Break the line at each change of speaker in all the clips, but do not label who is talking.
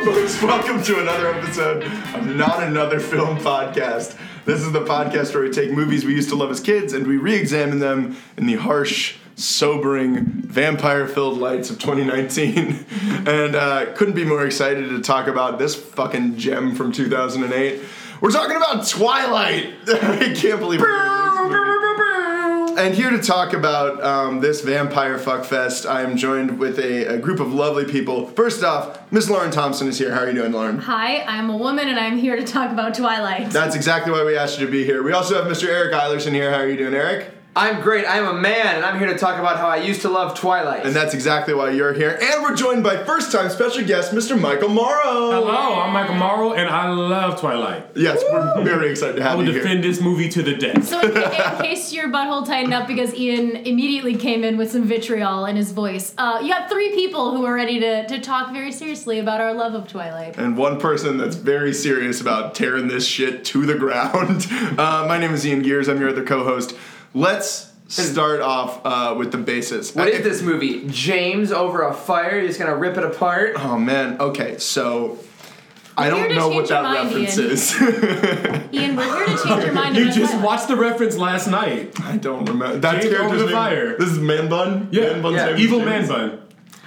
Welcome to another episode of Not Another Film Podcast. This is the podcast where we take movies we used to love as kids and we re examine them in the harsh, sobering, vampire filled lights of 2019. and uh, couldn't be more excited to talk about this fucking gem from 2008. We're talking about Twilight! I can't believe it. And here to talk about um, this vampire fuckfest, I am joined with a, a group of lovely people. First off, Miss Lauren Thompson is here. How are you doing, Lauren?
Hi, I'm a woman and I'm here to talk about Twilight.
That's exactly why we asked you to be here. We also have Mr. Eric Eilerson here. How are you doing, Eric?
I'm great. I'm a man, and I'm here to talk about how I used to love Twilight.
And that's exactly why you're here. And we're joined by first-time special guest, Mr. Michael Morrow.
Hello, I'm Michael Morrow, and I love Twilight.
Yes, we're very excited to
I
have
will
you here.
defend this movie to the death.
So, in, ca- in case your butthole tightened up because Ian immediately came in with some vitriol in his voice, uh, you got three people who are ready to, to talk very seriously about our love of Twilight.
and one person that's very serious about tearing this shit to the ground. Uh, my name is Ian Gears. I'm your other co-host. Let's start off uh, with the basis.
what
I-
is this movie? James over a fire? You're just gonna rip it apart?
Oh man. Okay, so I
Weird
don't
to
know
change
what that
your mind,
reference
Ian.
is.
Ian, we're here to change your mind
You
about
just
Twilight.
watched the reference last night.
I don't remember. That's
James
character's
over the
name-
fire.
This is Man Bun.
Yeah,
Man Bun's
yeah.
name is
Evil
James.
man bun.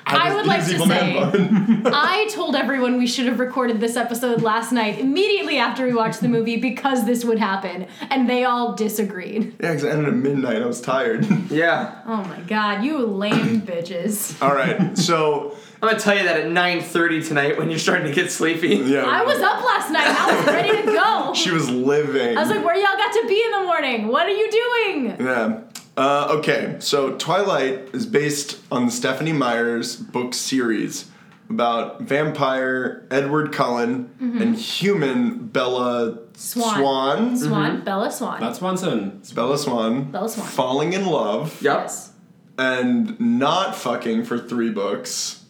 I would
He
like
was
to
Evil Man
say,
Bun.
I told everyone we should have recorded this episode last night immediately after we watched the movie because this would happen, and they all disagreed.
yeah, because I ended at midnight. I was tired.
Yeah.
Oh my god, you lame bitches.
All right, so
I'm gonna tell you that at 9:30 tonight when you're starting to get sleepy.
yeah,
I was up last night. I was ready to go.
She was living.
I was like, where y'all got to be in the morning? What are you doing?
Mm-hmm.
yeah. Uh, okay, so Twilight is based on the Stephanie Meyer's book series about vampire Edward Cullen and human Bella
Mm-hmm. Swan.
Swan.
Swan, Bella Swan.
Not Swanson.
Bella Swan.
Bella Swan.
Falling in love
Yep.
Yes.
and not fucking for three books.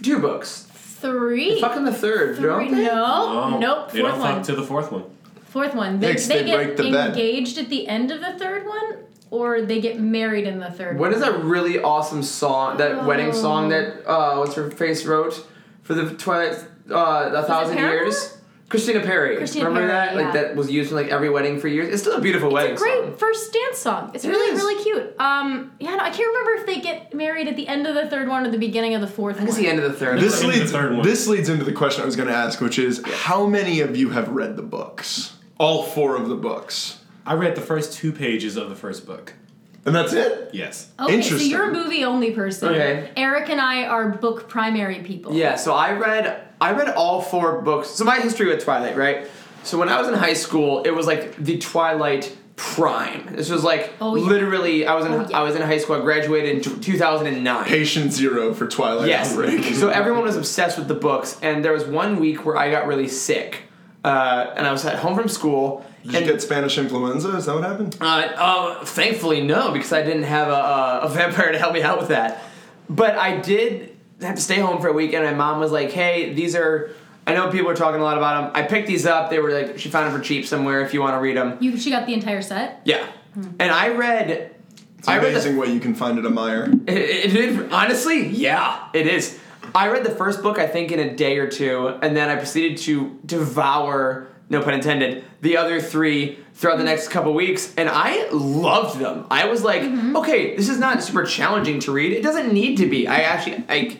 Two books.
Three.
Fucking the third,
Three.
don't they?
No.
Oh,
nope.
They
Fourth
don't
one.
fuck to the fourth one.
Fourth one. They,
Next,
they,
they
get
break the bed.
engaged at the end of the third one, or they get married in the third
What is that really awesome song? That wedding song that uh, what's her face wrote for the Twilight uh, a thousand
Paramore?
years. Christina Perry.
Christina
Remember
Perry,
that?
yeah.
Like that was used in like every wedding for years. It's still a beautiful
It's
wedding
a great
song.
first dance song. It's
It
really,
is.
really cute. Um, yeah, no, I can't remember if they get married at the end of the third one or the beginning of the fourth
I
one.
guess the end of the third.
This
Into the
leads
third one.
this leads into the question I was going to ask, which is how many of you have read the books? All four of the books,
I read the first two pages of the first book.
and that's it.
Yes.
Okay, so
Interesting.
you're a movie only person.
Okay.
Eric and I are book primary people.
Yeah, so I read I read all four books. So my history with Twilight, right? So when I was in high school, it was like the Twilight prime. This was like
Oh, yeah.
literally I was in
Oh, yeah.
I was in high school. I graduated in t- 2009.
Patient zero for Twilight
Yes.
Outbreak.
so everyone was obsessed with the books, and there was one week where I got really sick, uh, and I was at home from school.
Did you
and
get Spanish influenza? Is that what happened?
uh, uh, thankfully, no, because I didn't have a, a, a vampire to help me out with that. But I did have to stay home for a week, and my mom was like, "Hey, these are." I know people are talking a lot about them. I picked these up. They were like, she found them for cheap somewhere. If you want to read them,
You, she got the entire set.
yeah. And I read.
Hmm. It's
I read the
amazing what you can find at a Meyer.
it, it, it- honestly, yeah, it is. I read the first book I think in a day or two, and then I proceeded to devour, no pun intended, the other three throughout the next couple weeks, and I loved them. I was like,
Mm-hmm.
okay, this is not super challenging to read. It doesn't need to be. I actually, I,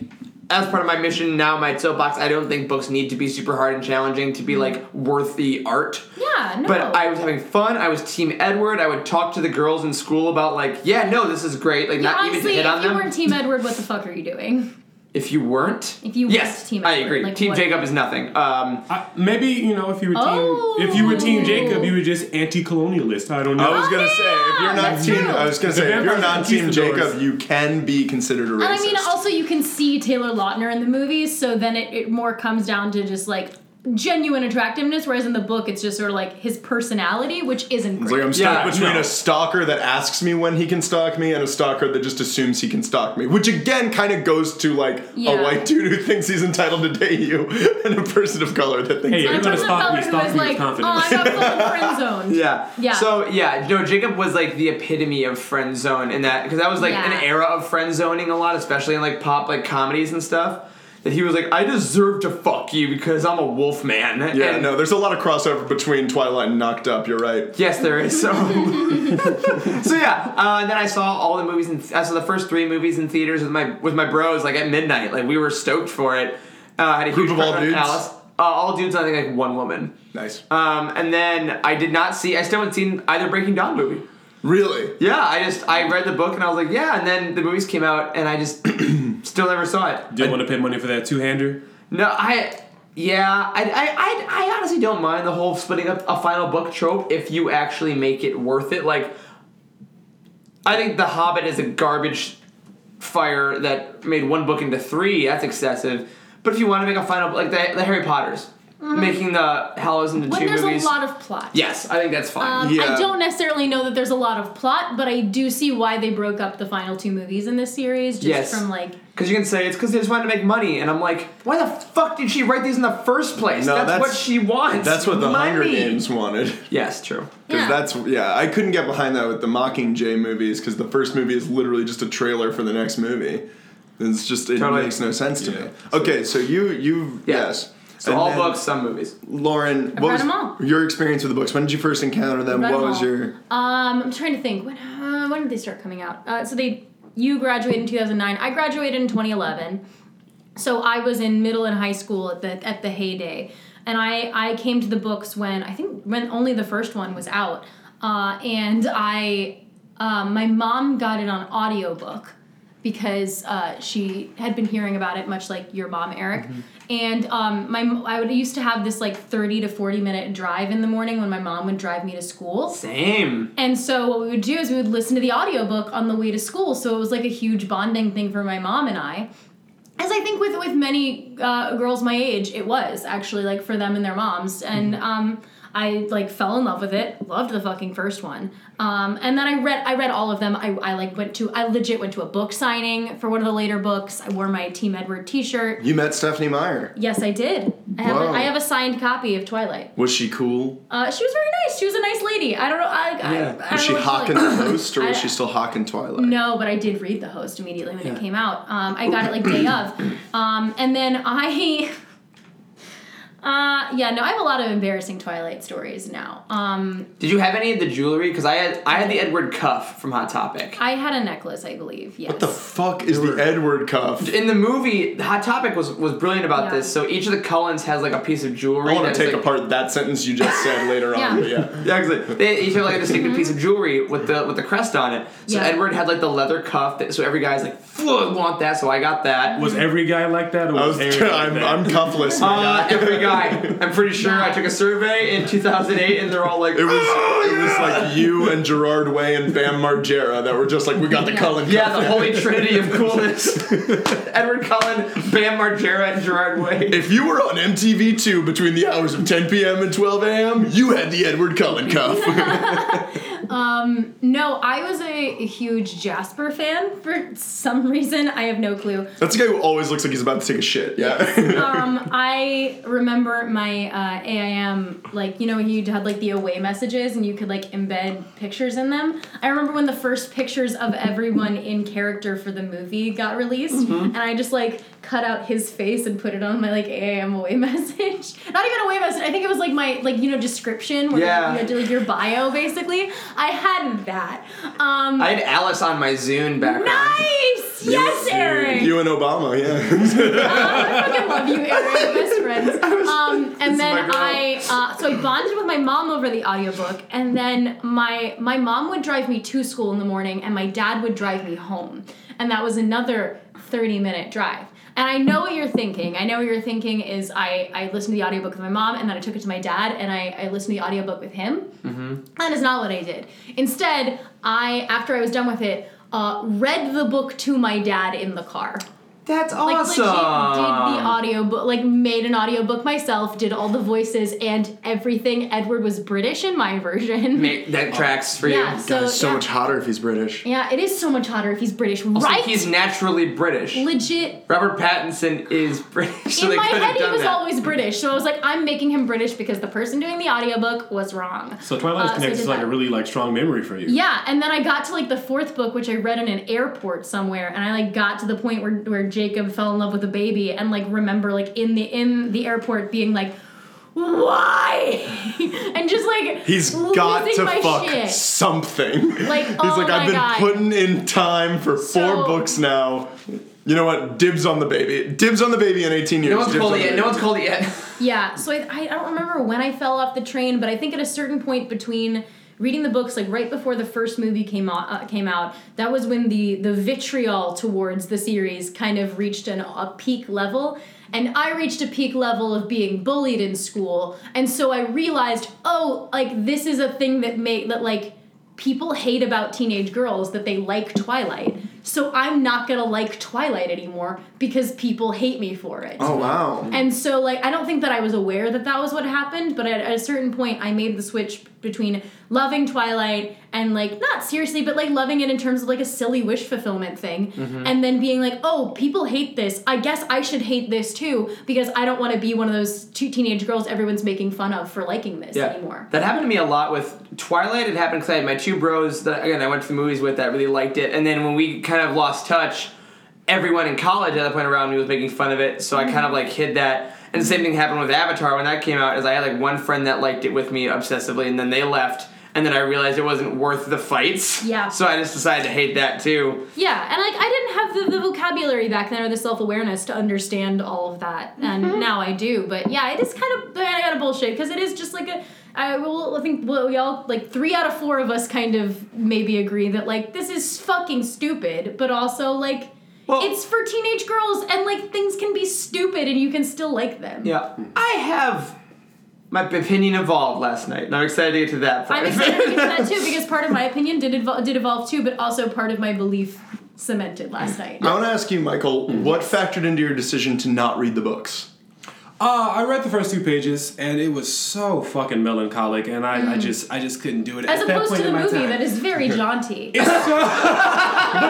as part of my mission now, my soapbox, I don't think books need to be super hard and challenging to be like worth the art.
Mm-hmm. Yeah, no.
But I was having fun. I was Team Edward. I would talk to the girls in school about like, yeah, no, this is great. Like, not even to
Honestly,
hit on
if you
them.
weren't Team Edward, what the fuck are you doing?
If you weren't,
If you
yes,
weren't Team
I
Edward,
agree.
like,
team
what-
Jacob is nothing. Um,
I, Uh, maybe you know if you were team
Oh.
if you were team Jacob, you were just anti-colonialist. I don't know.
I was gonna
yeah,
say if you're not
that's
team,
true.
I was gonna say if you're
vampires
not
and
team
conquistadors.
Jacob, you can be considered a racist.
And I mean, also, you can see Taylor Lautner in the movies, so then it, it more comes down to just like genuine attractiveness, whereas in the book, it's just sort of like his personality, which isn't
It's like
great.
I'm stuck
Yeah,
between
no.
a stalker that asks me when he can stalk me and a stalker that just assumes he can stalk me, which again kind of goes to like a
Yeah.
white dude who thinks he's entitled to date you and a person of color that thinks.
Hey,
I'm
you're
talking
gonna
about
stalk
Bella
me,
who
stalk
is
me
like,
with
Oh, I
confidence.
got full friend zoned.
yeah.
Yeah.
So yeah, no, Jacob was like the epitome of friend zone in that because that was like
Yeah.
an era of friend zoning a lot, especially in like pop like comedies and stuff. that he was like, I deserve to fuck you because I'm a wolf man.
Yeah,
And-
no, there's a lot of crossover between Twilight and Knocked Up. You're right.
Yes, there is. So, so yeah. Uh, and then I saw all the movies. In, I saw the first three movies in theaters with my with my bros, like at midnight. Like we were stoked for it. Uh, I had a
Group
huge
of all
crush on
dudes?
Alice. Uh, all dudes. I think like one woman.
Nice.
Um, and then I did not see. I still haven't seen either Breaking Dawn movie.
really?
Yeah, I just I read the book and I was like, yeah. And then the movies came out and I just still never saw it.
Do you want to pay money for that two-hander?
No, I. Yeah, I, I, I, I honestly don't mind the whole splitting up a final book trope if you actually make it worth it. Like, I think The Hobbit is a garbage fire that made one book into three. That's excessive. But if you want to make a final, like the, the Harry Potters, making the Hallows into
Mm-hmm. When
two
there's
movies.
a lot of plot.
yes, I think that's fine.
Um,
Yeah.
I don't necessarily know that there's a lot of plot, but I do see why they broke up the final two movies in this series, just
Yes.
from like
Because you can say it's because they just wanted to make money, and I'm like, why the fuck did she write these in the first place?
No,
that's,
that's-
what she wants.
That's what the
money.
Hunger Games wanted.
Yes, true.
Because
Yeah.
that's yeah, I couldn't get behind that with the Mockingjay movies because the first movie is literally just a trailer for the next movie. It's just it
Totally.
makes no sense to me.
Yeah.
Okay, so you you
Yeah.
yes.
So
And
all
then,
books, some movies.
Lauren, what
read
was
them all.
your experience with the books? When did you first encounter them?
read
What
them
was
all.
your
Um, I'm trying to think. When uh, when did they start coming out? Uh, so they you graduated in 2009. I graduated in 2011. So I was in middle and high school at the at the heyday, and I I came to the books when I think when only the first one was out, uh, and I um, my mom got it on audiobook because uh, she had been hearing about it, much like your mom, Eric. And um, my I would used to have this like 30 to 40 minute drive in the morning when my mom would drive me to school.
Same.
And so what we would do is we would listen to the audiobook on the way to school. So it was like a huge bonding thing for my mom and I. As I think with with many uh, girls my age, it was actually like for them and their moms. And
Mm-hmm.
um, I like fell in love with it. Loved the fucking first one. Um, and then I read I read all of them. I, I like went to I legit went to a book signing for one of the later books. I wore my Team Edward T-shirt.
You met Stephanie Meyer.
Yes, I did. I have a,
Wow.
I have a signed copy of Twilight.
Was she cool?
Uh, she was very nice. She was a nice lady. I don't know. I, I-
Yeah.
I,
Was
don't
she
know what
hawking the host or was
I-
she still hawking Twilight?
No, but I did read the host immediately when
Yeah.
it came out. Um, I got it like day of, um, and then I. Uh, yeah, no, I have a lot of embarrassing Twilight stories now. Um,
Did you have any of the jewelry? Because I had I had the Edward cuff from Hot Topic.
I had a necklace, I believe. Yes.
What the fuck is the Edward cuff?
In the movie, Hot Topic was was brilliant about
Yeah.
this. So each of the Cullens has like a piece of jewelry.
I want
that's,
to take
like-
apart that sentence you just said later on.
Yeah.
But yeah.
Yeah, exactly. They each have like a distinctive piece of jewelry with the with the crest on it. So
Mm-hmm. Yeah.
Edward had like the leather cuff. That, so every guy's like, "Fuck, want that?" So I got that.
Was every guy like that, or
I
was,
was,
Eric like
I'm,
that?
I'm cuffless. my
Uh,
guy.
every guy. I'm pretty sure I took a survey in 2008, and they're all like,
It was
"Oh,
it was like you and Gerard Way and Bam Margera that were just like we got the
Yeah.
Cullen.
Yeah,
cuff
the
now."
holy trinity of coolness. Edward Cullen, Bam Margera, and Gerard Way.
If you were on MTV two between the hours of 10 p.m. and 12 a.m., you had the Edward Cullen cuff.
No, I was a huge Jasper fan for some reason. I have no clue.
That's the guy who always looks like he's about to take a shit. Yeah.
um, I remember my uh, AIM, like, you know, you had like the away messages and you could like embed pictures in them. I remember when the first pictures of everyone in character for the movie got released, and I just like cut out his face and put it on my like AIM away message. Not even away message, I think it was like my, like, you know, description where
Yeah.
you had to like your bio basically. I hadn't that. Um,
I had Alice on my Zune background.
nice! Yes, Oh, Eric!
you and Obama. Yeah.
I love you, Eric, best friends. Um, and
my
then
girl.
I, uh, so I bonded with my mom over the audiobook, and then my my mom would drive me to school in the morning, and my dad would drive me home, and that was another thirty minute drive. And I know what you're thinking. I know what you're thinking is I, I listened to the audiobook with my mom and then I took it to my dad and I, I listened to the audiobook with him.
Mm-hmm.
That is not what I did. Instead, I, after I was done with it, uh, read the book to my dad in the car
That's
like
awesome.
legit did the audio book like made an audiobook myself did all the voices and everything edward was british in my version
Ma- that tracks for
yeah
you.
so, yeah.
hotter if he's British.
yeah it is so much hotter if he's british
So
right
He's naturally British.
legit
Robert Pattinson is British, so
in
they
my
could have
head he
done
was
that.
always british so i was like i'm making him british because the person doing the audiobook was wrong
So Twilight
Uh, I
Connects
did
is like
that.
a really like strong memory for you.
Yeah, and then I got to like the fourth book, which I read in an airport somewhere, and I like got to the point where where Jacob fell in love with a baby and like remember like in the in the airport being like why and just like
He's got to
losing my
fuck
shit.
something.
Like,
He's
oh
like,
my
I've been
God."
putting in time for
So-
four books now. You know what? Dibs on the baby. Dibs on the baby in 18 years.
No one's
Dibs
called
on
it
the
yet. No
baby.
one's called it yet.
Yeah, so I, I don't remember when I fell off the train, but I think at a certain point between reading the books, like right before the first movie came out, uh, came out, that was when the the vitriol towards the series kind of reached an, a peak level. And I reached a peak level of being bullied in school, and so I realized, oh, like this is a thing that may that like people hate about teenage girls that they like Twilight. So I'm not gonna like Twilight anymore because people hate me for it.
Oh, wow.
And so, like, I don't think that I was aware that that was what happened, but at, at a certain point, I made the switch between loving Twilight and, like, not seriously, but, like, loving it in terms of, like, a silly wish fulfillment thing. And then being like, oh, people hate this. I guess I should hate this too, because I don't want to be one of those two teenage girls everyone's making fun of for liking this anymore.
That happened to me a lot with Twilight. It happened because I had my two bros that again I went to the movies with that really liked it, and then when we kind of lost touch, everyone in college at that point around me was making fun of it, so I
Mm-hmm.
kind of like hid that. And the same thing happened with Avatar when that came out. Is I had like one friend that liked it with me obsessively, and then they left, and then I realized it wasn't worth the fights.
Yeah.
So I just decided to hate that too.
Yeah, and, like, I didn't have the, the vocabulary back then or the self awareness to understand all of that, and now I do. But yeah, it is kind of kind of bullshit because it is just like a. I will. I think what we all like three out of four of us kind of maybe agree that like this is fucking stupid, but also like
Well-
it's for teenage girls and like things can be stupid and you can still like them.
Yeah. I have my opinion evolved last night, and I'm excited to get to that. Part.
I'm excited to get to that too because part of my opinion did evolve, did evolve too, but also part of my belief cemented
Mm.
last night.
I want to ask you, Michael,
Mm-hmm.
what factored into your decision to not read the books?
Uh, I read the first two pages and it was so fucking melancholic, and I, I just I just couldn't do it.
Mm. As
at that
opposed
point
to the
in my
movie
time.
that is very jaunty.
but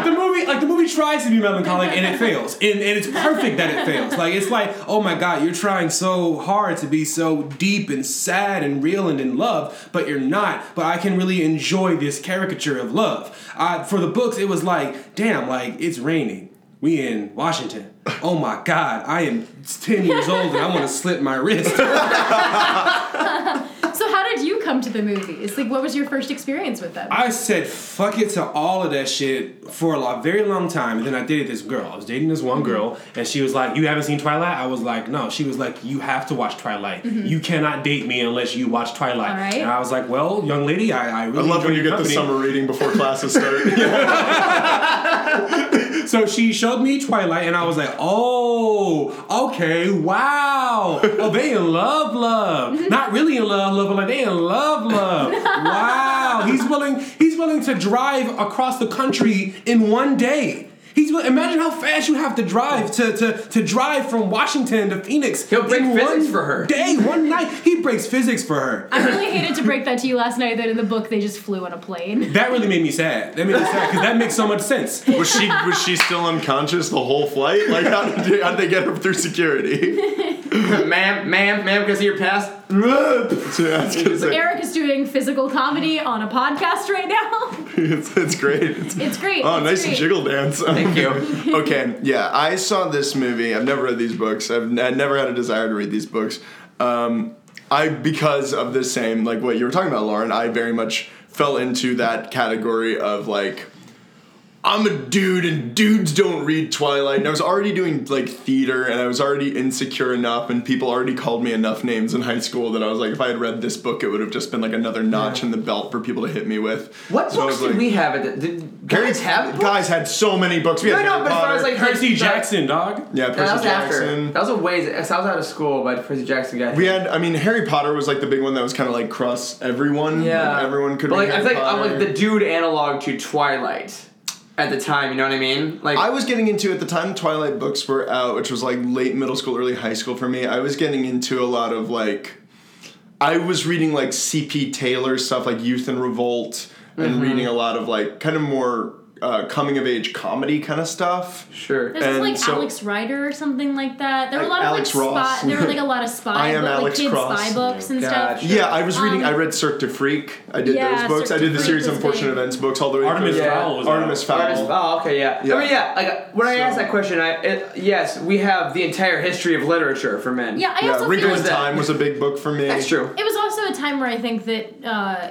the movie, like the movie, tries to be melancholic and it fails, and, and it's perfect that it fails. Like it's like, oh my god, you're trying so hard to be so deep and sad and real and in love, but you're not. But I can really enjoy this caricature of love. I, for the books, it was like, damn, like it's raining. We in Washington. Oh my God! I am ten years old and I want to slip my wrist.
So how did you come to the movies? Like, what was your first experience with them?
I said fuck it to all of that shit for a lo- very long time, and then I dated this girl. I was dating this one girl,
Mm-hmm.
and she was like, "You haven't seen Twilight?" I was like, "No." She was like, "You have to watch Twilight. You cannot date me unless you watch Twilight."
Mm-hmm. All right.
And I was like, "Well, young lady, I, I
I
really
love when
enjoy
you
your
get the
company."
summer reading before classes start.
So she showed me Twilight, and I was like, "Oh, okay, wow. Oh, they in love, love. Not really in love, love, but like they in love, love. Wow. He's willing. He's willing to drive across the country in one day." He's will- imagine how fast you have to drive to, to, to drive from Washington to Phoenix.
He'll break
in
physics
one
for her.
Day, one night. He breaks physics for her.
I really hated to break that to you last night that in the book they just flew on a plane.
That really made me sad. That made me sad because that makes so much sense.
was she was she still unconscious the whole flight? Like how did they, how did they get her through security?
ma'am, ma'am, ma'am, because of your past.
so I was gonna say,
Eric is doing physical comedy on a podcast right now.
it's, it's great. It's-
It's great.
Oh,
it's
nice
great.
jiggle dance. Thank
you.
okay, yeah, I saw this movie. I've never read these books. I've n- I never had a desire to read these books. Um, I because of this same like what you were talking about, Lauren. I very much fell into that category of like. I'm a dude and dudes don't read Twilight. And I was already doing like theater and I was already insecure enough and people already called me enough names in high school that I was like, if I had read this book, it would have just been like another notch in the belt for people to hit me with.
What
So I
books
was
did
like-
we have? At the, did guys have books?
guys had so many books. We
No,
had
no,
Harry
but as far as
Potter.
like
Percy
like, the-
Jackson, dog.
yeah,
That was
Percy
after.
Jackson.
That was a ways. 'cause I was out of school, but Percy Jackson got.
we
hit.
had, I mean, Harry Potter was like the big one that was kind of like cross everyone.
yeah,
like, everyone could.
But
read
like, I
Harry
feel like
Potter.
I'm like the dude analog to Twilight at the time. You know what I mean? Like
I was getting into at the time Twilight books were out, which was like late middle school, early high school for me. I was getting into a lot of like, I was reading
Mm-hmm.
like C.P. Taylor stuff, like Youth and Revolt, and reading a lot of like kind of more uh, coming of age comedy kind of stuff.
Sure.
This is
And
like
so-
Alex Rider or something like that. There were a
Like
lot of
Alex
like
Ross.
spy. There were like a lot of spy.
I am
book- like
Alex
kids
Cross.
spy books and
Gotcha.
stuff.
Yeah, I was reading.
Um,
I read Cirque de Freak. I did
yeah,
those books.
Cirque
I did
du
the
Freak
series
was
Unfortunate
big.
Events books all the way
Artemis
through.
Yeah.
Fowl was
Artemis
out.
Fowl.
Artemis- Oh, okay, yeah.
Yeah.
I mean, yeah. Like when I
So-
asked that question, I it, yes, we have the entire history of literature for men.
Yeah, I
Yeah,
also
Wrinkle
feel
in
like
that-
Time was a big book for me.
that's true.
it was also a time where I think that uh,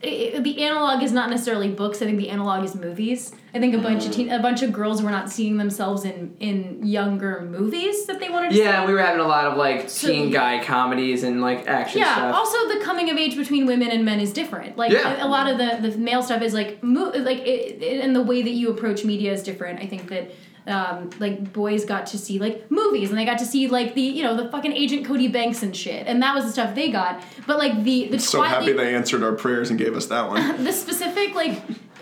it, it- the analog is not necessarily books. I think the analog is movies. I think a bunch
Mm.
of teen, a bunch of girls were not seeing themselves in in younger movies that they wanted to.
Yeah,
see.
we were having a lot of like
So-
teen guy comedies and like action
Yeah.
stuff.
Also, the coming of age between women and men is different. Like
Yeah.
a, a lot of the, the male stuff is like mo- like it, it, and the way that you approach media is different. I think that. Um, like boys got to see like movies and they got to see like the you know the fucking agent Cody Banks and shit and that was the stuff they got but like the the
So happy
Twilight-
they answered our prayers and gave us that one.
the specific like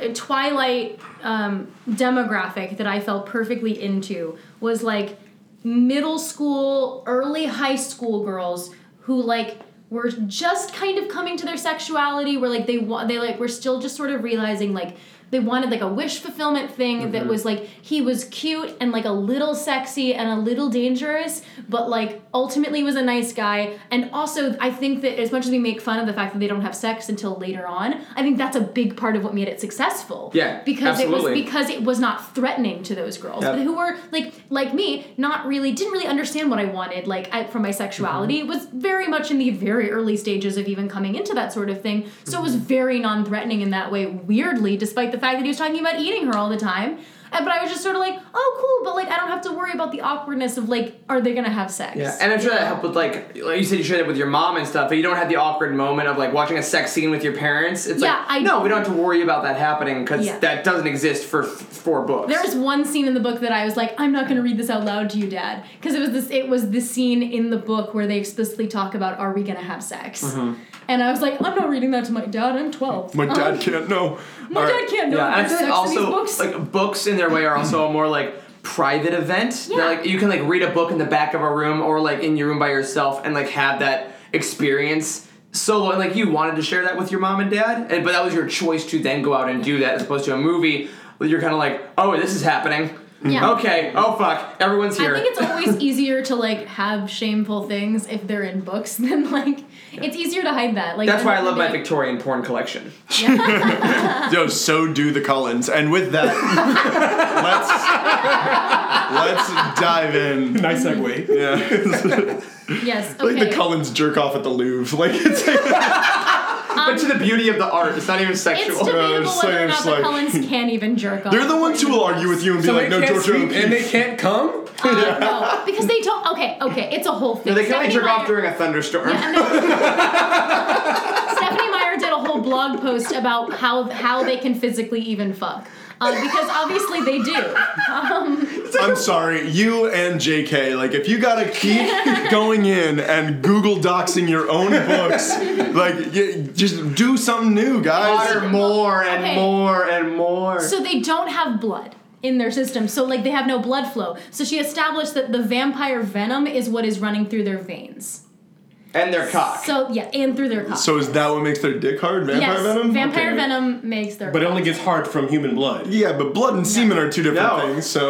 uh, twilight um, demographic that i fell perfectly into was like middle school early high school girls who like were just kind of coming to their sexuality where like they wa- they like were still just sort of realizing like they wanted like a wish fulfillment thing
Mm-hmm.
that was like he was cute and like a little sexy and a little dangerous but like ultimately was a nice guy and also i think that as much as we make fun of the fact that they don't have sex until later on i think that's a big part of what made it successful
Yeah,
because it
absolutely.
was because it was not threatening to those girls
Yep.
who were like like me not really didn't really understand what i wanted like I, from my sexuality
Mm-hmm.
was very much in the very early stages of even coming into that sort of thing so it was
Mm-hmm.
very non-threatening in that way weirdly despite the fact that he was talking about eating her all the time and, but i was just sort of like oh cool but like i don't have to worry about the awkwardness of like are they gonna have sex
Yeah, and I'm sure that helped with like, like you said, you shared that with your mom and stuff, but you don't have the awkward moment of like watching a sex scene with your parents. It's
Yeah,
like,
I-
no, we don't have to worry about that happening because
Yeah.
that doesn't exist for f- four books.
There was one scene in the book that I was like, I'm not going to read this out loud to you, Dad, because it was this. It was the scene in the book where they explicitly talk about, "Are we going to have sex?"
Mm-hmm.
And I was like, I'm not reading that to my dad. I'm 12.
My
Um,
dad can't know.
My
All
dad
right.
can't know.
yeah,
about
and I feel like
sex in
also
these books.
like books in their way are also a more like private event.
Yeah.
That, like you can like read a book in the back of a room or like in your room by yourself and like have that experience solo. And like you wanted to share that with your mom and dad, and but that was your choice to then go out and do that as opposed to a movie where you're kind of like, oh, this is happening.
Yeah.
Okay. Oh fuck. Everyone's here.
I think it's always easier to like have shameful things if they're in books than like it's easier to hide that. Like
That's why I love my
like,
Victorian porn collection.
Yo, so do the Cullens. And with that, let's let's dive in.
Nice
Mm-hmm.
segue.
Yeah.
Yes. Okay.
like the Cullens jerk off at the Louvre. Like it's
but to the beauty of the art, it's not even
Um, It's
sexual.
debatable
it's
whether or
like-
not
it's
the
like-
Cullens can even jerk off.
they're the ones who will argue with you and be
So
like,
they
no,
can't
George
sleep
O'Keefe.
and they can't come.
Uh, no, because they don't. Okay, okay, it's a whole thing.
they can only
Stephanie
jerk off
Meyer-
during a thunderstorm.
And then- Stephanie Meyer did a whole blog post about how how they can physically even fuck. Um, because obviously they do. Um,
I'm sorry, you and JK, like if you gotta keep going in and Google doxing your own books, like y- just do something new, guys.
Water more and
Okay.
more and more.
so they don't have blood in their system. So like they have no blood flow. So she established that the vampire venom is what is running through their veins.
and their cock.
So yeah, and through their cock.
So is that what makes their dick hard? Vampire
yes,
venom?
vampire
Okay.
venom makes their
But it only gets hard from human blood.
Yeah, but blood and semen are two different
No.
things. So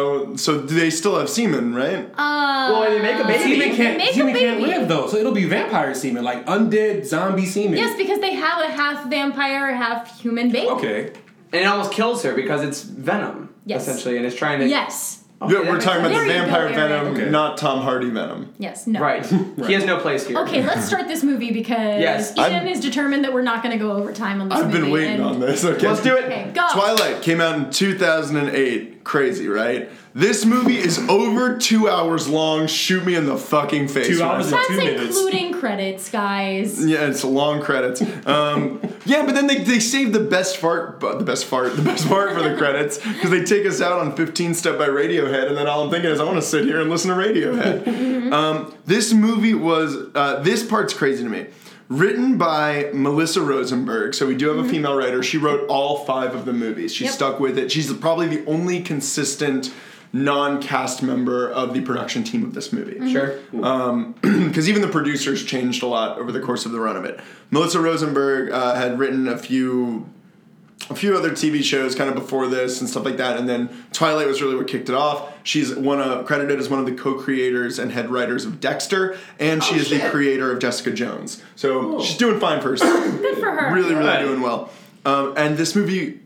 so do they still have semen, right?
uh,
well, they make a
Semen
baby.
can't,
Make a
semen can't
baby.
live though, so it'll be vampire semen, like undead zombie semen.
Yes, because they have a half vampire, half human baby.
Okay.
And it almost kills her because it's venom,
Yes.
essentially, and it's trying to.
Yes.
Okay,
yeah,
that
we're
makes
talking about
sense.
the
There you go,
vampire
Aaron.
venom,
Okay.
not Tom Hardy venom.
Yes. No.
Right. He has no place here.
Okay, let's start this movie because
Yes,
Ian
I'm-
is determined that we're not going to go over time on this
I've
movie.
been waiting
and-
on this. Okay.
Let's do it.
Okay, go.
Twilight came out in 2008. Crazy, right? This movie is over two hours long. Shoot me in the fucking face.
Two
when I
hours
That's
Two minutes.
including credits, guys.
Yeah, it's long credits. Um, yeah, but then they, they save the best fart, bu- the best fart, the best part for the credits because they take us out on 15 Step by Radiohead, and then all I'm thinking is I want to sit here and listen to Radiohead. um, this movie was uh, this part's crazy to me. Written by Melissa Rosenberg, so we do have a female writer. She wrote all five of the movies. She
Mm-hmm. Yep.
stuck with it. She's probably the only consistent non-cast member of the production team of this movie
Sure.
because even the producers changed a lot over the course of the run of it. Melissa Rosenberg uh, had written a few a few other TV shows kind of before this and stuff like that. And then Twilight was really what kicked it off. She's one of, credited as one of the co-creators and head writers of Dexter, and she is the
shit.
creator of Jessica Jones. So she's doing fine for herself.
Good for her.
really, really
Right.
doing well. Um, and this movie,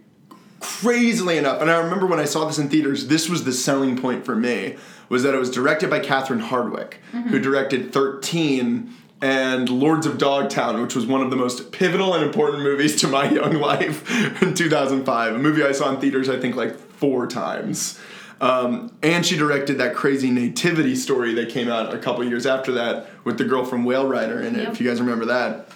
crazily enough, and I remember when I saw this in theaters, this was the selling point for me, was that it was directed by Catherine Hardwick,
Mm-hmm.
who directed 13 and Lords of Dogtown, which was one of the most pivotal and important movies to my young life in 2005. A movie I saw in theaters, I think, like four times. Um, and she directed that crazy nativity story that came out a couple years after that with the girl from Whale Rider in it,
Yep.
if you guys remember that.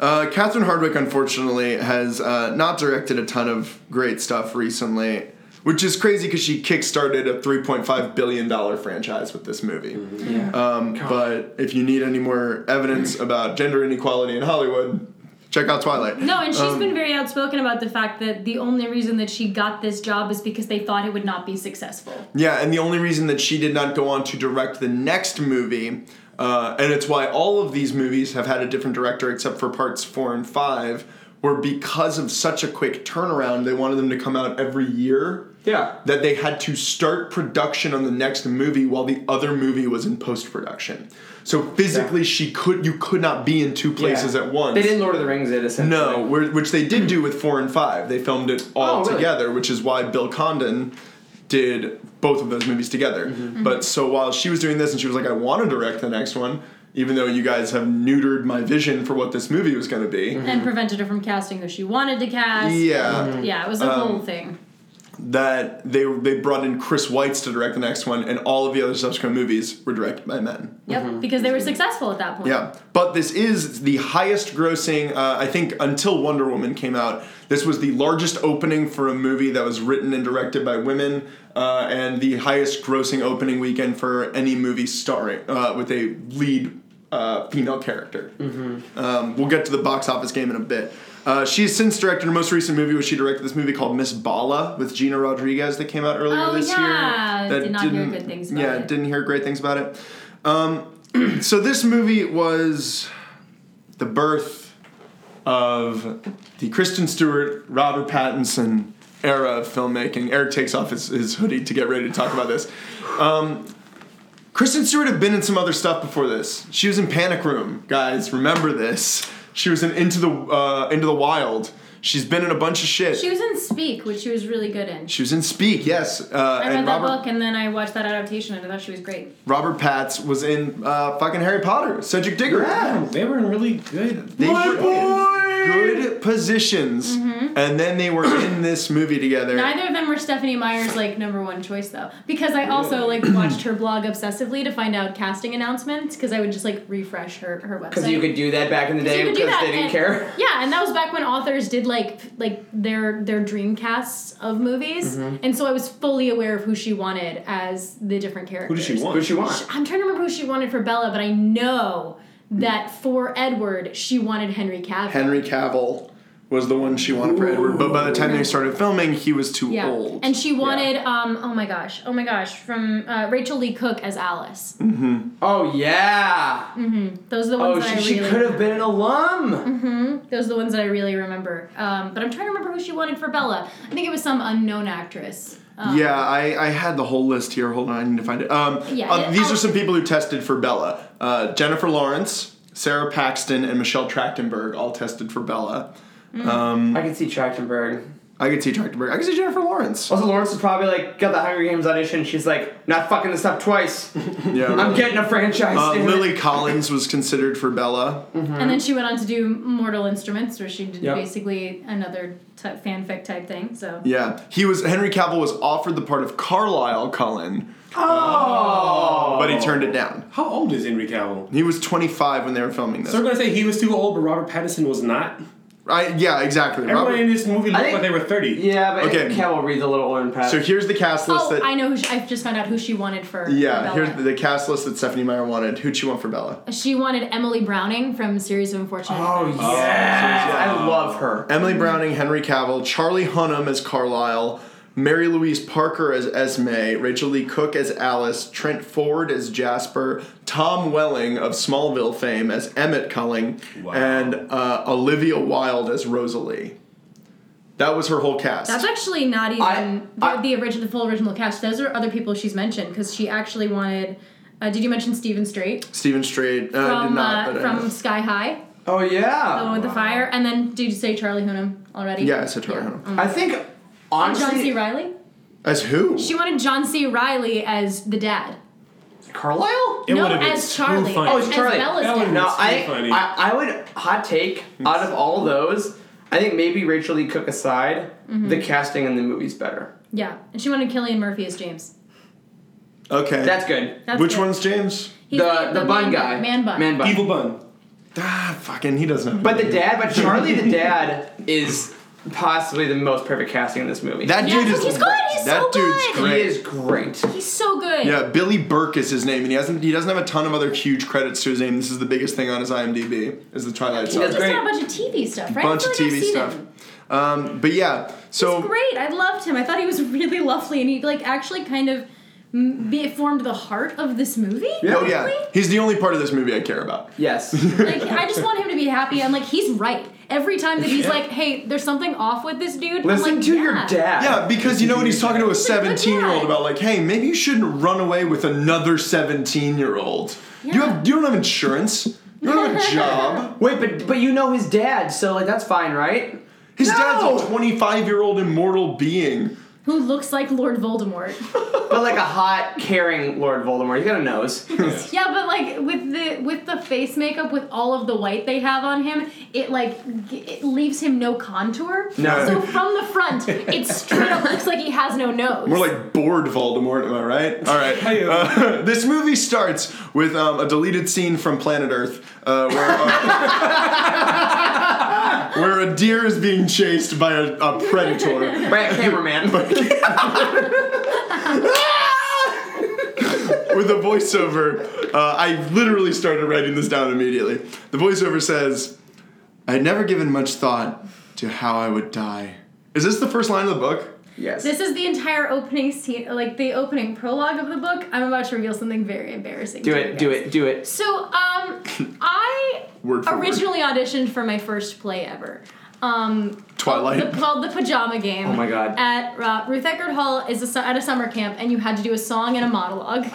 Uh, Catherine Hardwick, unfortunately, has uh, not directed a ton of great stuff recently, which is crazy because she kickstarted a $3.5 billion franchise with this movie. Um, but if you need any more evidence about gender inequality in Hollywood, check out Twilight.
No, and she's
Um,
been very outspoken about the fact that the only reason that she got this job is because they thought it would not be successful.
Yeah, and the only reason that she did not go on to direct the next movie, uh, and it's why all of these movies have had a different director except for parts four and five, were because of such a quick turnaround. They wanted them to come out every year
Yeah.
that they had to start production on the next movie while the other movie was in post production. So physically, she could you could not be in two places
Yeah.
at once.
They didn't Lord of the Rings it essentially.
No, where- which they did do with four and five. They filmed it all
Oh, really?
together, which is why Bill Condon did both of those movies together.
Mm-hmm.
But so while she was doing this and she was like, I want to direct the next one, even though you guys have neutered my vision for what this movie was going to be.
Mm-hmm.
And prevented her from casting who she wanted to cast.
Mm-hmm. Yeah, Um,
Yeah, it was a whole thing.
that they they brought in Chris Weitz to direct the next one, and all of the other subsequent movies were directed by men.
Yep, because they were successful at that point.
mm-hmm. Yeah, but this is the highest grossing, uh, I think, until Wonder Woman came out. This was the largest opening for a movie that was written and directed by women, uh, and the highest grossing opening weekend for any movie starring uh, with a lead uh, female character. Um, we'll get to the box office game in a bit. Uh, she has since directed her most recent movie, was she directed this movie called Miss Bala with Gina Rodriguez that came out earlier
Oh,
this
yeah.
year. That
Did not hear good things about
yeah,
it.
didn't hear great things about it. Um, so this movie was the birth of the Kristen Stewart, Robert Pattinson era of filmmaking. Eric takes off his, his hoodie to get ready to talk about this. Um, Kristen Stewart had been in some other stuff before this. She was in Panic Room, guys. Remember this? She was in Into the uh, Into the Wild. She's been in a bunch of shit.
She was in Speak, which she was really good in.
She was in Speak, yes. Uh,
I
and
read that
Robert,
book and then I watched that adaptation and I thought she was great.
Robert Patz was in uh, fucking Harry Potter, Cedric Diggory.
Yeah, they were in really good.
They
My
were in good positions,
Mm-hmm.
and then they were in this movie together.
Neither of them were Stephanie Meyer's like number one choice though, because I also like watched her blog obsessively to find out casting announcements because I would just like refresh her her website.
Because you could do that back in the
So
day
you could
because
do that,
they didn't
and-
care.
Yeah, and that was back when authors did like f- like their their dream casts of movies,
Mm-hmm.
and so I was fully aware of who she wanted as the different
Who
characters.
did she want?
Who'd she want?
I'm trying to remember who she wanted for Bella, but I know
Hmm.
that for Edward she wanted Henry Cavill.
Henry Cavill was the one she wanted for Edward, but by the time they started filming, he was too
yeah,
old.
and she wanted um oh my gosh oh my gosh from uh, Rachel Lee Cook as Alice.
Oh yeah.
Those are the ones
Oh,
that
she, she
Mm-hmm. I really Mm-hmm.
could have been an alum.
those are the ones that I really remember. Um, but I'm trying to remember who she wanted for Bella. I think it was some unknown actress. Um,
yeah, I, I had the whole list here. Hold on, I need to find it. Um,
Yeah,
uh,
it-
these
I'll-
are some people who tested for Bella: uh, Jennifer Lawrence, Sarah Paxton, and Michelle Trachtenberg all tested for Bella.
I can see Trachtenberg.
I could see Trachtenberg. I could see Jennifer Lawrence.
Also, Lawrence is probably like got the Hunger Games audition. She's like, not fucking this up twice.
Yeah,
I'm getting a franchise.
Uh,
damn it."
Lily Collins was considered for Bella.
And then she went on to do Mortal Instruments, where she did
Mm-hmm. Yep.
basically another type, fanfic type thing. So
Yeah, he was. Henry Cavill was offered the part of Carlisle Cullen,
Oh.
but he turned it down.
How old is Henry Cavill?
He was 25 when they were filming this.
So we're gonna say he was too old, but Robert Pattinson was not.
I, yeah, exactly.
Everyone
Robert-
in this movie looked
think-
like they were thirty.
Yeah, but
Okay.
okay. Cavill reads a little older than Pat.
so here's the cast list
oh,
that.
I know. Who she, I just found out who she wanted for. for
yeah,
Bella.
here's the, the cast list that Stephanie Meyer wanted. Who'd she want for Bella?
she wanted Emily Browning from Series of Unfortunate.
oh
Events.
yeah, I love her.
Emily Browning, Henry Cavill, Charlie Hunnam as Carlisle, Mary Louise Parker as Esme, Rachel Lee Cook as Alice, Trent Ford as Jasper, Tom Welling of Smallville fame as Emmett Culling,
Wow.
and uh, Olivia Wilde as Rosalie. That was her whole cast.
That's actually not even
I- I-
the, the original, the full original cast. Those are other people she's mentioned because she actually wanted. Uh, did you mention Steven Strait
Stephen Strait. Uh, I did
from
not,
uh,
but I know.
from Sky High,
Oh
the
yeah.
one with the fire? And then did you say Charlie Hunnam already?
Yeah, I said Charlie Hunnam.
Oh my
I think
God. Oh, John C.
honestly,
Riley.
As who?
She wanted John C. Riley as the dad.
Carlisle.
It
no,
would've been
as
so
Charlie.
funny.
Oh,
as
it's Charlie.
Bella's
That
dad.
would've been-
No,
It's
I,
pretty funny.
I I would hot take out of all those. I think maybe Rachel Lee Cook aside,
Mm-hmm.
the casting in the movie's better.
Yeah, and she wanted Killian Murphy as James.
okay.
That's good.
That's
Which
good.
one's James?
He's
the the, bun
man
guy,
Man bun.
man bun.
Evil bun.
Ah, fucking, he doesn't. Know
But the dad, but Charlie the dad is possibly the most perfect casting in this movie.
that
Yeah,
dude
so
is.
he's good, he's
that
so
dude's
good.
he
great.
is great.
He's so good.
Yeah, Billy Burke is his name, and he hasn't he doesn't have a ton of other huge credits to his name. This is the biggest thing on his IMDb is the Twilight
He
Zone.
just
great.
did a bunch of TV stuff, right? I
Bunch
feel
of
like I've
TV
seen
stuff.
him.
Um, but yeah, so
He's great. I loved him. I thought he was really lovely, and he like actually kind of m- be, formed the heart of this movie.
oh
probably.
yeah, he's the only part of this movie I care about.
Yes.
like I just want him to be happy. I'm like, he's right. Every time that he's
Yeah.
like, hey, there's something off with this dude. I'm
Listen
like,
to
yeah.
your dad.
Yeah, because you know what he's talking to a
He's a good dad.
seventeen-year-old about, like, hey, maybe you shouldn't run away with another seventeen-year-old. You
Yeah.
have you don't have insurance. You don't have a job.
Wait, but but you know his dad, so like that's fine, right?
His
No!
dad's a twenty-five-year-old immortal being.
Who looks like Lord Voldemort?
But like a hot, caring Lord Voldemort. He's got a nose.
yeah, but like with the with the face makeup, with all of the white they have on him, it like g- it leaves him no contour.
No.
So from the front, it straight up looks like he has no nose.
More like bored Voldemort, am I right? All right.
Hey, uh,
Uh, this movie starts with um, a deleted scene from Planet Earth uh, where, uh, where a deer is being chased by a, a predator,
Right, cameraman.
with a voiceover. Uh, I literally started writing this down immediately. The voiceover says, I had never given much thought to how I would die. Is this the first line of the book?
yes.
This is the entire opening scene, like the opening prologue of the book. I'm about to reveal something very embarrassing.
do
to you
it, do
guys.
it, do it.
So, um, I
Word for word.
originally auditioned for my first play ever. Um, the,
Twilight.
called the Pajama Game.
Oh my God.
At uh, Ruth Eckerd Hall is a, su- at a summer camp, and you had to do a song and a monologue.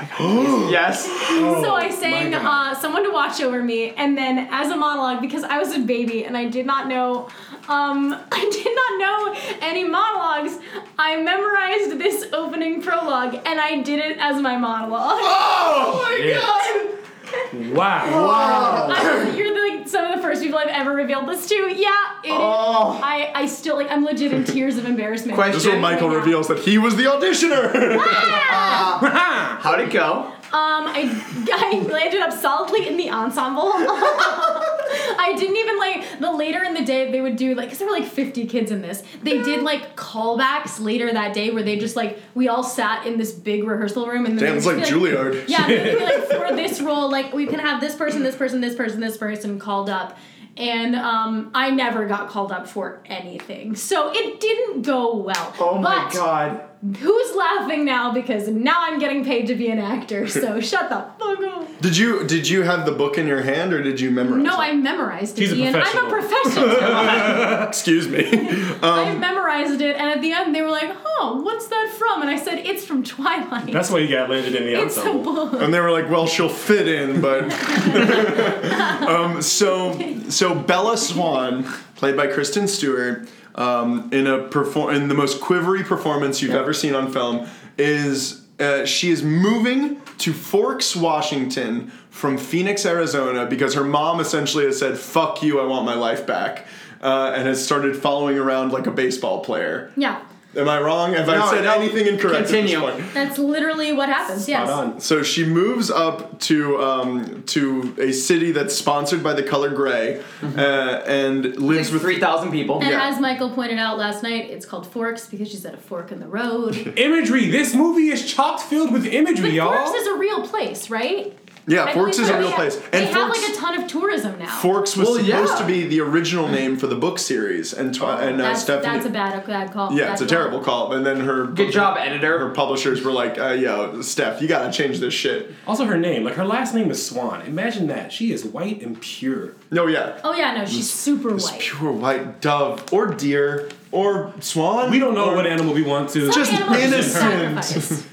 Yes.
so
Oh,
I sang
my God.
uh, "Someone to Watch Over Me," and then as a monologue because I was a baby and I did not know, um, I did not know any monologues. I memorized this opening prologue and I did it as my monologue.
Oh!
Yeah. Wow.
Wow.
I- you're like some of the first people I've ever revealed this to. Yeah, it is.
Oh.
I, I still like I'm legit in tears of embarrassment.
Question.
This is where Michael reveals that he was the auditioner.
How'd it go?
Um, I, I landed up solidly in the ensemble. I didn't even like the later in the day they would do like because there were like 50 kids in this. They did like callbacks later that day where they just like we all sat in this big rehearsal room and then
Damn,
they
it's
would
like
be
Juilliard.
Yeah, they would be like for this role like we can have this person, this person, this person, this person called up. And um, I never got called up for anything, so it didn't go well.
Oh my
But
god.
Who's laughing now? Because now I'm getting paid to be an actor, so shut the fuck up.
Did you did you have the book in your hand or did you memorize?
No,
it?
I memorized it,
He's a
Ian. I'm a professional.
Excuse me.
I memorized it, and at the end they were like, "Oh, what's that from?" And I said, "It's from Twilight."
That's why you got landed in the
it's a
ensemble.
book.
and they were like, "Well, she'll fit in," but um, so so Bella Swan, played by Kristen Stewart, um, in a perform in the most quivery performance you've ever seen on film, is uh, she is moving to Forks, Washington from Phoenix, Arizona, because her mom essentially has said, "Fuck you, I want my life back." Uh, and has started following around like a baseball player.
Yeah,
Am I wrong? Have
No,
I said
no.
anything incorrect
Continue.
at this point?
that's literally what happens. Yes.
So she moves up to um, to a city that's sponsored by the color gray,
Mm-hmm.
uh, and lives with.
Three thousand people.
And
Yeah.
as Michael pointed out last night, it's called Forks because she's at a fork in the road.
Imagery. This movie is chocked filled with imagery,
But
y'all.
Forks is a real place, right?
yeah,
I
Forks is
believe
a
so.
real
They-
place,
They
and
have
Forks.
like a ton of tourism now.
Forks was
Well,
supposed
yeah.
to be the original name for the book series, and tw- and uh,
that's,
Stephanie.
that's a bad, a bad call.
yeah, it's a
That's why.
terrible call. And then her
Good job,
Her
editor.
publishers were like, uh, "Yo, Steph, you gotta change this shit."
Also, her name. Like, her last name is Swan. Imagine that. She is white and pure.
No, yeah,
Oh yeah, no, she's super
This
white.
pure white dove or deer or swan.
We don't know
or-
what animal we want to.
Just
animals are
innocent.
sacrificed.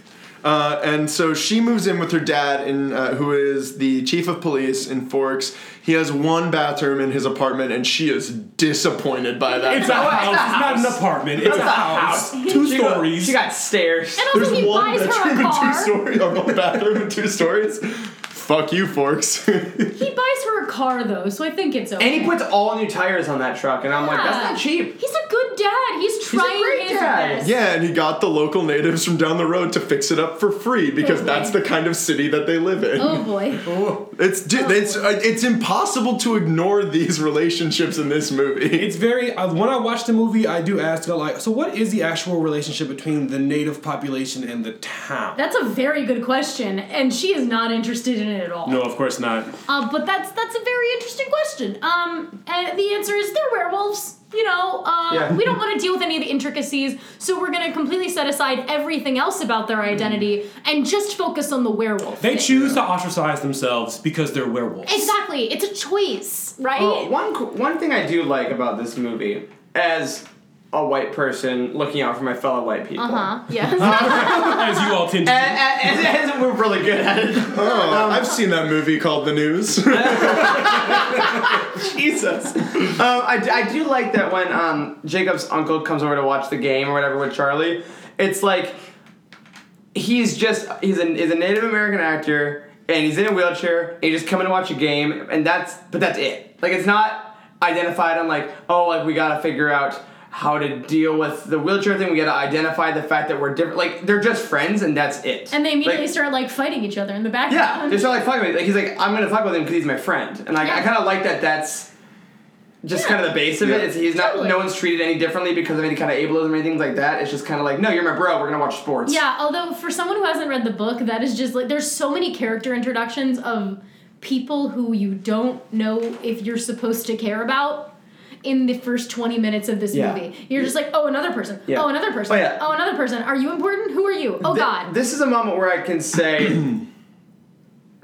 Uh, and so she moves in with her dad, in, uh, who is the chief of police in Forks. He has one bathroom in his apartment, and she is disappointed by that.
it's a
Oh, it's a
house. It's not an
house.
apartment. It's a house. Two
She got-
stories.
she got stairs.
And also, he buys her a
and two
car.
stories, or one bathroom and two stories. Fuck you, Forks.
He buys her a car though, so I think it's okay.
And he puts all new tires on that truck, and I'm like, that's
Yeah.
not cheap.
He's a good dad. He's
a
trying
great
his
dad.
best.
yeah, and he got the local natives from down the road to fix it up for free because
Okay.
that's the kind of city that they live in.
Oh boy.
It's di- it's uh, it's impossible to ignore these relationships in this movie.
It's very. Uh, when I watch the movie, I do ask, uh, like, so what is the actual relationship between the native population and the town?
That's a very good question, and she is not interested in it at all.
no, of course not.
Uh, but that's that's a very interesting question. Um, and the answer is they're werewolves. You know, uh,
Yeah.
we don't want to deal with any of the intricacies, so we're going to completely set aside everything else about their identity and just focus on the werewolf.
They
thing.
choose to ostracize themselves because they're werewolves.
Exactly, it's a choice, right?
Well, one co- one thing I do like about this movie, as a white person looking out for my fellow white people,
uh huh. Yes.
As you all tend
a- a-
to.
as, as, we're really good at it.
Oh, I've seen that movie called The News.
Jesus. Um, I, d- I do like that when um, Jacob's uncle comes over to watch the game or whatever with Charlie, it's like he's just he's a, he's a Native American actor and he's in a wheelchair and he's just coming to watch a game and that's but that's it. Like it's not identified on like oh like we gotta figure out how to deal with the wheelchair thing. We gotta identify the fact that we're different. Like they're just friends and that's it.
and they immediately
Like,
start like fighting each other in the
yeah,
background.
they start like fucking with. Like he's like, I'm gonna fuck with him because he's my friend, and like I
Um, Yeah.
kind of like that. That's just
Yeah.
kind of the base of
Yeah.
it. Is he's not
Totally.
no one's treated any differently because of any kind of ableism or anything like that. It's just kind of like, no, you're my bro. We're gonna watch sports.
Yeah, although for someone who hasn't read the book, that is just like there's so many character introductions of people who you don't know if you're supposed to care about in the first 20 minutes of this
Yeah.
movie. You're just like, "Oh, another person.
Yeah.
Oh, another person.
Oh, yeah.
oh, another person. Are you important? Who are you? Oh
Th-
god."
This is a moment where I can say,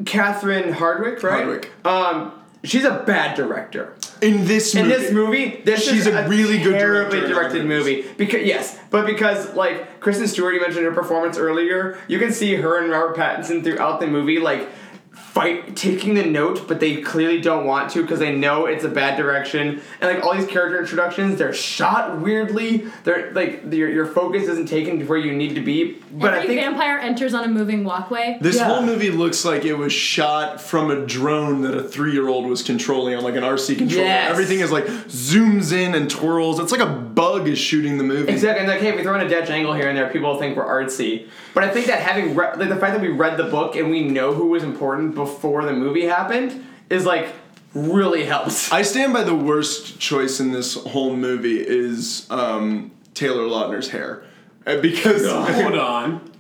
Catherine Hardwick, right?
Hardwick.
Um, she's a bad director.
In this
in
movie.
this movie, this is
She's a really good
terribly
director.
directed movie. Because yes, but because like Kristen Stewart, you mentioned her performance earlier, you can see her and Robert Pattinson throughout the movie like fight taking the note, but they clearly don't want to because they know it's a bad direction. And like all these character introductions, they're shot weirdly. They're like your your focus isn't taken to where you need to be. But
Every
I think
vampire enters on a moving walkway.
This
Yeah.
whole movie looks like it was shot from a drone that a three-year-old was controlling on like an RC controller.
Yes.
Everything is like zooms in and twirls. It's like a bug is shooting the movie.
Exactly, and like, hey, if we throw in a Dutch angle here and there, people will think we're artsy. But I think that having re- like the fact that we read the book and we know who was important before the movie happened is like really helps.
I stand by the worst choice in this whole movie is um, Taylor Lautner's hair. Uh, Because
Hold on.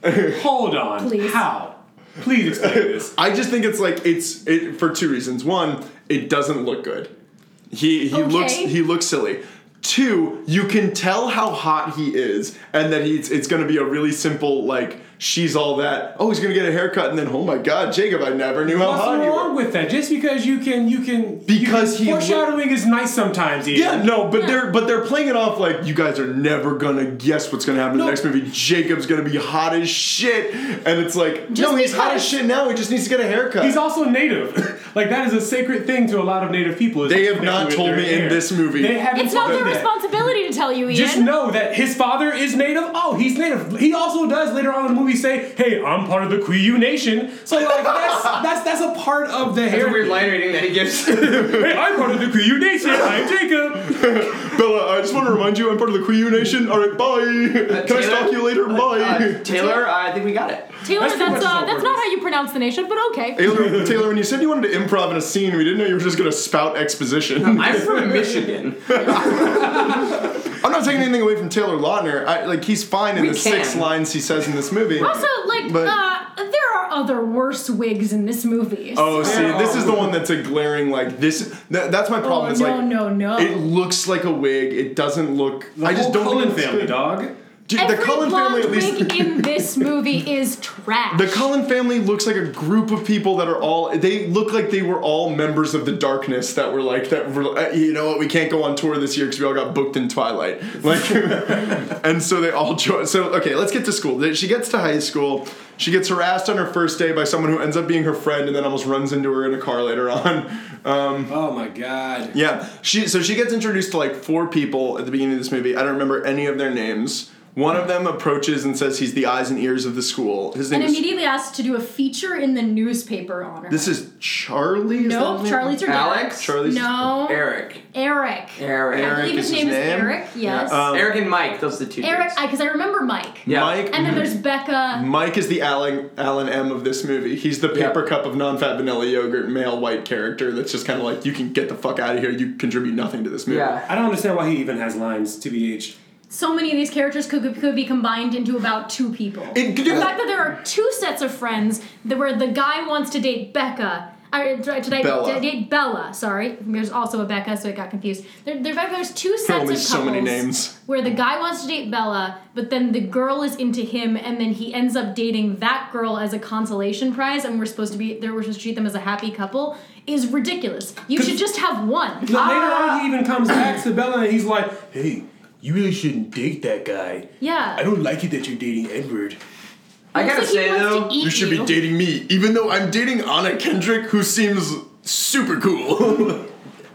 Hold on.
Please.
How? Please explain this.
I just think it's like it's it for two reasons. One, it doesn't look good. He he
Okay.
looks he looks silly. Two, you can tell how hot he is, and that he's it's gonna be a really simple like she's all that. Oh, he's gonna get a haircut, and then oh my god, Jacob, I never knew how
What's
hot you
wrong
were.
with that? Just because you can, you can.
Because
you
he
can,
look-
foreshadowing is nice sometimes. Ian.
Yeah, no, but they're but they're playing it off like you guys are never gonna guess what's gonna happen in
No.
the next movie. Jacob's gonna be hot as shit, and it's like
Just
no, he's hot as
because-
shit now. He just needs to get a haircut.
He's also native. like that is a sacred thing to a lot of native people. is
They have
connected
not
with
told
their
me in
hair.
this movie.
They haven't
it's not
told
their
me that.
responsibility to tell you, Ian.
Just know that his father is native. Oh, he's native. He also does later on in the movie say, "Hey, I'm part of the Quiyu Nation." So like that's that's that's a part of the
There's
hair.
a weird line reading that he gives.
Hey, I'm part of the Quiyu Nation. I'm Jacob.
Bella, I just want to remind you, I'm part of the Quiyu Nation. All right, bye. Can I
Taylor?
stalk you later?
Uh,
Bye.
Taylor, uh, I think we got it.
Taylor, that's,
That's pretty much
uh,
all
that's
it
not
is.
how you pronounce the nation, but okay.
Taylor, Taylor, when you said you wanted to improv in a scene, we didn't know you were just gonna spout exposition.
I'm from Michigan.
I'm not taking anything away from Taylor Lautner. I, like he's fine in
We
the six
can.
lines he says in this movie.
Also, like,
But-
uh, there are other worse wigs in this movie.
oh, see, this is the one that's a glaring like this. tha- that's my problem.
Oh,
it's
no,
like
no, no.
it looks like a wig. It doesn't look.
The
I just
whole
don't.
Cullen
think it's
family,
good.
dog.
Dude,
Every
the Cullen family
blonde
at least.
wig in this movie is trash.
The Cullen family looks like a group of people that are all. They look like they were all members of the darkness that were like that. Were, uh, you know what? We can't go on tour this year because we all got booked in Twilight. Like, and so they all join. So okay, let's get to school. She gets to high school. She gets harassed on her first day by someone who ends up being her friend and then almost runs into her in a car later on.
Oh my god.
Yeah, she so she gets introduced to like four people at the beginning of this movie. I don't remember any of their names. One of them approaches and says he's the eyes and ears of the school. His name
and
is
immediately asked to do a feature in the newspaper on her.
This is Charlie. is that
nope,
his name?
Charlie's her dad.
Alex?
Charlie's
No,
Eric.
Eric.
Eric.
I believe
Eric
his
is
name
his
is
name?
Eric. Yes.
Um,
Eric and Mike, those are the two.
Eric,
dudes.
because I, remember Mike.
Yeah.
Mike.
And then there's Becca.
Mike is the Alan Alan M of this movie. He's the paper
Yeah.
cup of non-fat vanilla yogurt male white character that's just kind of like you can get the fuck out of here. You contribute nothing to this movie.
yeah.
I don't understand why he even has lines, TBH.
So many of these characters could, could be combined into about two people.
It-
the fact that there are two sets of friends that where the guy wants to date Becca. Or, to, to date-
Bella.
to date Bella, sorry. There's also a Becca, so it got confused. There, there, in fact, there's two sets
only
of couples
so many names.
where the guy wants to date Bella, but then the girl is into him, and then he ends up dating that girl as a consolation prize, and we're supposed to be there. We're supposed to treat them as a happy couple. Is ridiculous. You should just have one. Ah.
No, later
Ah.
on, he even comes back to Bella and he's like, "Hey, you really shouldn't date that guy.
Yeah.
I don't like it that you're dating Edward."
I gotta
Looks like
say
he wants
though,
to eat
You should be dating me, even though I'm dating Anna Kendrick, who seems super cool.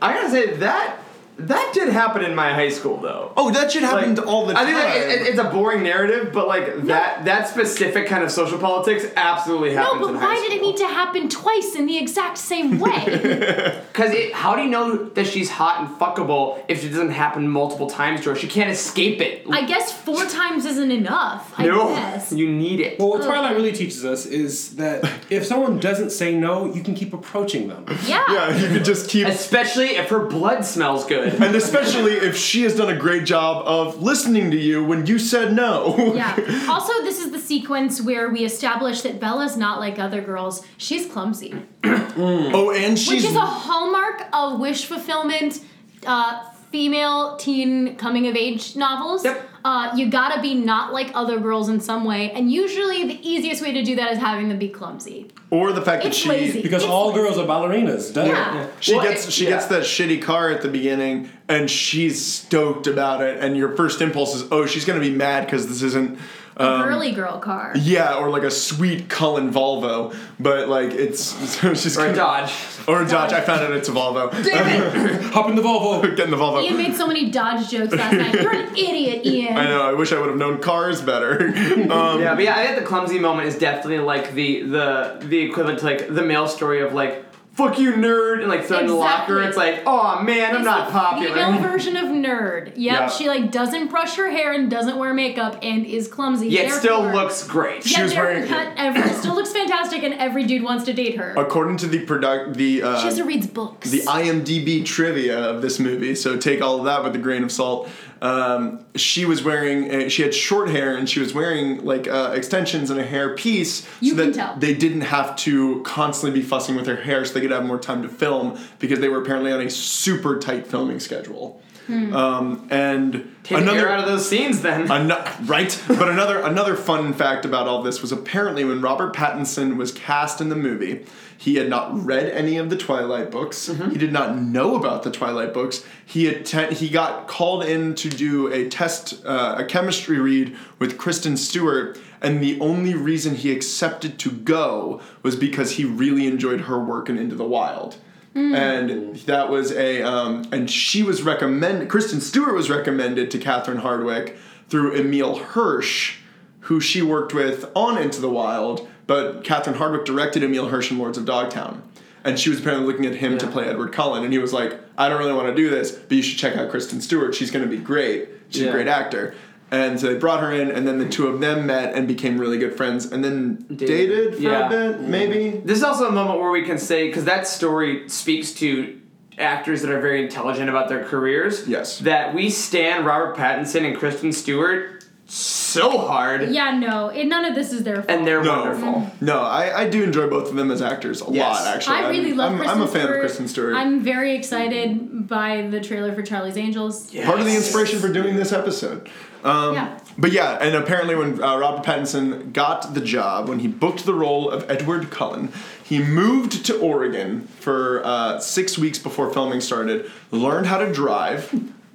I gotta say that that did happen in my high school though.
oh, that shit happened
Like,
all the
I
time.
think like, it, it- it's a boring narrative, but like that that specific kind of social politics absolutely
No,
happens.
but
in
why did it need to happen twice in the exact same way?
Because how do you know that she's hot and fuckable if it doesn't happen multiple times to her? She can't escape it.
I guess four times isn't enough. I
no,
guess.
you need it.
Well, what Twilight really teaches us is that if someone doesn't say no, you can keep approaching them.
yeah.
yeah, you could just keep
Especially if her blood smells good.
And especially if she has done a great job of listening to you when you said no.
Yeah. Also, this is the sequence where we establish that Bella's not like other girls. She's clumsy.
Oh, and she's
which is a hallmark of wish fulfillment uh, female teen coming of age novels
Yep.
uh, you gotta be not like other girls in some way and usually the easiest way to do that is having them be clumsy
or the fact that
It's
she
lazy.
Because
It's
all
like-
girls are ballerinas, doesn't
Yeah.
it?
She
Well,
gets
it-
she
yeah.
gets that shitty car at the beginning, and she's stoked about it. And your first impulse is, oh, she's gonna be mad because this isn't,
Um,
girly girl car
yeah, or like a sweet Cullen Volvo, but like it's so she's
or
gonna-
a Dodge.
or a Dodge. I found out it's a Volvo.
Hop in the Volvo.
Getting the Volvo.
Ian made so many Dodge jokes last night. You're an idiot, Ian.
I know. I wish I would have known cars better. um,
Yeah, but yeah, I think the clumsy moment is definitely like the the the equivalent to like the male story of like fuck you nerd and like throwing the locker.
Exactly.
It's like oh man, I'm
It's
not
the
popular.
Female version of nerd. Yep,
Yeah.
she like doesn't brush her hair and doesn't wear makeup and is clumsy.
Yet still
Therefore-
looks great.
Yet
was
there-
wearing-
cut every, still looks fantastic, and every dude wants to date her.
according to the product, the uh,
She also reads books.
the IMDb trivia of this movie, so take all of that with a grain of salt. Um, she was wearing, uh, she had short hair and she was wearing like uh, extensions and a hair piece
You
so
can
that
tell.
they didn't have to constantly be fussing with her hair so they could have more time to film because they were apparently on a super tight filming schedule.
Hmm.
Um, and
Take another,
another
air out of those scenes then.
Ano- right, but another another fun fact about all this was apparently when Robert Pattinson was cast in the movie, he had not read any of the Twilight books. He did not know about the Twilight books. He atten- he got called in to do a test, uh, a chemistry read with Kristen Stewart, and the only reason he accepted to go was because he really enjoyed her work in Into the Wild.
Mm-hmm.
And that was a, um, and she was recommended, Kristen Stewart was recommended to Catherine Hardwick through Emil Hirsch, who she worked with on Into the Wild, but Catherine Hardwick directed Emil Hirsch in Lords of Dogtown. And she was apparently looking at him to play Edward Cullen, and he was like, I don't really want to do this, but you should check out Kristen Stewart. She's going to be great. She's
Yeah.
a great actor. And so they brought her in, and then the two of them met and became really good friends, and then dated, for
Yeah.
a bit, maybe.
This is also a moment where we can say because that story speaks to actors that are very intelligent about their careers.
Yes.
That we stand Robert Pattinson and Kristen Stewart so hard.
Yeah, no, it, none of this is their fault.
And they're
No.
wonderful.
No, I, I do enjoy both of them as actors a
Yes.
lot, actually.
I really
I'm,
love.
I'm,
Kristen
I'm a fan
Stewart.
of Kristen Stewart.
I'm very excited by the trailer for Charlie's Angels.
Yeah.
Part of the
Yes.
inspiration for doing this episode. Um,
Yeah.
But yeah, and apparently when uh, Robert Pattinson got the job, when he booked the role of Edward Cullen, he moved to Oregon for uh, six weeks before filming started, learned how to drive,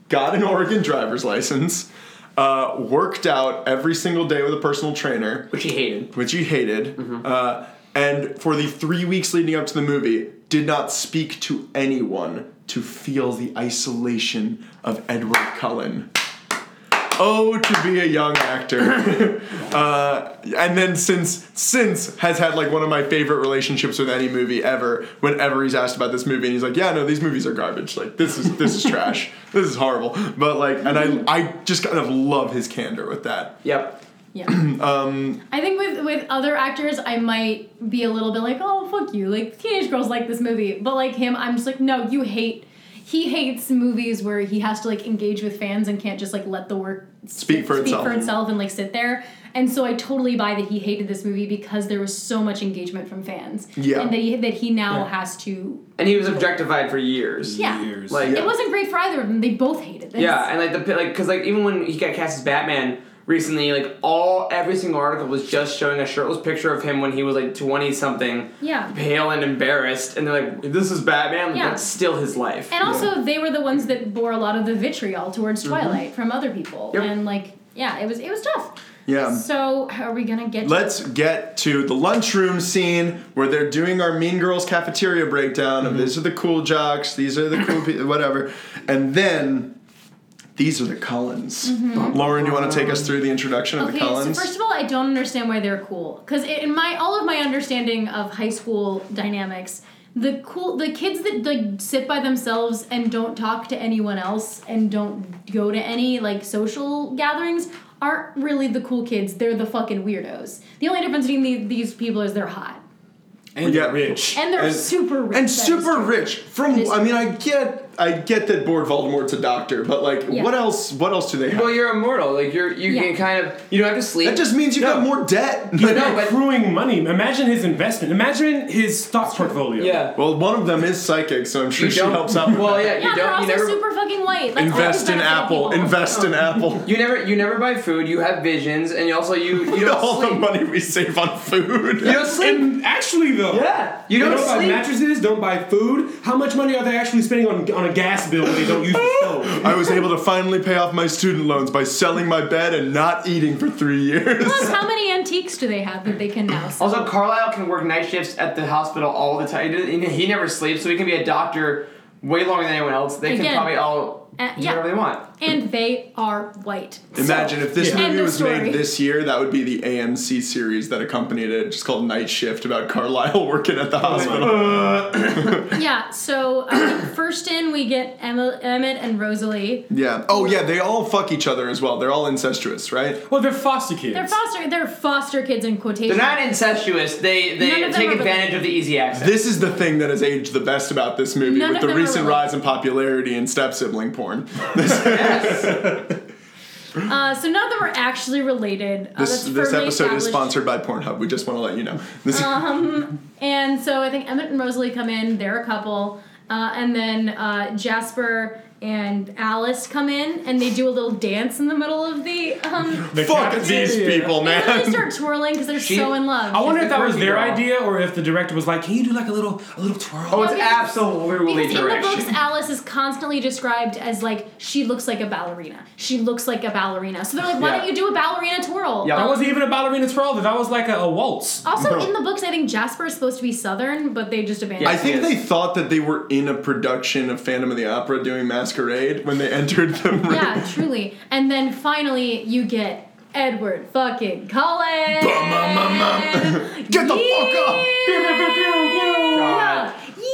got an Oregon driver's license, uh, worked out every single day with a personal trainer,
Which he hated.
which he hated, uh, and for the three weeks leading up to the movie, did not speak to anyone to feel the isolation of Edward Cullen. Oh, to be a young actor, uh, and then since since has had like one of my favorite relationships with any movie ever. Whenever he's asked about this movie, and he's like, "Yeah, no, these movies are garbage. Like this is this is trash. This is horrible." But like, and I I just kind of love his candor with that.
Yep.
Yeah. I think with with other actors, I might be a little bit like, oh fuck you, like teenage girls like this movie, but like him, I'm just like, no, you hate. He hates movies where he has to like engage with fans and can't just like let the work
Speak for itself.
for itself and like sit there. And so I totally buy that he hated this movie because there was so much engagement from fans.
Yeah.
And that he, that he now has to.
And he was objectified for years.
Yeah.
Years.
Like
It wasn't great for either of them. They both hated this.
Yeah, and like the like because like even when he got cast as Batman recently, like all every single article was just showing a shirtless picture of him when he was like twenty something,
Yeah.
pale and embarrassed, and they're like, "This is Batman." Like,
Yeah.
That's still his life.
And also, they were the ones that bore a lot of the vitriol towards
Mm-hmm.
Twilight from other people,
Yep.
and like, yeah, it was it was tough.
Yeah.
So, how are we gonna get?
Um, Let's get to the lunchroom scene where they're doing our Mean Girls cafeteria breakdown
Mm-hmm.
of these are the cool jocks, these are the cool people, whatever. And then these are the Cullens.
Mm-hmm.
Lauren, you want to take us through the introduction of
okay,
the Cullens?
so first of all, I don't understand why they're cool because in my all of my understanding of high school dynamics, the cool the kids that like sit by themselves and don't talk to anyone else and don't go to any like social gatherings aren't really the cool kids. They're the fucking weirdos. The only difference between the, these people is they're hot
And
Yeah.
they're rich.
and they're
And-
super rich.
and
That is
super
true.
rich. From
is-
I mean, I get I get that Board Voldemort's a doctor, but like,
Yeah.
what else? What else do they have?
well, you're immortal. Like you're you
Yeah.
can kind of you don't have to sleep.
that just means you
No.
got more debt.
No, but-
accruing money. Imagine his investment. Imagine his stock portfolio.
yeah.
well, one of them is psychic, so I'm sure
you
she
don't-
helps out. with
Well, yeah,
that.
Yeah,
you
they're
don't.
also
You never
super fucking white. That's
Invest
all
in
the benefit of
Apple.
people. Oh.
Invest in Apple.
you never you never buy food. You have visions, and you also you you don't
all
sleep.
the money we save on food.
You don't sleep.
And actually, though,
Yeah, you
they
don't
don't buy
sleep.
mattresses, don't buy food. How much money are they actually spending on, on a gas bill when they don't use the stove?
I was able to finally pay off my student loans by selling my bed and not eating for three years.
Plus, how many antiques do they have that they can now sell?
Also, Carlisle can work night shifts at the hospital all the time. He doesn't- He never sleeps, so he can be a doctor way longer than anyone else. They
Again,
can probably all
uh,
do
yeah.
whatever they want.
And they are white.
Imagine if this
Yeah. End
movie
of
was
story.
made this year, that would be the AMC series that accompanied it, just called Night Shift, about Carlisle working
Oh
at the hospital.
Uh.
Yeah, so I think first in we get Emma, Emmett and Rosalie.
Yeah. Oh, yeah, they all fuck each other as well. They're all incestuous, right?
Well, they're foster kids.
They're foster they're foster kids in
They're
quotation.
not incestuous. They they
None of them
take
are
advantage
related.
of the easy access.
This is the thing that has aged the best about this movie
None
with
of
the
them are Ah,
recent
related.
rise in popularity in step sibling porn.
Yes.
uh, so none of them are actually related. Uh,
This,
that's
this
firmly
episode is
established. Uh-huh.
sponsored by Pornhub. We just want to let you know. This,
And so I think Emmett and Rosalie come in, they're a couple. Uh, and then uh, Jasper and Alice come in and they do a little dance in the middle of the um,
The
fuck
cafeteria.
these people,
And then they
man.
start twirling because they're
She-
so in love.
I wonder
She's
if
the
that was
quirky
their
girl.
idea or if the director was like, "Can you do like a little, a little twirl?"
oh, it's
because-
absolutely
because in the books,
direction.
Alice is constantly described as like she looks like a ballerina. She looks like a ballerina. So they're like, why
Yeah.
don't you do a ballerina twirl?
Yeah.
that wasn't even a ballerina twirl. That was like a, a waltz.
Also, in the books, I think Jasper is supposed to be Southern, but they just abandoned.
I
Yes,
think
yes.
they thought that they were in a production of Phantom of the Opera doing Masquerade when they entered the room.
Yeah, truly. And then finally, you get Edward fucking Cullen.
Bum, bum, bum, bum. Get the fuck up!
Yeah.
God.
Yeah.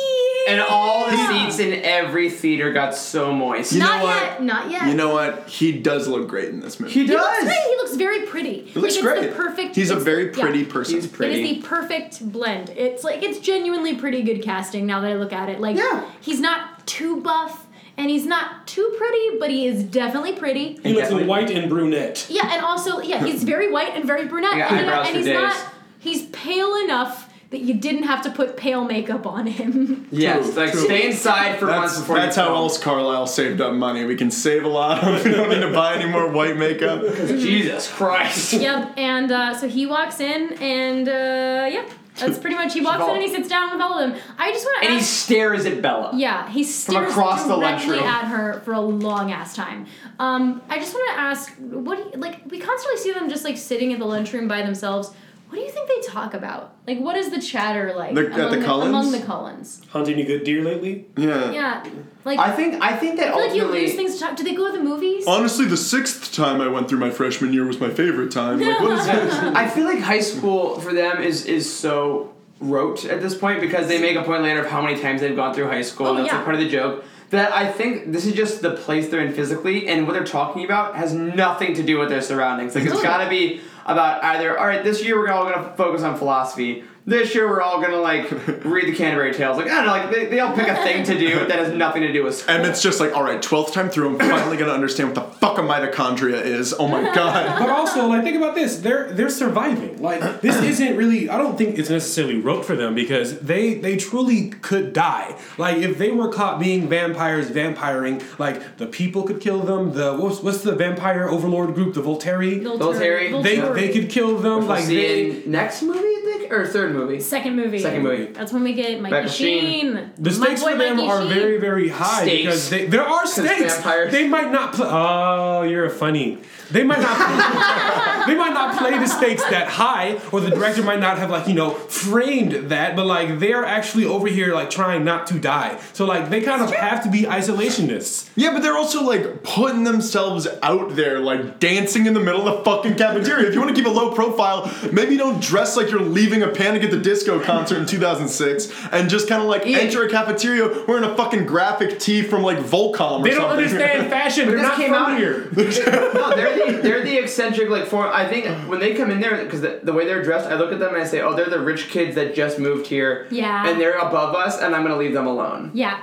And all the
Yeah.
seats in every theater got so moist.
You know
Not
what?
yet. Not yet.
You know what? He does look great in this movie.
he
He looks
does.
great. He looks very pretty.
He looks
like,
great.
It's the perfect.
He's a
it's-
very
yeah.
pretty person.
He's pretty.
It is the perfect blend. It's like it's genuinely pretty good casting now that I look at it. Like
Yeah.
he's not too buff and he's not too pretty, but he is definitely pretty.
He looks
Definitely.
white and brunette.
Yeah, and also, yeah, he's very white and very brunette.
Yeah,
and, he-
eyebrows
and
for
he's
days.
not, he's pale enough that you didn't have to put pale makeup on him.
Yes,
True,
like
true.
stay inside for
That's,
once before
that's
you
how
film.
else Carlisle saved up money. We can save a lot. we don't need to buy any more white makeup.
Jesus Christ.
yep, and uh, so he walks in, and uh, yeah, that's pretty much. He walks in and he sits down with all of them. I just want to
And he
ask.
stares at Bella.
Yeah, he stares
across the
directly
lunchroom.
at her for a long ass time. Um, I just want to ask, what do you, like? We constantly see them just like sitting in the lunchroom by themselves. What do you think they talk about? Like, what is the chatter like
The- at the Cullens?
among the Cullens?
Hunting any good deer lately?
Yeah.
Yeah, like
I
I,
think I think that
feel like you
ultimately
lose things to talk. Do they go to the movies?
Honestly, the sixth time I went through my freshman year was my favorite time. Like, what is this?
I feel like high school for them is is so rote at this point because they make a point later of how many times they've gone through high school
Oh,
and that's
yeah.
like part of the joke. That I think this is just the place they're in physically and what they're talking about has nothing to do with their surroundings. Like it's
Totally.
gotta be about either, alright, this year we're all gonna focus on philosophy. This year we're all gonna like read the Canterbury Tales. Like I don't know, like they, they all pick a thing to do that has nothing to do with school.
And it's just like, all right, 12th time through, I'm finally going to understand what the fuck a mitochondria is. Oh my god.
But also, like, think about this. They're they're surviving. Like, this isn't really. I don't think it's necessarily rote for them because they they truly could die. Like, if they were caught being vampires, vampiring, like the people could kill them. The what's, what's the vampire overlord group? The Volteri.
Voltairy.
They
Volturi.
they could kill them.
We'll
like
see
they,
in next movie, I think, or third movie.
Second movie.
Second movie.
That's when we get Mikey
Michael Sheen.
Sheen.
The stakes
My boy
for them
Mikey
are
Sheen.
very, very high
Stakes.
because they, there are stakes.
vampires-
They might not play. Oh, you're funny. They might not. they might not play the stakes that high, or the director might not have like you know framed that. But like they're actually over here like trying not to die. So like they kind of have to be isolationists.
Yeah, but they're also like putting themselves out there, like dancing in the middle of the fucking cafeteria. If you want to keep a low profile, maybe don't dress like you're leaving a Panic at the Disco concert in 2006 and just kind of like
Ian.
enter a cafeteria wearing a fucking graphic tee from like Volcom or
They don't
something.
understand fashion. They're
this
not
came
from
out-
here.
no, they're the they're the eccentric like form. I think when they come in there because the, the way they're dressed, I look at them and I say, oh, they're the rich kids that just moved here.
Yeah.
And they're above us, and I'm gonna leave them alone.
Yeah,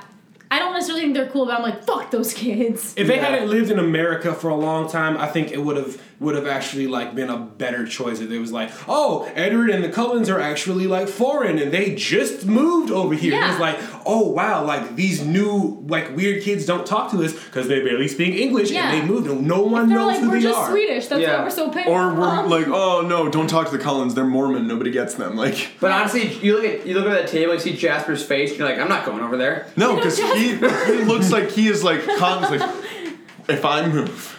I don't necessarily think they're cool, but I'm like, fuck those kids.
If they
Yeah.
hadn't lived in America for a long time, I think it would have would have actually like been a better choice if it was like, oh, Edward and the Cullens are actually like foreign and they just moved over here. It
Yeah.
was like, oh wow, like these new like weird kids don't talk to us because they barely speak English
Yeah.
and they moved and no one
They're
knows
like,
who
we're
they
just
are.
Swedish. That's
Yeah.
why we're so pale.
Or we're
Um,
like, oh no, don't talk to the Collins. They're Mormon. Nobody gets them. Like,
But honestly, you look at you look over that table, you see Jasper's face, and you're like, I'm not going over there.
no,
You know,
because
Jeff-
he, he looks like he is like Collins. Like, if I move,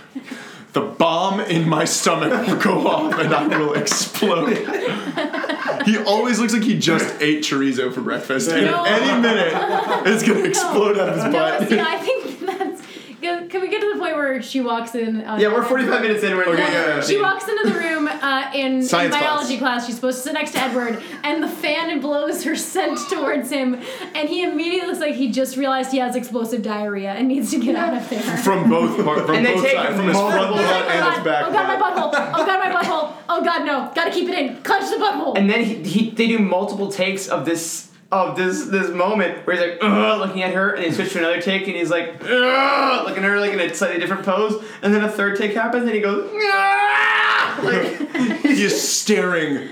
the bomb in my stomach will go off and I will explode. he always looks like he just ate chorizo for breakfast, and
No.
any minute it's gonna explode out of his
No,
butt.
see, I think that's. Can can we get to the point where she walks in? uh,
Yeah, we're 45 minutes in. We're
Okay,
in
yeah, yeah, yeah.
She walks into the room uh, in, in
Science
biology class. She's supposed to sit next to Edward, and the fan blows her scent towards him, and he immediately looks like he just realized he has explosive diarrhea and needs to get out of there.
From both parts, from
And they
both
take
sides, from his
multiple-
frontal
He's like,
butt
oh,
and his
God,
back
oh god, my
butt.
butthole! Oh god, my butthole! Oh god, no! Gotta keep it in. Clutch the butthole.
And then he, he they do multiple takes of this of this this moment where he's like Ugh, looking at her, and they switch to another take, and he's like Ugh, looking at her like in a slightly different pose, and then a third take happens, and he goes "Ugh," like.
He is staring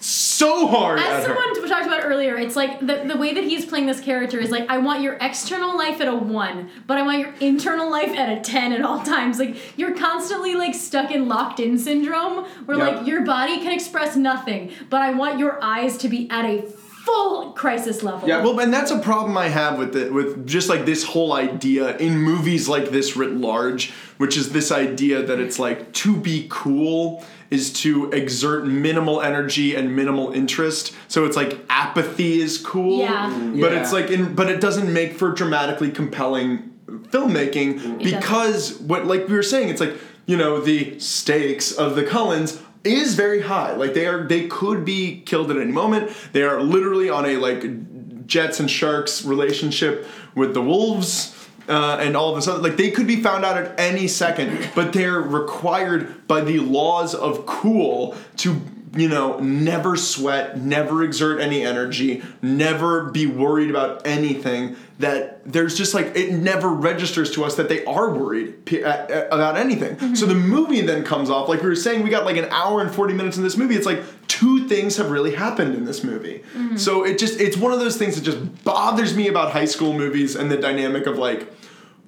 so hard at
As
her.
someone t- talked about earlier, it's like the, the way that he's playing this character is like, I want your external life at a one, but I want your internal life at a 10 at all times. Like, you're constantly like stuck in locked in syndrome where
Yep.
like your body can express nothing, but I want your eyes to be at a full crisis level.
Yeah,
Well, and that's a problem I have with it, with just like this whole idea in movies like this writ large, which is this idea that it's like to be cool is to exert minimal energy and minimal interest. So it's like apathy is cool,
Yeah.
but
Yeah.
it's like in, but it doesn't make for dramatically compelling filmmaking
doesn't.
because what like we were saying, it's like you know the stakes of the Cullens is very high. Like they are, they could be killed at any moment. They are literally on a like Jets and Sharks relationship with the Wolves. Uh, and all of a sudden, like they could be found out at any second, but they're required by the laws of cool to you know, never sweat, never exert any energy, never be worried about anything. That there's just like it never registers to us that they are worried pe- a- a- about anything. So the movie then comes off like we were saying. We got like an hour and forty minutes in this movie. It's like two things have really happened in this movie. So it just it's one of those things that just bothers me about high school movies and the dynamic of like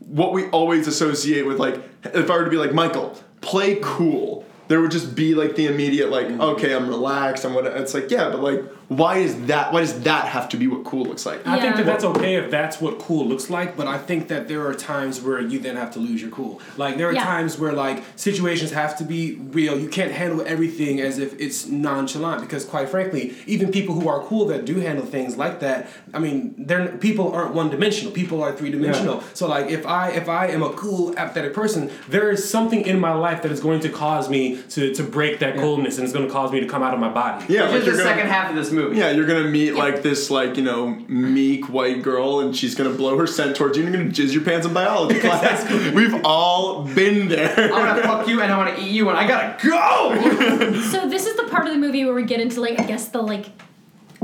what we always associate with like if I were to be like Michael, play cool. There would just be like the immediate like, okay, I'm relaxed. I'm what it's like, yeah, but like, why is that? Why does that have to be what cool looks like?
I think
Yeah.
that that's okay if that's what cool looks like, but I think that there are times where you then have to lose your cool. Like there are
Yeah.
times where like situations have to be real. You can't handle everything as if it's nonchalant because quite frankly, even people who are cool that do handle things like that, I mean, they're people aren't one dimensional. People are three dimensional. So like if I if I am a cool apathetic person, there is something in my life that is going to cause me to to break that coolness and it's going to cause me to come out of my body.
Yeah,
Which
like
is
you're
the
gonna-
second half of this movie.
Yeah, you're gonna meet like this, like you know, meek white girl, and she's gonna blow her scent towards you, and you're gonna jizz your pants in biology class. We've all been there.
I want to fuck you and I want to eat you and I gotta go.
So this is the part of the movie where we get into like I guess the like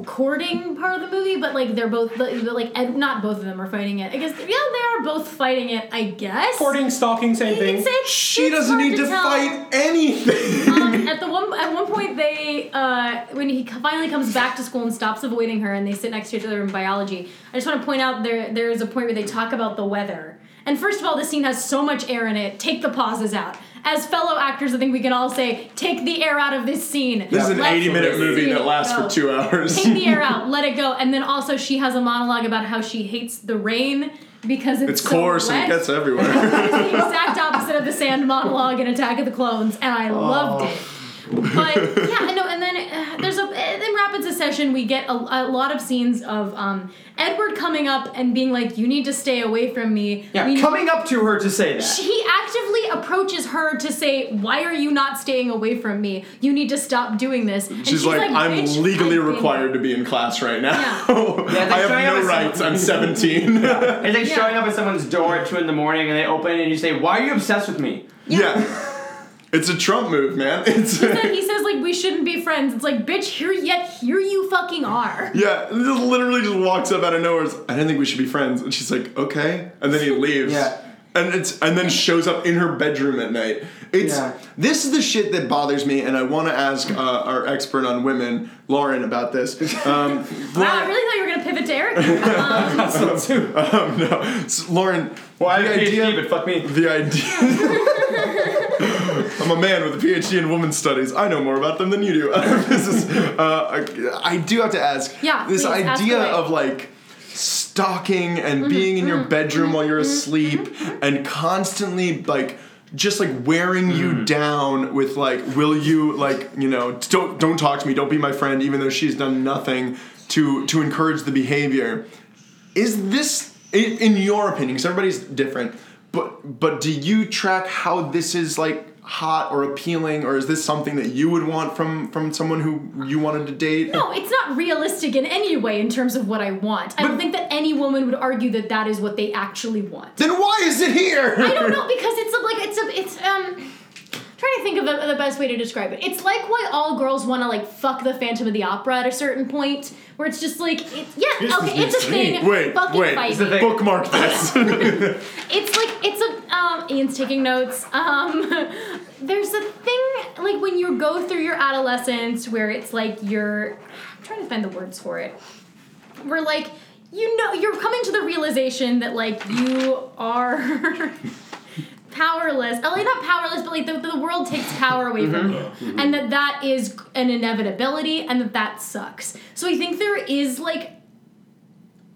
courting part of the movie, but like they're both but, but, like and not both of them are fighting it. I guess yeah, they are both fighting it. I guess.
Courting, stalking, same
You
thing.
can say
she
it's
doesn't
hard
need to,
tell.
fight anything.
Um, at the one at one point they uh, when he finally comes back to school and stops avoiding her and they sit next to each other in biology. I just want to point out there there is a point where they talk about the weather. And first of all, this scene has so much air in it. Take the pauses out. As fellow actors, I think we can all say, take the air out of this scene.
This is an
Let's
80 minute movie
see
that
it
lasts
go.
for two hours.
Take the air out, let it go. And then also she has a monologue about how she hates the rain because it's,
It's
so
coarse
wet.
and it gets everywhere.
It's the exact opposite of the sand monologue in Attack of the Clones, and I loved it. But yeah, I know. And then uh, there's a in rapid succession we get a, a lot of scenes of um, Edward coming up and being like, "You need to stay away from me."
Yeah,
We-
coming up to her to say that.
he actively approaches her to say, "Why are you not staying away from me? You need to stop doing this." And
She's, like, I'm
"Bitch,
legally
I've been-
required to be in class right now.
Yeah.
I
trying to
have
have
no
a-
rights. I'm 17. yeah.
It's like
Yeah.
showing up at someone's door at two in the morning and they open it and you say, "Why are you obsessed with me?"
It's a Trump move, man. It's
Then he says like we shouldn't be friends. It's like bitch, here yet here you fucking are.
yeah. He Just literally just walks up out of nowhere. is, I didn't think we should be friends, and she's like, okay, and then he leaves.
Yeah.
And it's and then shows up in her bedroom at night. It's
Yeah.
this is the shit that bothers me, and I want to ask uh, our expert on women, Lauren, about this. Um,
Wow, I
Lauren,
really thought you were gonna pivot to Eric.
um, no, So, Lauren.
I
Why
have a PhD, but fuck me.
the idea. I'm a man with a PhD in women's studies. I know more about them than you do. this is, uh, I, I do have to ask.
Yeah,
This
please, ask
idea
away. Mm-hmm,
of like stalking and being in your bedroom while you're asleep and constantly like just like wearing you down with like will you like you know don't don't talk to me don't be my friend even though she's done nothing to to encourage the behavior is this in, in your opinion because everybody's different but but do you track how this is like hot or appealing or is this something that you would want from from someone who you wanted to date
No, it's not realistic in any way in terms of what I want. I don't think that any woman would argue that that is what they actually want.
then why is it here
I don't know because it's a, like it's a it's um trying to think of the, the best way to describe it. It's like why all girls want to like fuck the Phantom of the Opera at a certain point where it's just like it, yeah
This is
okay it's a thing.
insane.
wait
fucking
wait
fight
the
me.
thing.
bookmark this
It's like it's a um Ian's taking notes. Um there's a thing like when you go through your adolescence where it's like you're I'm trying to find the words for it. Where like you know you're coming to the realization that like you are powerless. Oh, like not powerless, but like the, the world takes power away from you, and that that is an inevitability, and that that sucks. So I think there is like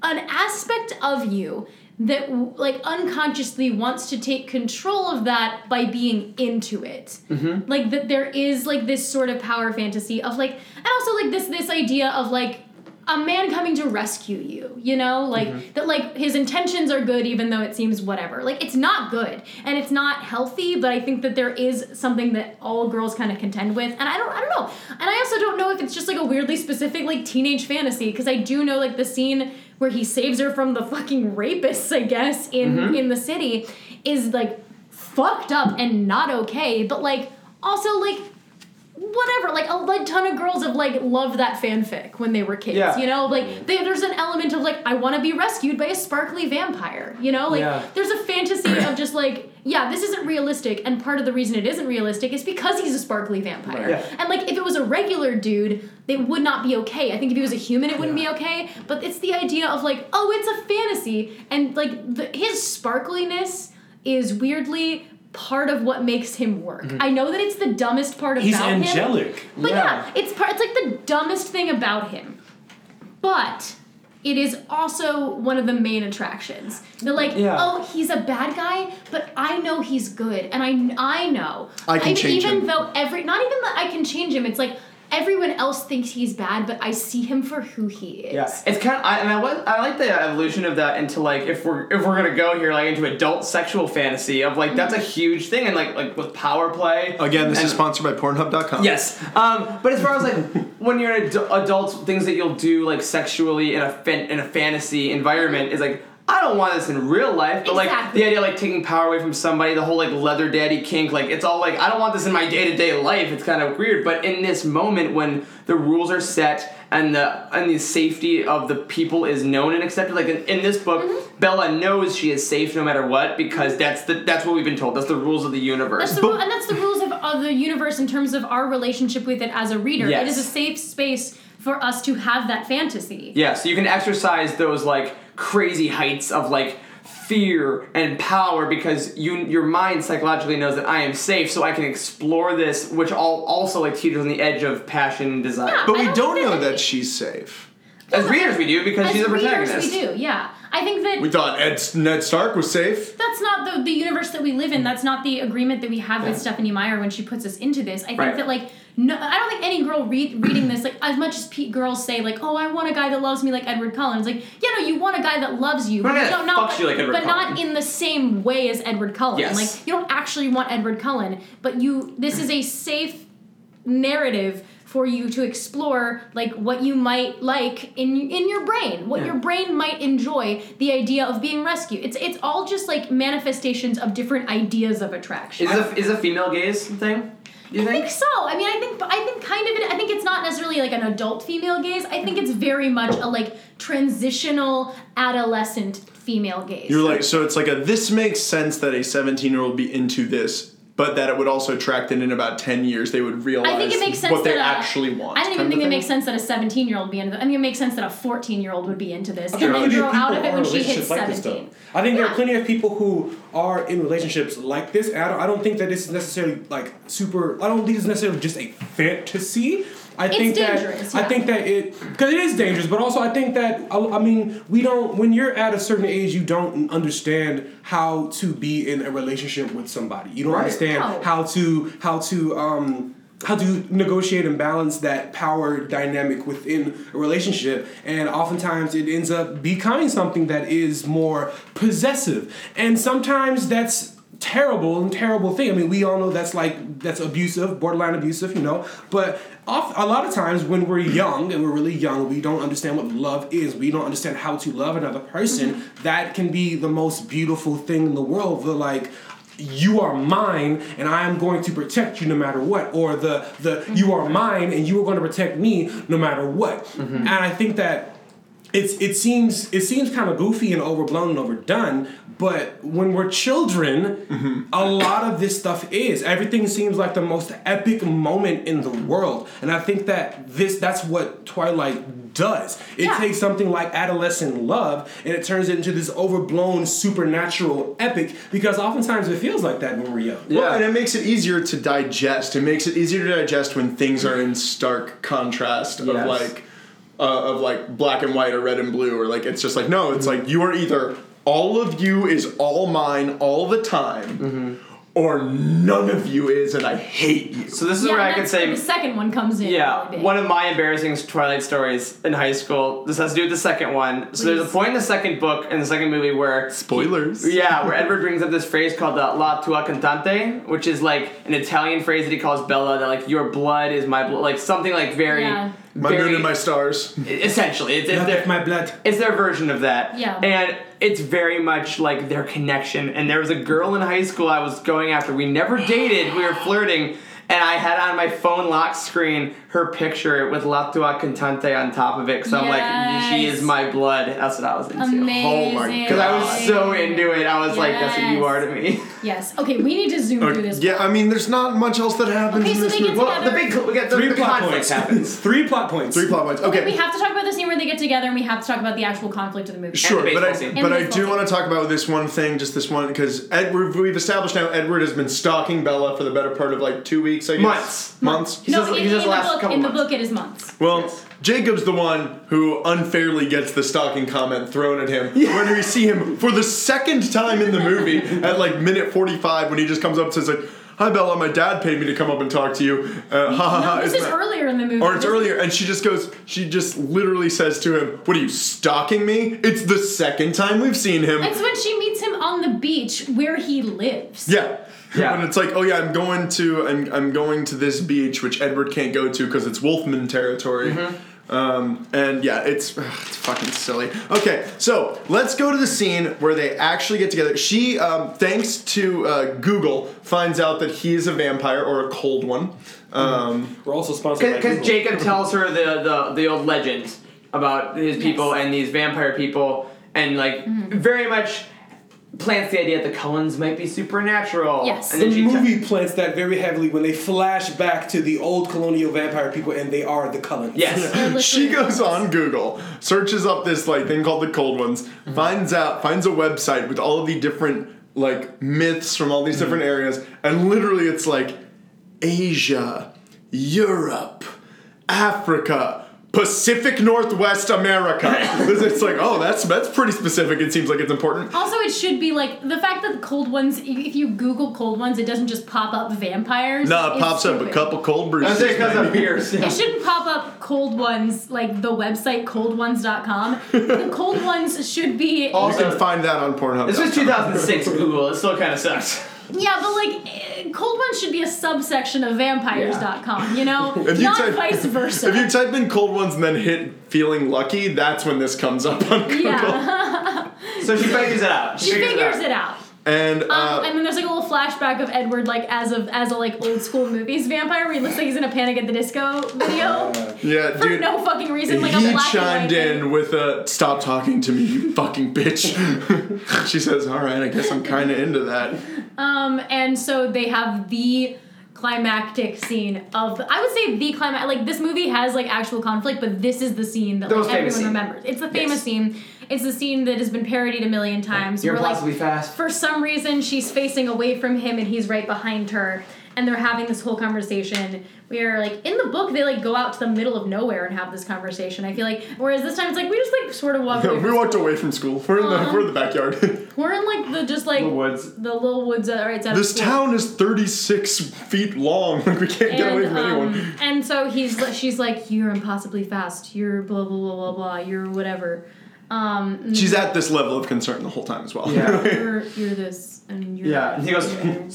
an aspect of you that like unconsciously wants to take control of that by being into it like that there is like this sort of power fantasy of like and also like this this idea of like a man coming to rescue you you know like that like his intentions are good even though it seems whatever like it's not good and it's not healthy but i think that there is something that all girls kind of contend with and i don't i don't know and i also don't know if it's just like a weirdly specific like teenage fantasy because i do know like the scene where he saves her from the fucking rapists i guess in in the city is like fucked up and not okay, but like also like whatever like a like, ton of girls have like loved that fanfic when they were kids
Yeah. Mm-hmm.
you know like they, there's an element of like i want to be rescued by a sparkly vampire you know like
Yeah.
there's a fantasy of just like yeah this isn't realistic and part of the reason it isn't realistic is because he's a sparkly vampire
Right.
Yeah.
and like if it was a regular dude they would not be okay i think if he was a human it wouldn't
Yeah.
be okay but it's the idea of like oh it's a fantasy and like the, his sparkliness is weirdly part of what makes him work i know that it's the dumbest part
He's
about him
angelic.
but
Yeah.
yeah, it's part. It's like the dumbest thing about him, but it is also one of the main attractions. They're like,
Yeah.
oh, he's a bad guy, but I know he's good, and I I know.
I can
I-
change
even
him.
though every not even that I can change him. It's like everyone else thinks he's bad, but I see him for who he is.
Yeah, it's kind of, I, and I, was, I like the evolution of that into like if we're if we're gonna go here like into adult sexual fantasy of like
Mm.
that's a huge thing and like like with power play
Again, this
and-
is sponsored by Pornhub.com.
Yes, um, but as far as like when you're an adu- adult, things that you'll do like sexually in a fan- in a fantasy environment is like I don't want this in real life, but like
Exactly.
the idea of, like taking power away from somebody, the whole like leather daddy kink, like it's all like I don't want this in my day to day life. It's kind of weird, but in this moment when the rules are set and the and the safety of the people is known and accepted, like in, in this book. Bella knows she is safe no matter what because that's the that's what we've been told. That's the rules of the universe.
That's the rule, and that's the rules of, of the universe in terms of our relationship with it as a reader. It
Yes.
is a safe space for us to have that fantasy.
Yeah, so you can exercise those like crazy heights of like fear and power because you your mind psychologically knows that I am safe, so I can explore this, which all also like teeters on the edge of passion and desire.
Yeah.
But
I
we
don't
don't
think
know
that
that
we-
she's safe.
As readers, we do because
As
she's a protagonist.
readers, we do. Yeah, I think that
We thought Ed, Ned Stark was safe.
that's not the, the universe that we live in. That's not the agreement that we have with Stephanie Meyer when she puts us into this. I think
Right.
that like no, I don't think any girl read, reading this like as much as Pete girls say like oh I want a guy that loves me like Edward Cullen. It's like yeah no you want a guy that loves you,
Not a
but
guy
you
that
don't know,
fucks you like Edward
but
Cullen.
not in the same way as Edward Cullen.
Yes.
Like you don't actually want Edward Cullen, but you this is a safe narrative for you to explore like what you might like in in your brain what
Yeah.
your brain might enjoy the idea of being rescued it's it's all just like manifestations of different ideas of attraction
Is a is a female gaze thing? You
I think so. I mean, I think I think kind of. It, I think it's not necessarily like an adult female gaze. I think it's very much a like transitional adolescent female gaze.
You're like, so it's like a this makes sense that a 17 year old be into this, but that it would also attract that in about 10 years they would realize
I think it makes sense
what they
that a-
actually want.
I don't even
kind of
think it
thing.
makes sense that a 17 year old be into. I think it makes sense that a 14 year old would be into this,
There
and
are
then
plenty
grow
of people
out of it
who
when
are in
she hits
relationships like this,
17.
though. I think there are
Yeah.
plenty of people who are in relationships like this. And I don't, I don't think that this is necessarily like super. I don't think it's necessarily just a fantasy. I
It's
think
dangerous,
that I
yeah.
think that it because it is dangerous, but also I think that I, I mean we don't when you're at a certain age you don't understand how to be in a relationship with somebody. You don't
Right.
understand
No.
how to how to um how to negotiate and balance that power dynamic within a relationship and oftentimes it ends up becoming something that is more possessive and sometimes that's terrible and terrible thing i mean we all know that's like that's abusive borderline abusive you know but off, a lot of times when we're young and we're really young we don't understand what love is we don't understand how to love another person that can be the most beautiful thing in the world the like you are mine and I am going to protect you no matter what or the the you are mine and you are going to protect me no matter what and I think that it's it seems it seems kind of goofy and overblown and overdone but when we're children a lot of this stuff is everything seems like the most epic moment in the world and I think that this that's what Twilight does it
Yeah.
takes something like adolescent love and it turns it into this overblown supernatural epic because oftentimes it feels like that when we're young.
Well,
Yeah.
and it makes it easier to digest. It makes it easier to digest when things are in stark contrast of
Yes.
like uh, of like black and white or red and blue or like it's just like no, it's like you are either all of you is all mine all the time.
Mm-hmm.
Or none of you is, and I hate you.
So this is
yeah,
where I
and
could
that's
say
where the second one comes in.
Yeah,
really big.
one of my embarrassing Twilight stories in high school. This has to do with the second one. So there's a
Please.
point in the second book in the second movie where
Spoilers.
yeah, where Edward brings up this phrase called the "la tua cantante," which is like an Italian phrase that he calls Bella. That like your blood is my blood, like something like very,
Yeah.
my
very
moon and my stars.
essentially. It's, it's
Not
their,
that my blood
it's their version of that.
Yeah.
And it's very much like their connection. And there was a girl in high school I was going after. We never dated, we were flirting. and I had on my phone lock screen her picture with La Tua Cantante on top of it. Because I'm like, she
Yes.
is my blood. That's what I was into.
Amazing.
Because I was so into it, I was like, "That's what you
Yes.
are to me."
Yes. Okay, we need to zoom through this.
yeah, I mean, there's not much else that happens
Okay,
in
so
this
they get
movie.
together.
Well,
Well, the big the, the,
Three
the
plot
conflict
points.
happens.
Three plot points.
three plot points. Okay.
We have to talk about the scene where they get together, and we have to talk about the actual conflict of the movie.
Sure,
And the
but I,
baseball scene.
but
And
I
the
do
baseball
want to talk about this one thing, just this one, because Edward, we've established now Edward has been stalking Bella for the better part of like two weeks, I guess.
Months.
Months.
He
no,
says-
in,
he
in
says
the
last
book,
couple
in the
months.
book, it is months.
Well,
Yes.
Jacob's the one who unfairly gets the stalking comment thrown at him when we see him for the second time in the movie at like minute 45 when he just comes up and says like, "Hi Bella, my dad paid me to come up and talk to you." Uh, ha ha ha.
no, this
isn't
is
that-
earlier in the movie.
or it's
This-
earlier, and she just goes, she just literally says to him, What are you, stalking me? It's the second time we've seen him.
It's when she meets him on the beach where he lives.
Yeah.
Yeah.
When it's like, oh yeah, I'm going to I'm, I'm going to this beach which Edward can't go to because it's Wolfman territory. Um, and yeah, it's, ugh, it's fucking silly. Okay, so let's go to the scene where they actually get together. She, um, thanks to uh, Google, finds out that he is a vampire or a cold one. Um,
We're also sponsored by
Because
Google.
Jacob tells her the, the the old legend about his people and these vampire people, and like
Mm-hmm.
very much plants the idea that the Cullens might be supernatural.
Yes.
And then
the
she te-
movie plants that very heavily when they flash back to the old colonial vampire people, and they are the Cullens.
yes.
They're
she
literally-
goes on Google, searches up this like thing called the cold ones,
Mm-hmm.
finds out finds a website with all of the different like myths from all these different
Mm-hmm.
areas, and literally it's like Asia, Europe, Africa, Pacific Northwest America. it's it's like, oh, that's that's pretty specific. It seems like it's important.
Also, it should be like the fact that cold ones. If you Google cold ones, it doesn't just pop up vampires.
No, it
is
pops up a
stupid.
couple cold brews.
I say because of beers.
It shouldn't pop up cold ones like the website coldones.com. the cold ones should be
You can
Also,
find that on Pornhub.
this was 2006 Google. It still kind of sucks.
Yeah, but like eh, cold ones should be a subsection of vampires.com, you know?
If you
Not
type-
vice versa.
If you type in cold ones and then hit feeling lucky, that's when this comes up on Google.
yeah,
So she figures it out. She,
she figures it out.
And uh,
Um, and then there's like a little flashback of Edward, like as of as a like old school movies vampire, where he looks like he's in a Panic at the Disco video
yeah,
for
dude,
no fucking reason. Like a
Uh, he
black
chimed
and white
in with a "Stop talking to me, you fucking bitch." she says, "All right, I guess I'm kind of into that."
Um, and so they have the climactic scene of I would say the climax. Like this movie has like actual conflict, but this is the scene that
The
like,
most
everyone
famous scene.
remembers. It's the famous
Yes.
scene. It's the scene that has been parodied a million times.
You're
where, like,
impossibly fast.
for some reason she's facing away from him and he's right behind her and they're having this whole conversation where like in the book they like go out to the middle of nowhere and have this conversation i feel like whereas this time it's like we just like sort of walk away
we
from-
walked away from school. We're in the
Aw.
we're in the backyard.
we're in like the just like
The woods.
the little woods that are right outside of
this
school.
town is 36 feet long. Like we can't get away from
and,
anyone.
um, and so he's li- she's like you're impossibly fast you're blah blah blah blah blah you're whatever um
She's at this level of concern the whole time as well.
Yeah.
you're, you're this and you're
Yeah. And he goes,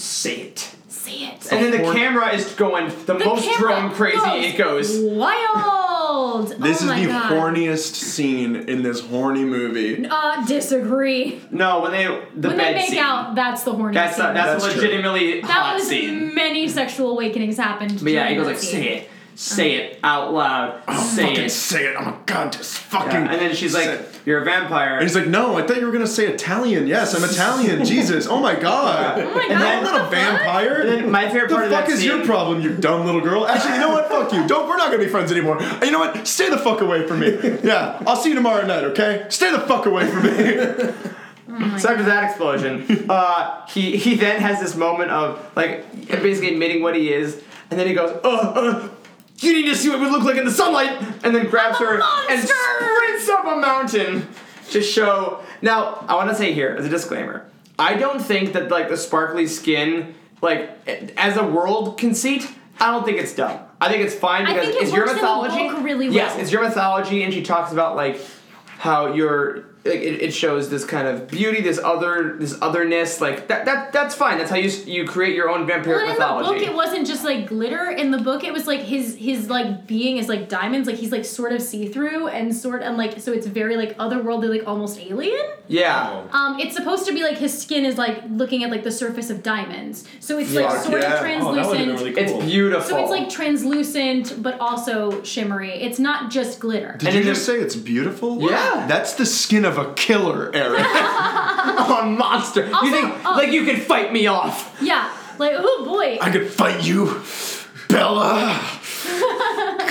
say it.
say it
And then the
Porn.
camera is going the,
The
most
camera
drone crazy it goes.
wild
This
oh my
is the
God.
horniest scene in this horny movie.
Uh, disagree.
No, when they the
when
bed
they make
scene.
out, that's the horny
That's
scene.
not, that's,
That's true.
legitimately
that
hot
was
scene.
many sexual awakenings happened.
But yeah, he
during
goes
that
like,
scene.
say it, say it out loud, say
Fucking
it.
say it! Oh my god, just fucking.
Yeah, And then she's
say
like,
it.
"You're a vampire."
And he's like, no, I thought you were gonna say Italian. Yes, I'm Italian. Jesus, oh my god.
Oh my god,
then-
I'm
what
not a
the fuck?
vampire.
And then my favorite
the
part of
fuck
that
is your
scene-
problem, you dumb little girl? Actually, you know what? fuck you. Don't. We're not gonna be friends anymore. And you know what? Stay the fuck away from me. Yeah, I'll see you tomorrow night. Okay? Stay the fuck away from me.
so after that explosion, uh, he he then has this moment of like basically admitting what he is, and then he goes, "Uh, uh, you need to see what we look like in the sunlight," and then grabs
I'm a
her and
monster!
sprints up a mountain to show. Now, I want to say here as a disclaimer, I don't think that like the sparkly skin, like as a world conceit, I don't think it's dumb. I think it's fine
I
because
think it
it's your
works in the
mythology.
book really
Yes,
well.
it's your mythology, and she talks about like how you're like it, it shows this kind of beauty, this other this otherness. Like that that that's fine. That's how you s- you create your own vampiric
Well, in the
mythology.
book, it wasn't just like glitter. In the book, it was like his his like being is like diamonds. Like he's like sort of see through and sort and like so it's very like otherworldly, like almost alien.
yeah.
Oh.
Um, it's supposed to be like his skin is like looking at like the surface of diamonds. So it's like
Fuck
sort
yeah.
of
Oh, that
Oh, that would
translucent.
have been really cool.
It's beautiful.
so it's like translucent but also shimmery. It's not just glitter.
Did
And
you
in the-
just say it's beautiful?
Yeah.
That's the skin of a killer, Eric.
a monster.
Also-
you think
oh.
like you could fight me off?
Yeah. Like oh boy.
I could fight you, Bella.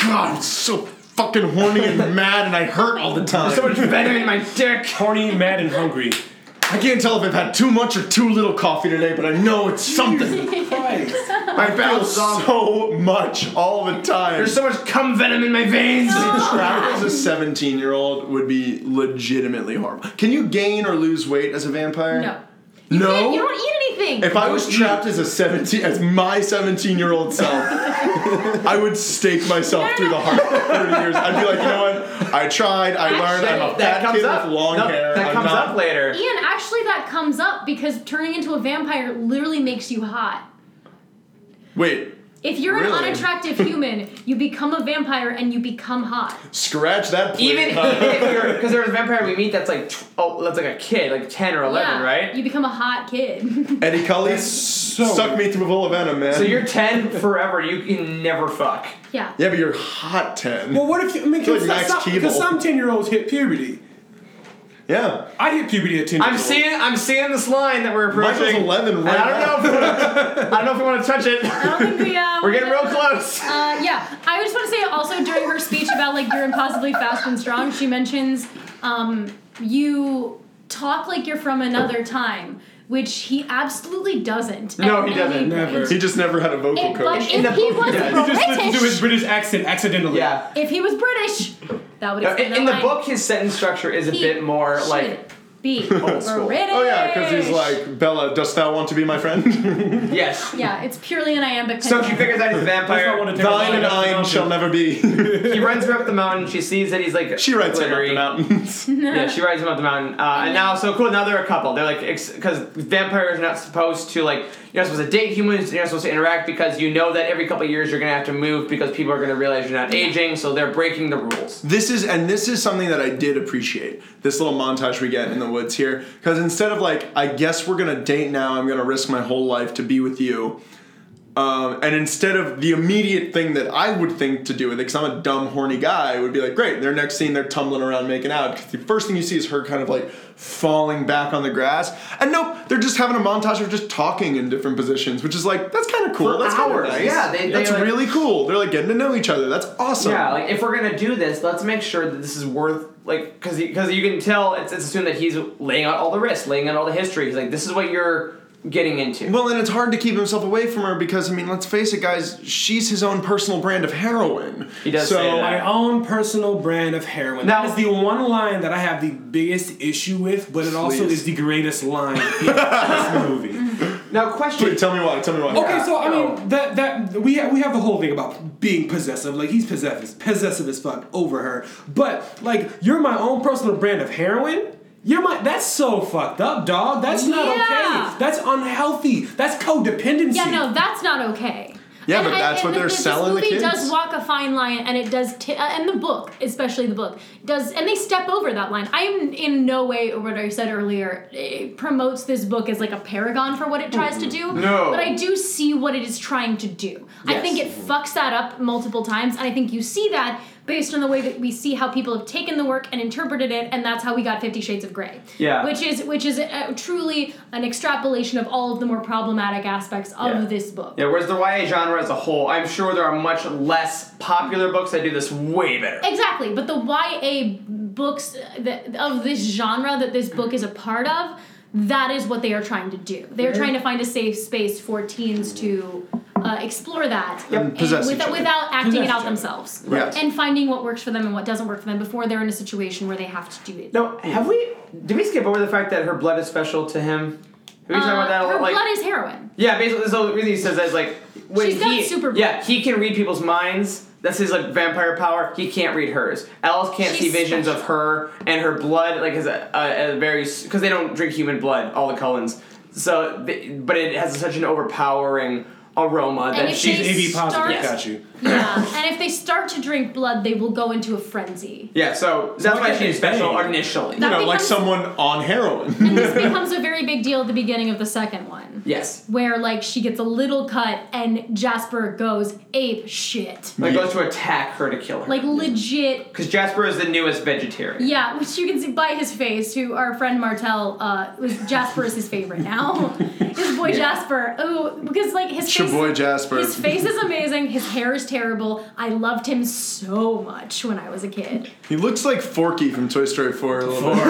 God, I'm so fucking horny and mad, and I hurt all the time.
So much better in my dick.
Horny, mad, and hungry.
I can't tell if I've had too much or too little coffee today, but I know it's something.
Christ.
I feel so much all the time.
There's so much cum venom in my veins.
Travel as a 17 year old would be legitimately horrible. Can you gain or lose weight as a vampire?
no.
No?
You don't eat anything.
if I was trapped as a 17, as my 17 year old self, I would stake myself through the heart for 30 years. I'd be like, you know what? I tried, I learned, I'm a
Oh, That
fat
comes
kid
up.
with long
No,
hair.
That
I'm
comes
not-
up later.
Ian, actually, that comes up because turning into a vampire literally makes you hot.
Wait,
If you're
Really?
an unattractive human, you become a vampire and you become hot.
scratch that plate.
Even if you're, because there's a vampire we meet that's like, tw- oh, that's like a kid, like ten or eleven,
yeah,
right?
You become a hot kid.
Eddie Cully
so-
suck me through full of venom, man.
so you're ten forever. You can never fuck.
yeah.
yeah, but you're hot 10.
Well, what if you? I mean,
Feel like
because
Max
some, 'cause
Keeble.
some ten-year-olds hit puberty.
yeah.
I hit puberty at ten.
I'm
years old.
seeing, I'm seeing this line that we're approaching.
Michael's 11 right
and I don't know. If, I don't know if we want to touch
I
it.
don't think we, uh,
We're getting real close.
Uh, yeah, I just want to say also during her speech about like you're impossibly fast and strong, she mentions um, you talk like you're from another time, which he absolutely doesn't.
No,
at
he doesn't.
any
Never.
point.
He just never had a vocal
It- but
coach.
if
In the
he
book,
was
he does.
You just listened to
British,
his British accent accidentally.
Yeah.
if he was British, that would
No,
explain
in, in the
line.
book, his sentence structure is a
He
bit more
should
like,
be
school.
British.
Oh yeah, because he's like, Bella, dost thou want to be my friend?
yes.
yeah, it's purely an iambic.
So she
pentameter.
figures out he's a
That's not
vampire.
what it-
Thine and I shall never be.
He runs her up the mountain. She sees that he's like
she writes him up
glittery.
the mountains.
yeah, she rides him up the mountain. Uh, and now, so cool. Now they're a couple. They're like, because vampires are not supposed to like. You're not supposed to date humans. You're not supposed to interact because you know that every couple of years you're gonna have to move because people are gonna realize you're not aging. So they're breaking the rules.
this is and this is something that I did appreciate. This little montage we get in the woods here, because instead of like, I guess we're gonna date now. I'm gonna risk my whole life to be with you. Um, and instead of the immediate thing that I would think to do with it, because I'm a dumb, horny guy, would be like, great, their next scene, they're tumbling around making out. 'Cause the first thing you see is her kind of like falling back on the grass. And nope, they're just having a montage of just talking in different positions, which is like, that's kind of cool.
For
that's kinda
hours,
nice.
yeah, they- they,
that's
like-
really cool. They're like getting to know each other. That's awesome.
Yeah, like if we're gonna do this, let's make sure that this is worth like because because you can tell it's, it's assumed that he's laying out all the risks, laying out all the history. He's like, this is what you're getting into.
Well, and it's hard to keep himself away from her because I mean, let's face it, guys. She's his own personal brand of heroin.
He does
So
say that.
My own personal brand of heroin.
Now-
that is the one line that I have the biggest issue with, but it also
Please.
is the greatest line in this movie.
now, question.
Wait, tell me why. Tell me why.
Okay, so I
no.
mean that that we have, we have the whole thing about being possessive. Like he's possessive, possessive as fuck over her. But like you're my own personal brand of heroin. You're my. That's so fucked up, dog. That's not
Yeah.
okay. That's unhealthy. That's codependency.
Yeah, no, that's not okay.
Yeah,
And
but
I-
that's
and
what they're
this,
selling the
This movie
kids.
does walk a fine line, and it does. T- uh, and the book, especially the book, does. And they step over that line. I am in no way, or what I said earlier, it promotes this book as like a paragon for what it tries to do.
No.
but I do see what it is trying to do. I
Yes.
think it fucks that up multiple times, and I think you see that based on the way that we see how people have taken the work and interpreted it, and that's how we got Fifty Shades of Grey.
Yeah.
which is which is uh truly an extrapolation of all of the more problematic aspects of
Yeah.
this book.
Yeah, whereas the YA genre as a whole, I'm sure there are much less popular books that do this way better.
Exactly, but the YA books that, of this genre that this book is a part of, that is what they are trying to do. They are trying to find a safe space for teens to uh, explore that and
possess each
without,
other.
without acting
Possess
it
each
out
other.
themselves
Right.
and finding what works for them and what doesn't work for them before they're in a situation where they have to do it.
Now, have we? Did we skip over the fact that her blood is special to him? Have we talked
Uh,
about that a
her
lot? Like,
blood is heroin.
yeah, basically, so the reason he says that is like when
She's got
he,
super blood.
yeah, he can read people's minds. That's his like vampire power. He can't read hers. Alice can't
She's
see visions of her and her blood. Like is a, a, a very because they don't drink human blood. All the Cullens. So, they, but it has such an overpowering aroma
And
that
if
she.
they
AB positive,
start-
got you.
yeah, and if they start to drink blood, they will go into a frenzy.
Yeah, so that's
what
why
did
she's
they
special
say?
initially.
That-
you know, like
becomes-
someone on heroin.
And this becomes a very big deal at the beginning of the second one.
Yes.
Where like she gets a little cut and Jasper goes ape shit.
Like goes to attack her to kill her.
Like legit
because Jasper is the newest vegetarian.
Yeah, which you can see by his face. Who our friend Martel uh, was Jasper is his favorite now. his boy Jasper. Oh, because like his
your
face.
boy Jasper.
His face is amazing. His hair is terrible. I loved him so much when I was a kid.
He looks like Forky from Toy Story 4 a little bit.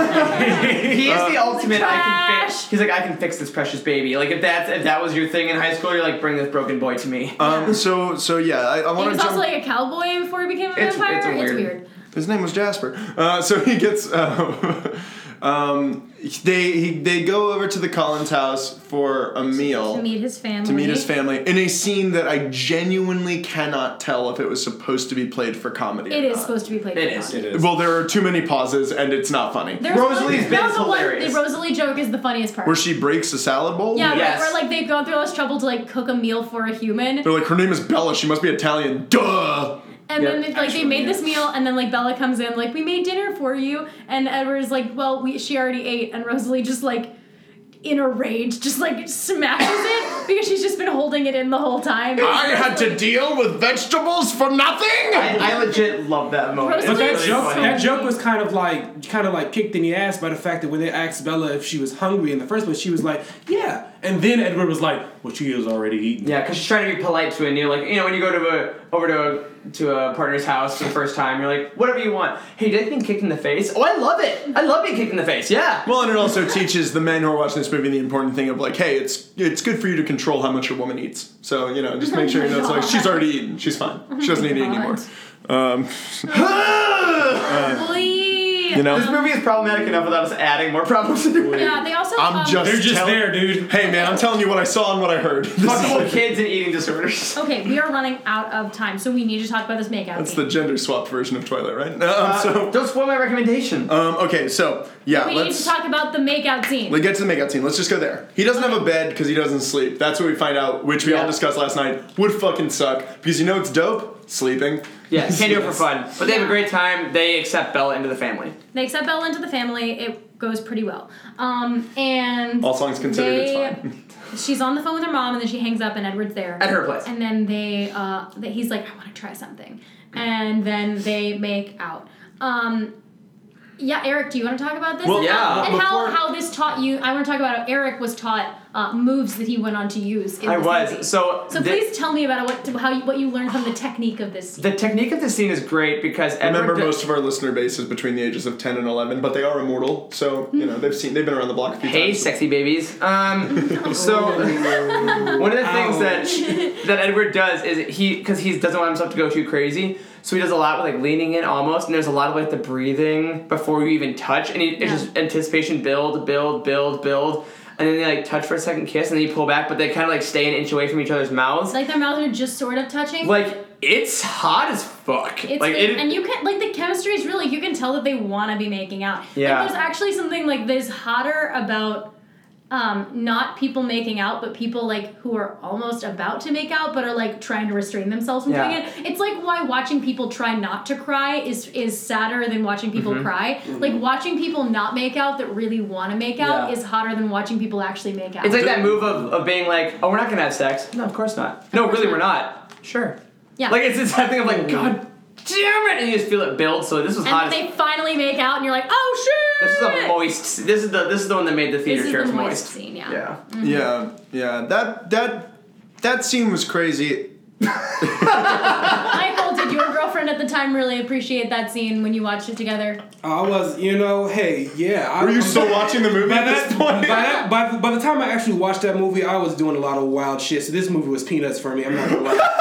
He is the ultimate. I can fix.
Trash.
He's like, I can fix this precious baby. Like if that's if that was your thing in high school, you're like, bring this broken boy to me.
Um, so, so yeah, I, I
He
want
was
to jump.
also like a cowboy before he became a
It's-
vampire.
it's a weird-
His name was Jasper. Uh, so he gets. Uh, um, they he, they go over to the Collins house for a meal
To meet his family.
to meet his family in a scene that I genuinely cannot tell if it was supposed to be played for comedy.
It
or
is
not.
supposed to be played.
It
for
is.
fun.
It is.
Well, there are too many pauses, and it's not funny.
There's
Rosalie's
one,
bit
no,
is
the one-
hilarious.
the Rosalie joke is the funniest part.
Where she breaks a salad bowl.
yeah,
Yes.
where, where like they've gone through all this trouble to like cook a meal for a human,
They're like, her name is Bella. She must be Italian. Duh.
And
Yep.
then like they made this meal, and then like Bella comes in, like we made dinner for you, and Edward's like, well, we she already ate, and Rosalie just like in a rage, just like smashes it because she's just been holding it in the whole time.
deal with vegetables for nothing.
I, I legit love that moment.
But
Rosalie-
that
Really
joke,
funny.
that joke was kind of like, kind of like kicked in the ass by the fact that when they asked Bella if she was hungry in the first place, she was like, "Yeah," and then Edward was like, "Well, she has already eaten."
Yeah, because she's trying to be polite to a new, like you know, when you go to a over to a to a partner's house for the first time, you're like, whatever you want. Hey, did I get kicked in the face? Oh, I love it. I love being kicked in the face. Yeah.
Well, and it also teaches the men who are watching this movie the important thing of like, hey, it's it's good for you to control how much your woman eats. So you know, just make sure you know it's like she's already eaten, she's fine, she doesn't need to eat anymore. Um,
Please.
you
this
know,
movie is problematic enough without us adding more problems to it.
Yeah, they also.
I'm
um,
just-
They're just
Tell-
there, dude.
hey man, I'm telling you what I saw and what I heard. This
Fuck
is
little
like,
kids and eating disorders.
Okay, we are running out of time, so we need to talk about this makeout.
that's the
scene.
gender swapped version of Twilight, right? Um, so,
Uh, Don't spoil my recommendation.
um, okay, so yeah,
we need
let's.
to talk about the makeout scene.
Let's get to the makeout scene. Let's just go there. He doesn't have a bed because he doesn't sleep. That's what we find out, which we
Yeah.
all discussed last night. Would fucking suck because you know it's dope sleeping.
yeah, can't do it for fun. But they have a great time. They accept Bella into the family.
They accept Bella into the family. It goes pretty well. Um, and
All songs considered, it's
they-
fine.
She's on the phone with her mom, and then she hangs up, and Edward's there
At her place.
And then they, uh, that he's like, I want to try something, and then they make out. Um, yeah, Eric, do you want to talk about this?
Well,
and how,
yeah,
and how,
before-
how this taught you? I want to talk about how Eric was taught uh, moves that he went on to use. In
I
this
was.
movie.
So
So
the-
please tell me about what how you, what you learned from the technique of this.
The technique of this scene is great because Edward
Remember,
do-
most of our listener base is between the ages of ten and eleven, but they are immortal, so you know they've seen they've been around the block a few
Hey,
times.
sexy babies. Um, so
Oh.
one of the things that that Edward does is he because he doesn't want himself to go too crazy, so he does a lot with like leaning in almost, and there's a lot of like the breathing before you even touch, and he,
Yeah.
it's just anticipation build, build, build, build, and then they like touch for a second kiss, and then you pull back, but they kind of like stay an inch away from each other's mouths.
Like their mouths are just sort of touching.
Like it's hot as fuck.
It's
like it,
and you can like the chemistry is really you can tell that they want to be making out.
Yeah.
Like, there's actually something like this hotter about um, not people making out, but people like who are almost about to make out, but are like trying to restrain themselves from
Yeah.
doing it. It's like why watching people try not to cry is is sadder than watching people
Mm-hmm.
cry. Like watching people not make out that really want to make out
Yeah.
is hotter than watching people actually make out.
It's like that move of, of being like, oh, we're not gonna have sex. No, of course not. No, really, we're not. Sure.
Yeah.
Like it's it's that thing of like, god damn it, and you just feel it build. So this was hot.
and
as-
then they finally make out, and you're like, oh shit!
this is a moist. This is the this is the one that made the
This
theater
is the
chairs
moist,
moist.
scene, Mm.
Yeah.
Yeah, yeah, that that that scene was crazy.
Michael, did your girlfriend at the time really appreciate that scene when you watched it together?
I was, you know, hey, yeah. I,
Were you
I'm-
still watching the movie
By
at
that,
this point?
by, that by, the- by the time I actually watched that movie, I was doing a lot of wild shit. So this movie was peanuts for me. I'm not gonna lie.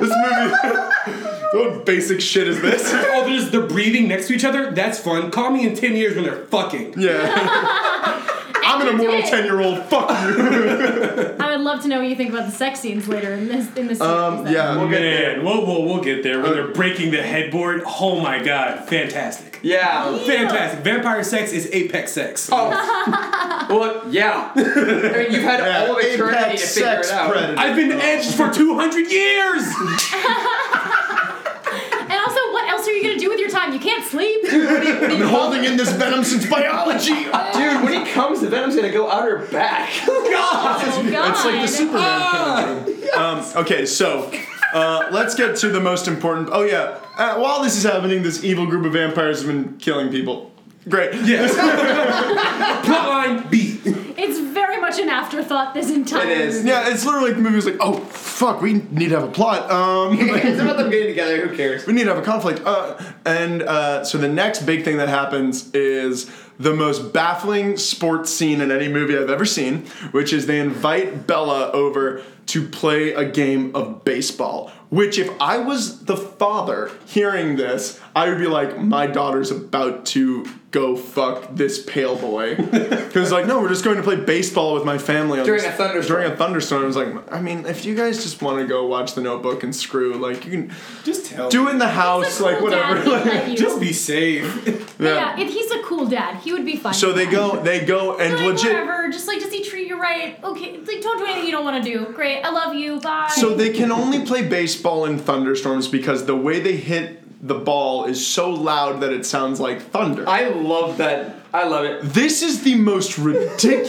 This movie. what basic shit is this?
oh, there's the breathing next to each other. That's fun. Call me in ten years when they're fucking.
Yeah. I'm an immortal
did.
ten year old. Fuck you.
I would love love to know what you think about the sex scenes later in this in this.
Um,
series, though.
yeah.
We'll
get
get there. We'll, we'll, we'll get there. When they're breaking the headboard, oh my god, fantastic.
Yeah.
Fantastic. Vampire sex is apex sex.
Oh. well, yeah. I mean, you've had
Yeah,
all of eternity
apex
to figure
sex
it out.
predator.
I've been edged for 200 years!
And also, what else are you gonna do with your time? You can't sleep.
I've been holding in this venom since biology.
Dude, when he comes, the venom's gonna go out her back. God.
Oh, God.
It's like the Superman
Ah.
um, okay, so uh, let's get to the most important. Oh yeah, uh, while this is happening, this evil group of vampires have been killing people. Great.
Yes. Plotline B.
It's very much an afterthought this entire.
It is.
movie.
Yeah, it's literally like the movie was like, oh fuck, we need to have a plot. Um,
it's about them getting together. Who cares?
we need to have a conflict. Uh, and uh, so the next big thing that happens is the most baffling sports scene in any movie I've ever seen, which is they invite Bella over to play a game of baseball. Which, if I was the father hearing this, I would be like, my daughter's about to go fuck this pale boy. Because, like, no, we're just going to play baseball with my family. on
During
this-
a thunderstorm.
During a thunderstorm. I was like, I mean, if you guys just want to go watch The Notebook and screw, like, you can
Just tell
do it in the house,
He's a
like
cool dad,
whatever.
he'd
like-
let you.
Just be safe.
But yeah. if he's a cool dad, he would be fine.
So
with
they
that.
go, they go, and
Like,
legit.
Whatever. Just like, does he treat you right? Okay. Like, don't do anything you don't want to do. Great. I love you. Bye.
So they can only play baseball in thunderstorms because the way they hit the ball is so loud that it sounds like thunder.
I love that. I love it.
this is the most ridiculous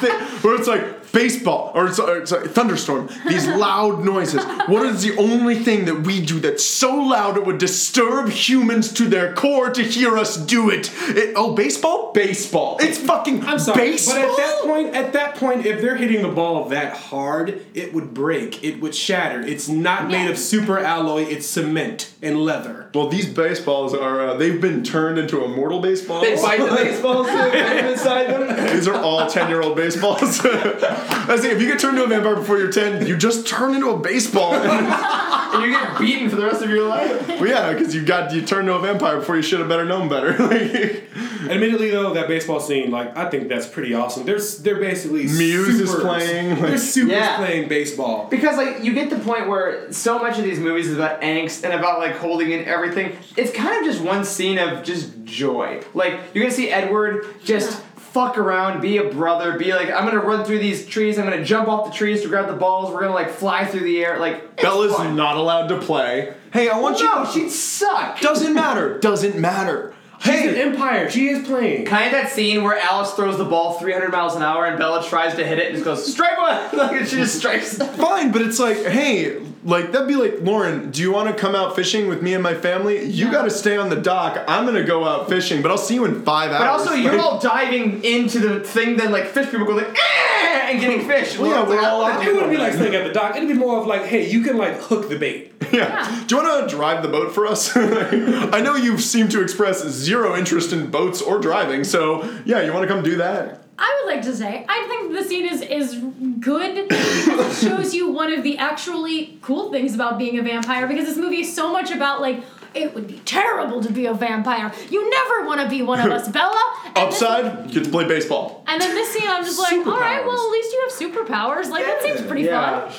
thing where it's like baseball or it's, or it's like thunderstorm these loud noises what is the only thing that we do that's so loud it would disturb humans to their core to hear us do it, It- oh baseball baseball it's fucking
I'm sorry.
baseball
But at that point, at that point, if they're hitting the ball that hard, it would break. It would shatter. It's not made of super alloy, it's cement and leather.
Well, these baseballs are, uh, they've been turned into immortal baseballs.
They bite the baseballs too, bite them inside them.
these are all 10 year old baseballs. I was saying, if you get turned into a vampire before you're 10, you just turn into a baseball. well,
And you get beaten for the rest of your life.
yeah, because you got, you turned into a vampire before you should have better known better. Like,
Admittedly, though, that baseball scene, like, I think that's pretty awesome. They're, s- they're basically
Muse is
supers.
playing, like-
they're supers
Yeah.
playing baseball.
Because like you get the point where so much of these movies is about angst and about like holding in everything. It's kind of just one scene of just joy. Like you're gonna see Edward just fuck around, be a brother, be like, I'm gonna run through these trees, I'm gonna jump off the trees to grab the balls, we're gonna like fly through the air. Like it's
Bella's
fun.
not allowed to play. Hey, I want
No,
you.
she'd suck.
doesn't matter. Doesn't matter.
She's an
Hey,
empire. She is playing.
Kind of that scene where Alice throws the ball 300 miles an hour and Bella tries to hit it and just goes strike one. like and she just strikes.
fine, but it's like, hey, like that'd be like, Lauren, do you want to come out fishing with me and my family? You got to stay on the dock. I'm gonna go out fishing, but I'll see you in five hours.
But also,
Like-
you're all diving into the thing. Then like fish people go like "Eh," and getting fish.
Well, yeah,
Like,
we're
I
all
wanna
out
do
It wouldn't be
that.
like staying at the dock. It'd be more of like, hey, you can like hook the bait.
Yeah. Do you want to drive the boat for us? I know you seem to express zero interest in boats or driving, so yeah, you want to come do that?
I would like to say, I think the scene is is good. it shows you one of the actually cool things about being a vampire because this movie is so much about like it would be terrible to be a vampire. You never want to be one of us, Bella. And this-
Upside, you get to play baseball.
and then this scene, I'm just like, all right, well, at least you have superpowers. Like that seems pretty
Yeah.
fun.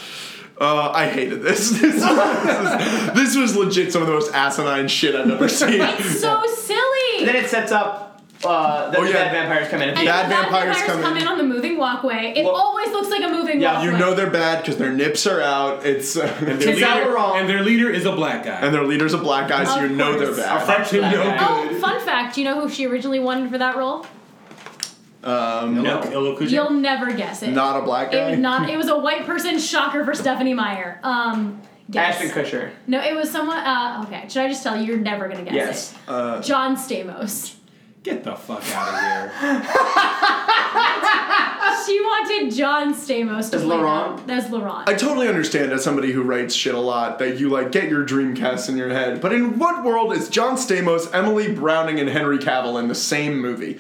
Uh, I hated this. This, this, was- this was legit some of the most asinine shit I've ever seen.
It's so silly.
And then it sets up uh, that
Oh,
the
yeah.
bad vampires come in.
And
And
Bad
the bad
vampires
vampires
come
come
in.
in. on the moving walkway. It
Well-
always looks like a moving
Yeah,
walkway.
You know they're bad because their nips are out. It's and
Their
Turns out we're wrong.
And their leader is a black guy.
their leader's a black guy, so
Of
you know
course.
they're bad.
Fuck him, no
Oh, fun fact! You know who she originally wanted for that role?
Um,
good. No, Ella Kuji.
You'll never guess it.
not a black
It
guy.
was not. It was a white person. Shocker for Stephanie Meyer. Um, guess.
Ashton Kutcher.
No, it was someone. Uh, okay, should I just tell you? You're never gonna guess
Yes.
it.
Uh,
John Stamos.
Get the fuck out of here.
She wanted John Stamos to
As
play
Laurent?
that. That's Laurent.
I totally understand as somebody who writes shit a lot that you like get your dreamcasts in your head, but in what world is John Stamos, Emily Browning, and Henry Cavill in the same movie?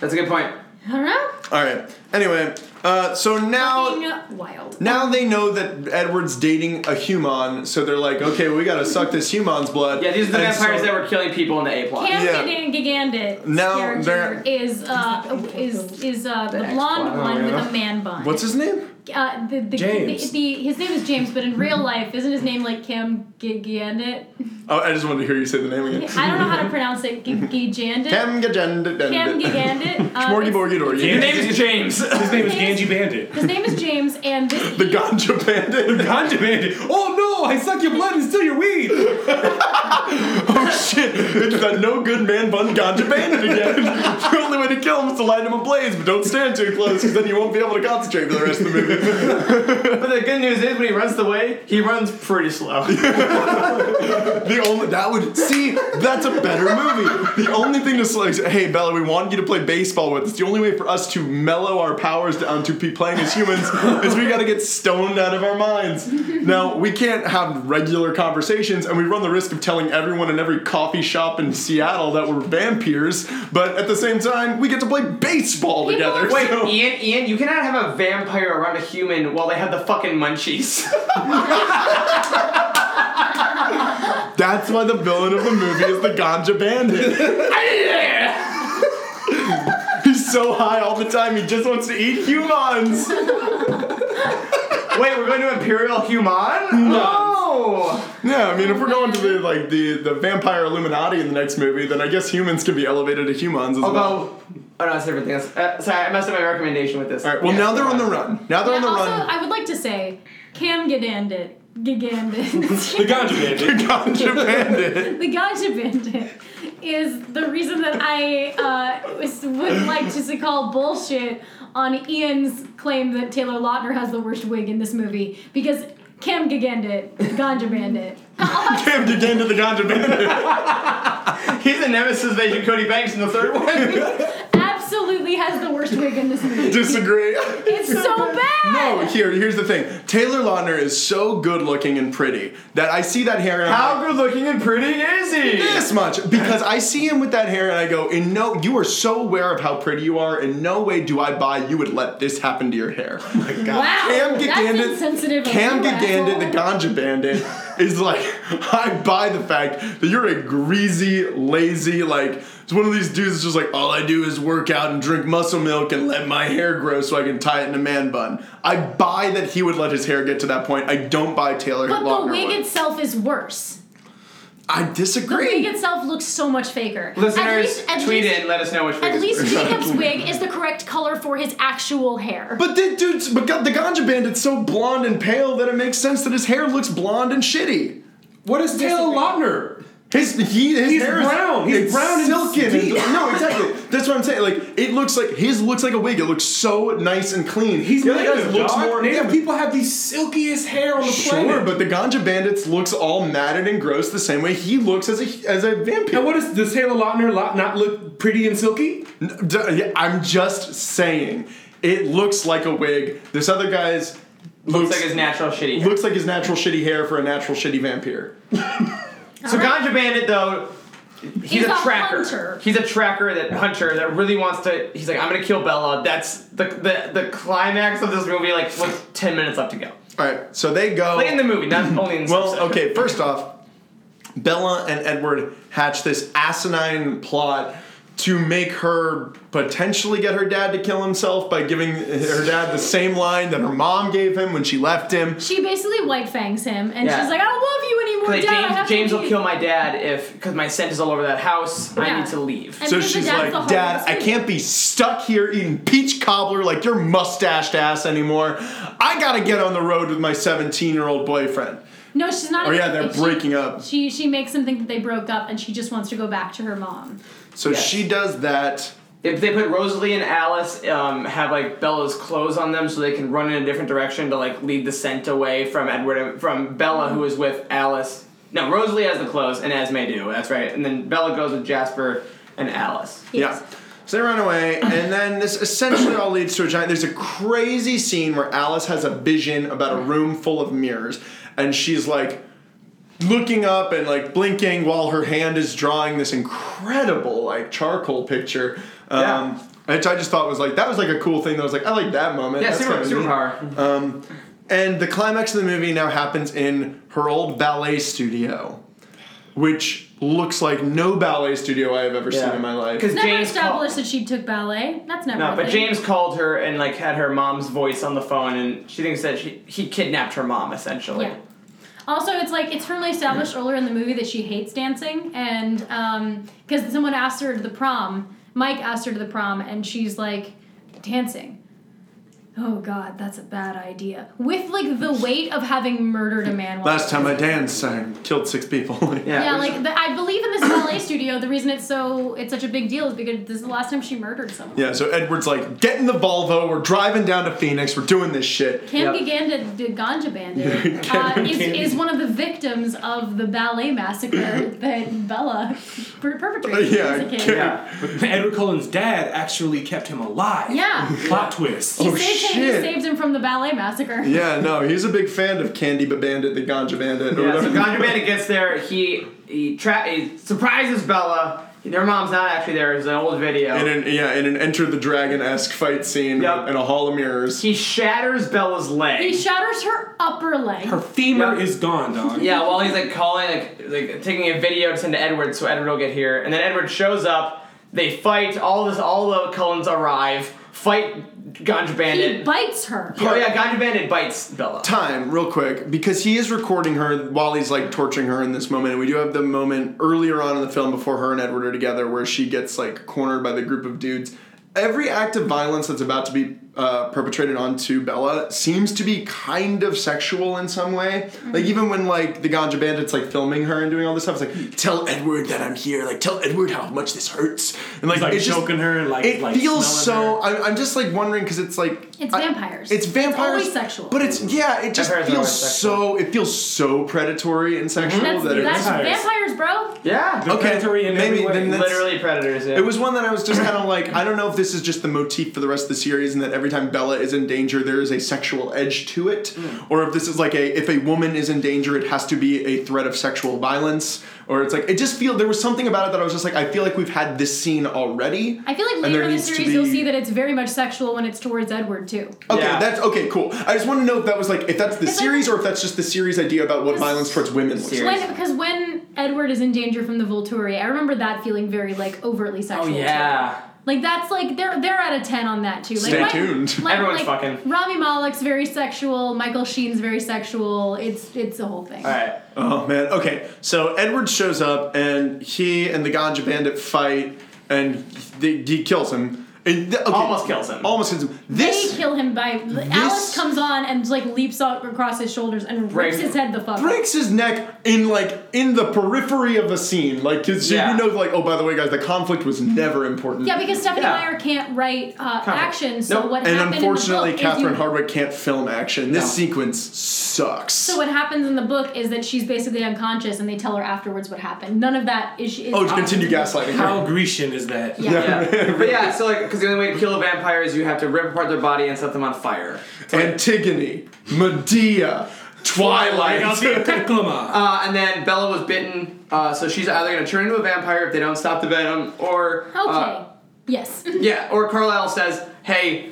That's a good point.
I don't know.
All right. Anyway, uh, so now.
Fucking uh, wild.
Now they know that Edward's dating a human, so they're like, okay, we gotta suck this human's blood.
Yeah, these are the
And
vampires
so-
that were killing people in the A plot.
Cam
Yeah.
Gigan- Gigandit
Now they're-
character is uh, is is uh, the
X one.
blonde one
Oh, yeah.
with a man bun.
What's his name?
uh, the, the,
James.
The, the, his name is James, but in real life, isn't his name like Cam Gigandit?
Oh, I just wanted to hear you say the name again.
I don't know how to pronounce it. G- Gigandit.
Cam Gajendit.
Cam Gigandit. Uh,
Morgy
it's-
Borgy Dorgy.
His name is James.
His name is
His-
Ganji Bandit.
His name is James, and this
The Ganja Bandit.
Ganja Bandit. Oh no! I suck your blood and steal your weed.
Oh shit! It's that no good man bun Ganja Bandit again. the only way to kill him is to light him ablaze, but don't stand too close because then you won't be able to concentrate for the rest of the movie.
But the good news is when he runs away, he runs pretty slow.
The only that would see that's a better movie. The only thing to s- like, hey Bella, we wanted you to play baseball with. It's the only way for us to mellow our powers down to pe- playing as humans is we got to get stoned out of our minds. Now we can't have regular conversations, and we run the risk of telling everyone in every coffee shop in Seattle that we're vampires. But at the same time, we get to play baseball
People
together.
are-
Wait,
so-
Ian, Ian, you cannot have a vampire around a human while they have the fucking munchies.
that's why the villain of the movie is the ganja bandit. He's so high all the time, he just wants to eat humans.
Wait, we're going to Imperial Human? No!
Yeah, I mean, if we're going to the like the, the vampire Illuminati in the next movie, then I guess humans can be elevated to humans as well.
Although, oh no, that's different thing. That's- Uh, sorry, I messed up my recommendation with this.
All right, well
Yeah.
now they're on the run. Now they're on
And
the
also,
run.
I would like to say, Cam Gigandit. Gigandit.
The Ganja Bandit.
Ganja Bandit.
The ganja bandit is the reason that I uh, was- would like to call bullshit on Ian's claim that Taylor Lautner has the worst wig in this movie because Cam Gigandit, ganja bandit.
Cam Giganda the Ganja Bandit.
He's a nemesis of Agent Cody Banks in the third one.
Absolutely has the worst wig in this movie.
Disagree.
It's so bad.
No, here, here's the thing. Taylor Lautner is so good looking and pretty that I see that hair and I'm like,
How good looking and pretty is he?
this much because I see him with that hair and I go, in no, you are so aware of how pretty you are. In no way do I buy you would let this happen to your hair. Oh my god.
Wow,
Cam
that's
Gigandit,
insensitive of
Cam
you,
Gigandit,
asshole.
the ganja bandit, is like, I buy the fact that you're a greasy, lazy, like. It's one of these dudes that's just like, all I do is work out and drink muscle milk and let my hair grow so I can tie it in a man bun. I buy that he would let his hair get to that point. I don't buy Taylor
But the
Lautner
wig
would.
itself is worse.
I
The
disagree.
wig itself looks so much faker. At
Listeners,
least- at
tweet
least-
in, let us know which
At
is
least
pretty.
Jacob's wig is the correct color for his actual hair.
But the dude's, but God, the ganja bandit's so blonde and pale that it makes sense that his hair looks blonde and shitty.
What is Taylor Lautner?
His he his
He's
hair is-
brown. He's
it's
brown and
silken. and-
deep.
no, exactly. That's what I'm saying. Like it looks like his looks like a wig. It looks so nice and clean.
He's
the other
native.
guy's looks
dog.
more
native
yeah,
people have the silkiest hair on the
Sure,
planet.
but the ganja bandits looks all matted and gross the same way he looks as a as a vampire.
and what is does Taylor Lautner lot not look pretty and silky?
N- d- yeah, I'm just saying, it looks like a wig. This other guy's
Looks like his natural shitty hair.
looks like his natural shitty hair for a natural shitty vampire.
So Ganja Bandit though, he's,
Uh-huh. He's
a,
a
tracker.
hunter.
He's a tracker that hunter that really wants to. He's like, I'm gonna kill Bella. That's the the, the climax of this movie. Like with ten minutes left to go.
All right, so they go.
Like in the movie, not only in. the
Well,
episode.
okay, first off, Bella and Edward hatch this asinine plot to make her potentially get her dad to kill himself by giving her dad the same line that her mom gave him when she left him.
She basically white fangs him, and
Yeah.
she's like, "I don't love you anymore,
Like,
Dad. I
James,
have to
James will
leave."
kill my dad if because my scent is all over that house. I
Yeah.
need to leave.
And
So
because the
she's
dad's the
like,
heart of
Dad,
the
I can't be stuck here eating peach cobbler like your mustached ass anymore. I gotta get on the road with my 17 year old boyfriend.
No, she's not.
Or,
even-
Oh, yeah, they're
she-
breaking up.
She she makes them think that they broke up, and she just wants to go back to her mom.
So
Yes.
she does that.
If they put Rosalie and Alice um, have like Bella's clothes on them so they can run in a different direction to like lead the scent away from Edward from Bella who is with Alice. No, Rosalie has the clothes and Esme do. That's right. And then Bella goes with Jasper and Alice.
Yes.
Yeah. So they run away, and then this essentially all leads to a giant. There's a crazy scene where Alice has a vision about a room full of mirrors, and she's like looking up and like blinking while her hand is drawing this incredible like charcoal picture. Um,
Yeah.
which I just thought was like that was like a cool thing. That was like I like that moment.
Yeah,
That's
super,
kinda neat.
superpower.
Um, and the climax of the movie now happens in her old ballet studio, which looks like no ballet studio I have ever
Yeah.
seen in my life.
Because
Never
James
established
called,
that she took ballet. That's never.
no,
a
but
thing.
James called her and like had her mom's voice on the phone, and she thinks that she he kidnapped her mom essentially.
Yeah. Also, it's like it's firmly established earlier in the movie that she hates dancing, and because someone asked her to the prom, Mike asked her to the prom, and she's like, dancing. Oh God, that's a bad idea. With like the weight of having murdered a man. while
Last time I danced, I killed six people.
Yeah.
Yeah, like the, I believe in this ballet studio. The reason it's so it's such a big deal is because this is the last time she murdered someone.
Yeah, so Edward's like, get in the Volvo, we're driving down to Phoenix, we're doing this shit.
Kim
Yep.
Gaganda the Ganja Bandit uh,
Kim
is,
Gaganda.
is one of the victims of the ballet massacre that Bella per- perpetrated
Yeah,
as a kid.
Kim-
Yeah.
Edward Cullen's dad actually kept him alive.
Yeah.
Plot twist.
He
Oh,
saved him. He
shit.
saved him from the ballet massacre.
Yeah, no, he's a big fan of Candy but Bandit, the Ganja Bandit, or
Yeah, so
whatever.
Ganja Bandit gets there. He he, tra- he surprises Bella. Their mom's not actually there. It's an old video.
in an, yeah, in an Enter the Dragon esque fight scene
Yep.
in a Hall of Mirrors.
he shatters Bella's leg.
He shatters her upper leg.
Her femur
Yeah.
is gone, dog.
yeah, while he's like calling, like like taking a video to send to Edward, so Edward will get here, and then Edward shows up. They fight. All this, all the Cullens arrive. Fight Ganja
he
Bandit.
bites her.
oh yeah, Ganja Bandit bites Bella.
Time, real quick, because he is recording her while he's like torturing her in this moment, and we do have the moment earlier on in the film before her and Edward are together where she gets like cornered by the group of dudes. Every act of violence that's about to be uh, perpetrated onto Bella seems to be kind of sexual in some way.
Mm-hmm.
Like even when like the Ganja Bandit's like filming her and doing all this stuff, it's
Mm-hmm.
like tell Edward that I'm here. Like tell Edward how much this hurts. And like,
He's like
it's just-
choking her, like
it
like
feels
smelling
so. I'm,
her.
I'm just like wondering because it's like
It's
I-
vampires.
it's
It's
vampires.
always sexual.
But it's yeah. It just
Vampires are
feels
always sexual.
so. It feels so predatory and sexual
That's,
that
that's
it's.
Vampires.
vampires, bro.
Yeah.
They're
Okay,
predatory in every
maybe
way.
then that's-
Literally predators. Yeah.
It was one that I was just kind of like, I don't know if this is just the motif for the rest of the series, and that every time Bella is in danger, there is a sexual edge to it,
Mm.
or if this is like a if a woman is in danger, it has to be a threat of sexual violence, or it's like it just feel there was something about it that I was just like, I feel like we've had this scene already.
I feel like
and
later
there
in the
needs to
series you'll
be-
see that it's very much sexual when it's towards Edward too.
Okay,
Yeah.
that's okay, cool. I just want to know if that was like if that's the
It's like-
series or if that's just the series idea about what
It's-
violence towards women looks
Series.
like.
When, because when Edward is in danger from the Volturi, I remember that feeling very like overtly
Oh
sexual. too.
yeah.
Like that's like they're they're at a ten on that too. Like,
Stay
right-
tuned.
Like,
Everyone's
like,
fucking.
Rami Malek's very sexual. Michael Sheen's very sexual. It's it's the whole thing.
All right.
Oh man. Okay. So Edward shows up and he and the Ganja Bandit fight and he, he kills him. And th- okay,
Almost kills him.
Almost kills him.
they
This
kill him by Alice comes on and like leaps up across his shoulders and
Breaks
rips his
him.
head the fuck. off.
breaks his neck in like in the periphery of a scene, like because
Yeah.
you know, like oh by the way, guys, the conflict was never important.
Yeah, because Stephanie
Yeah.
Meyer can't write uh, action, so
Nope.
what
and
happened
unfortunately,
in the book
Catherine
is you,
Hardwick can't film action. This
No.
sequence sucks.
So what happens in the book is that she's basically unconscious, and they tell her afterwards what happened. None of that is. is
oh, to continue gaslighting. her.
How Grecian is that?
Yeah.
Yeah. but yeah, so like, because the only way to kill a vampire is you have to rip apart their body and set them on fire.
Antigone, Medea, Twilight.
Teclama.
Uh, and then Bella was bitten, uh, so she's either going to turn into a vampire if they don't stop the venom, or
Okay.
uh,
yes.
yeah, or Carlisle says, "Hey,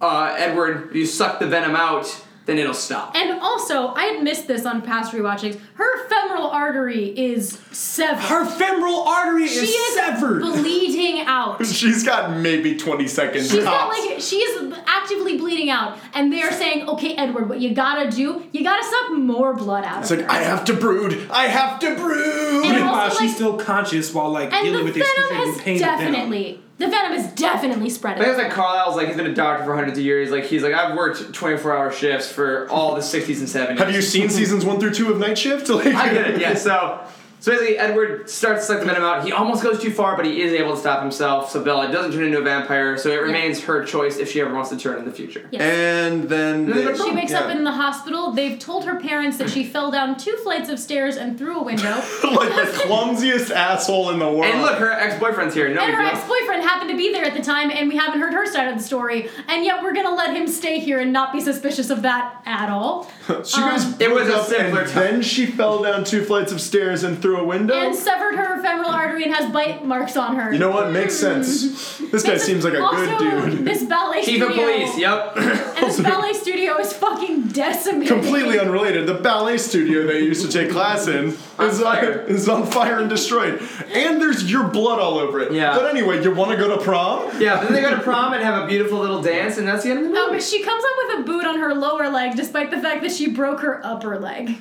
uh, Edward, you suck the venom out, then it'll stop."
And also, I had missed this on past rewatchings. Her femoral artery is severed.
Her femoral artery
she
is,
is
severed.
bleeding out.
She's got maybe 20 seconds
She's got
tops.
like she is actively bleeding out, and they're saying, "Okay, Edward, what you gotta do? You gotta suck more blood out."
it's
of
like,
her."
I have to brood. I have to brood.
And
Meanwhile,
also,
she's
like-
still conscious while like
and the
dealing with
venom
excruciating pain.
has
of venom.
definitely the venom is definitely spreading.
But it's like Carlisle's like he's been a doctor for hundreds of years. Like he's like I've worked twenty four hour shifts for all the sixties and seventies.
have you seen seasons one through two of Night Shift? Like,
I get it. Yeah. So, so basically, Edward starts to suck the venom out. He almost goes too far, but he is able to stop himself. So Bella doesn't turn into a vampire. So it remains her choice if she ever wants to turn in the future.
Yes.
And then
And then
they-
the
she wakes up
Yeah.
in the hospital. They've told her parents that she fell down two flights of stairs and through a window.
like the clumsiest asshole in the world.
And look, her ex-boyfriend's here. No
And
big
her
deal.
ex-boyfriend happened to be there at the time, and we haven't heard her side of the story. And yet, we're gonna let him stay here and not be suspicious of that at all.
she goes.
It was a
up
simpler
and
time.
Then she fell down two flights of stairs and through a window.
And severed her femoral artery and has bite marks on her.
you know what? Makes sense.
Hmm.
This guy seems like a
also,
good dude.
This ballet
Chief
studio.
of police. Yep.
And this ballet studio is fucking decimated.
Completely unrelated. The ballet studio that you used to take class in
On
is on,
fire.
is on fire and destroyed. And there's your blood all over it.
Yeah.
But anyway, you want to go to prom?
yeah. Then they go to prom and have a beautiful little dance, and that's the end of the
Oh,
movie.
but she comes up with a boot on her lower leg, despite the fact that she broke her upper leg.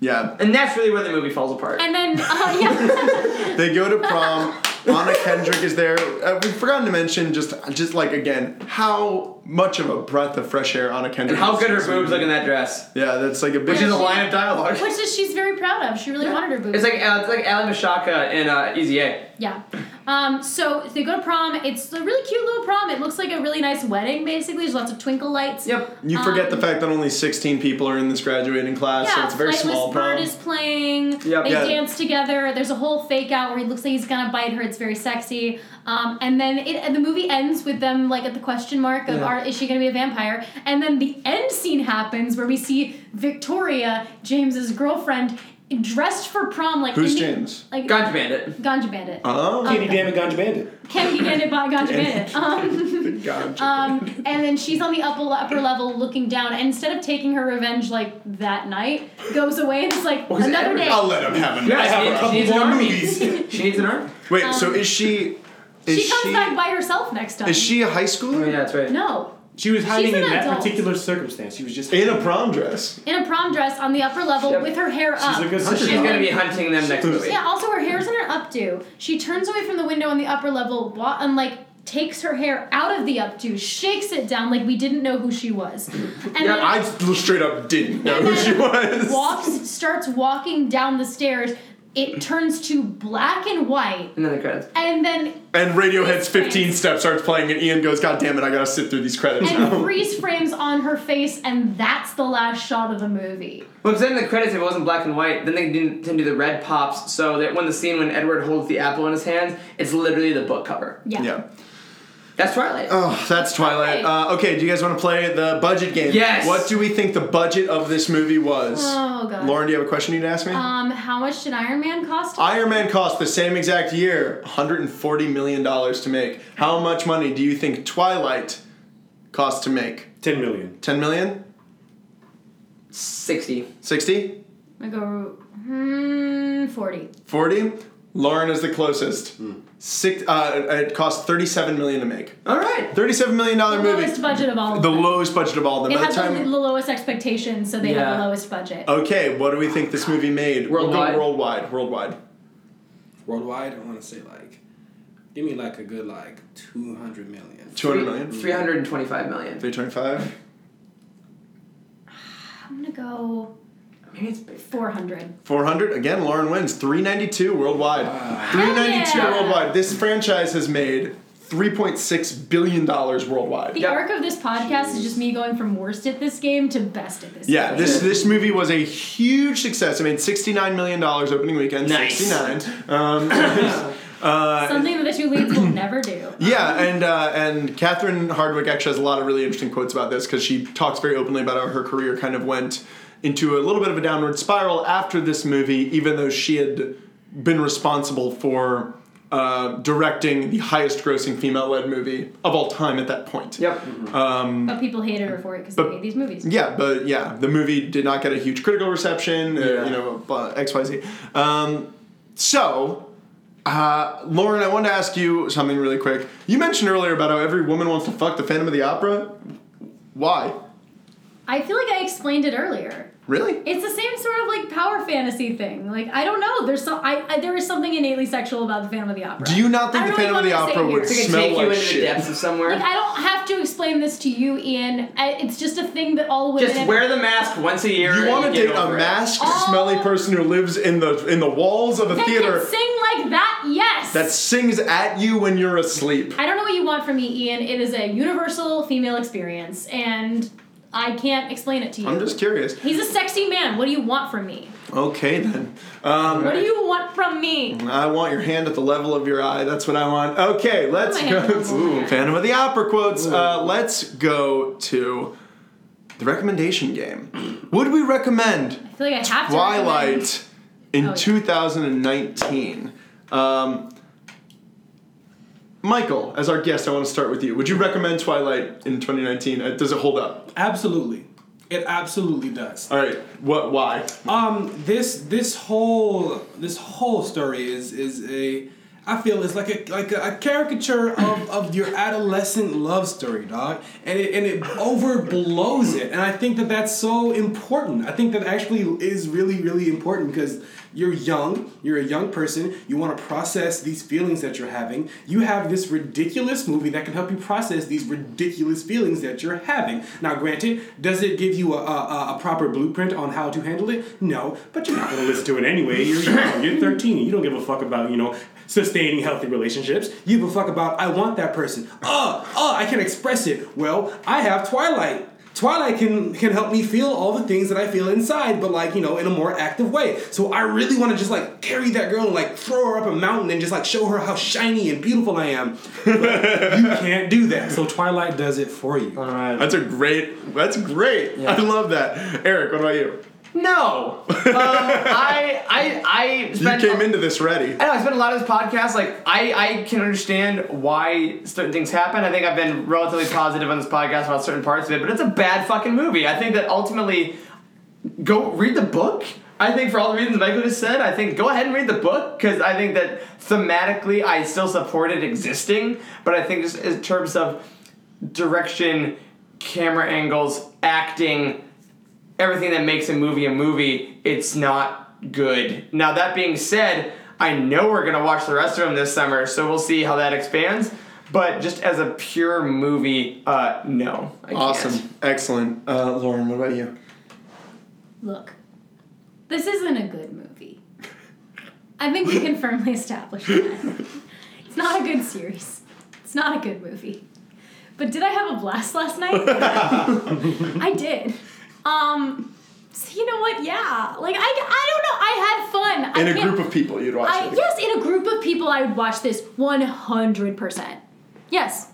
Yeah,
and that's really where the movie falls apart.
And then, uh, yeah,
they go to prom. Anna Kendrick is there. Uh, we've forgotten to mention just, just like again, how much of a breath of fresh air Anna Kendrick.
And how
is
good her
this
boobs
movie.
look in that dress.
Yeah, that's like a big.
Which is a line of dialogue.
which is she's very proud of. She really wanted her boot.
It's like uh, it's like Ali Mashaka in uh, Easy A.
Yeah. Um, so they go to prom. It's a really cute little prom. It looks like a really nice wedding, basically. There's lots of twinkle lights.
Yep.
You forget
Um,
the fact that only 16 people are in this graduating class,
Yeah,
so it's a very
Flightless
small
Bird
prom.
is playing.
Yep.
They
Yeah.
dance together. There's a whole fake out where he looks like he's gonna bite her. It's very sexy. Um, and then it, and the movie ends with them like at the question mark of
Yeah.
are, is she gonna be a vampire? And then the end scene happens where we see Victoria, James's girlfriend, dressed for prom. Like
Who's
in the-
James?
Like
Ganja Bandit.
Ganja Bandit.
Oh,
Katie Damn and Ganja Bandit.
Can be bandit by Ganja Bandit. Um,
God.
Um, and then she's on the upper upper level looking down. And instead of taking her revenge like that night, goes away and it's like
'cause
another
every-
day.
I'll let him have another.
have a couple
she needs an
more
army.
movies.
she needs an army.
Wait, so is she? Is
Um, she comes back by herself next time.
Is she a high
Oh
schooler?
yeah, that's right.
No,
She was hiding
an
in that
adult.
particular circumstance. She was just.
in a prom dress.
in a prom dress on the upper level
Yep.
with her hair
She's
up.
a good
So she's
sister.
gonna be hunting them next movie.
yeah. Also, her hair's in her updo. She turns away from the window on the upper level wa- and like takes her hair out of the updo, shakes it down like we didn't know who she was, and then
I straight up didn't know
And
who she
then
was.
walks, starts walking down the stairs. It turns to black and white,
And then the credits.
and then
And Radiohead's 15
Thanks.
Steps starts playing, and Ian goes, God damn it, I gotta sit through these credits
and
now.
freeze frames on her face, and that's the last shot of the movie.
Well, because then in the credits, if it wasn't black and white, then they didn't, didn't do the red pops. So that when the scene when Edward holds the apple in his hands, it's literally the book cover.
Yeah.
Yeah.
That's Twilight.
Oh, that's Twilight. Uh, okay, do you guys want to play the budget game?
Yes.
What do we think the budget of this movie was?
Oh god.
Lauren, do you have a question you'd ask me?
Um, how much did Iron Man cost?
Iron Man cost the same exact year, 140 million dollars to make. How much money do you think Twilight cost to make?
Ten million.
10 million?
Sixty.
60?
I go, hmm, forty.
40? Lauren is the closest. Six, uh, it cost 37 million to make.
All right.
37 million dollar movie.
Lowest budget of all. of
the
them.
lowest budget of all of
It
them. By
had
the time Oh.
the lowest expectations, so they had
Yeah.
the lowest budget.
Okay, what do we think this movie made? We'll
Worldwide?
go worldwide. Worldwide.
Worldwide, I want to say like, give me like a good like two hundred million.
200 million?
Three hundred and twenty-five million.
325?
I'm gonna go
Maybe it's big.
four hundred.
400? Again, Lauren wins. 392 worldwide.
Wow.
392
Hell yeah.
worldwide. This franchise has made $3.6 billion worldwide.
The
Yep.
arc of this podcast is just me going from worst at this game to best at this.
Yeah,
game.
this this movie was a huge success. It made $69 million opening weekend.
Nice.
69. Um,
something that the two leads will never do.
Yeah, and uh, and Catherine Hardwick actually has a lot of really interesting quotes about this because she talks very openly about how her career kind of went into a little bit of a downward spiral after this movie, even though she had been responsible for uh, directing the highest-grossing female-led movie of all time at that point.
Yep.
But people hated her for it because they made these movies.
Yeah, but yeah, the movie did not get a huge critical reception. Uh,
Yeah.
you know, blah, X Y Z. Um, so, uh, Lauren, I wanted to ask you something really quick. You mentioned earlier about how every woman wants to fuck the Phantom of the Opera. Why?
I feel like I explained it earlier.
Really?
It's the same sort of like power fantasy thing. Like I don't know. There's some. I, I there is something innately sexual about the Phantom of the Opera.
Do you not think
I
the
don't
Phantom of
really
the
wanna
Opera
say it
would
here.
It's gonna
smell
take you
like
into
shit?
the depths of somewhere.
Like I don't have to explain this to you, Ian. I, it's just a thing that all women.
Just wear the mask once a year.
You
and
want to
get
date a
over it. Oh.
masked,
All-
smelly person who lives in the in the walls of a
that
theater
can sing like that. Yes.
that sings at you when you're asleep.
I don't know what you want from me, Ian. It is a universal female experience, and I can't explain it to you.
I'm just curious.
He's a sexy man. What do you want from me?
Okay then. Um,
What do you want from me?
I want your hand at the level of your eye. That's what I want. Okay, let's
my hand
go.
at the level of my
Ooh,
eye.
Phantom of the Opera quotes. Uh, let's go to the recommendation game. Would we recommend
I feel like I have to. recommend-
Twilight in
Oh, yeah.
2019? Um, Michael, as our guest, I want to start with you. Would you recommend Twilight in 2019? Uh, Does it hold up?
Absolutely. It absolutely does.
All right. What? Why?
Um, this this whole this whole story is is a I feel it's like a like a, a caricature of, of your adolescent love story, dog, and it and it overblows it, and I think that that's so important. I think that actually is really really important because you're young, you're a young person, you want to process these feelings that you're having. You have this ridiculous movie that can help you process these ridiculous feelings that you're having. Now, granted, does it give you a, a, a proper blueprint on how to handle it? No, but you're not
gonna listen to it anyway. You're young. You're 13. You don't give a fuck about you know sustaining healthy relationships.
You give a fuck about I want that person. Uh, uh, I can express it. Well, I have Twilight. Twilight can can help me feel all the things that I feel inside, but like, you know, in a more active way. So I really want to just like carry that girl and like throw her up a mountain and just like show her how shiny and beautiful I am. But you can't do that. So Twilight does it for you.
That's a great. That's great. I love that. Eric, what about you?
No, um, I I I
You
spent
came into this ready.
I know I spent a lot of this podcast. Like I I can understand why certain things happen. I think I've been relatively positive on this podcast about certain parts of it, but it's a bad fucking movie. I think that ultimately, go read the book. I think for all the reasons Michael just said, I think go ahead and read the book because I think that thematically I still support it existing, but I think just in terms of direction, camera angles, acting, everything that makes a movie a movie, it's not good. Now, that being said, I know we're going to watch the rest of them this summer, so we'll see how that expands. But just as a pure movie, uh, no. I can't.
Awesome. Excellent. Uh, Lauren, what about you?
Look, this isn't a good movie. I think we can firmly establish that. It's not a good series. It's not a good movie. But did I have a blast last night? I did. Um, so you know what? Yeah. Like I, I don't know. I had fun.
In
I
a
can't-
group of people, you'd watch
I,
it.
yes, in a group of people, I would watch this 100%. Yes,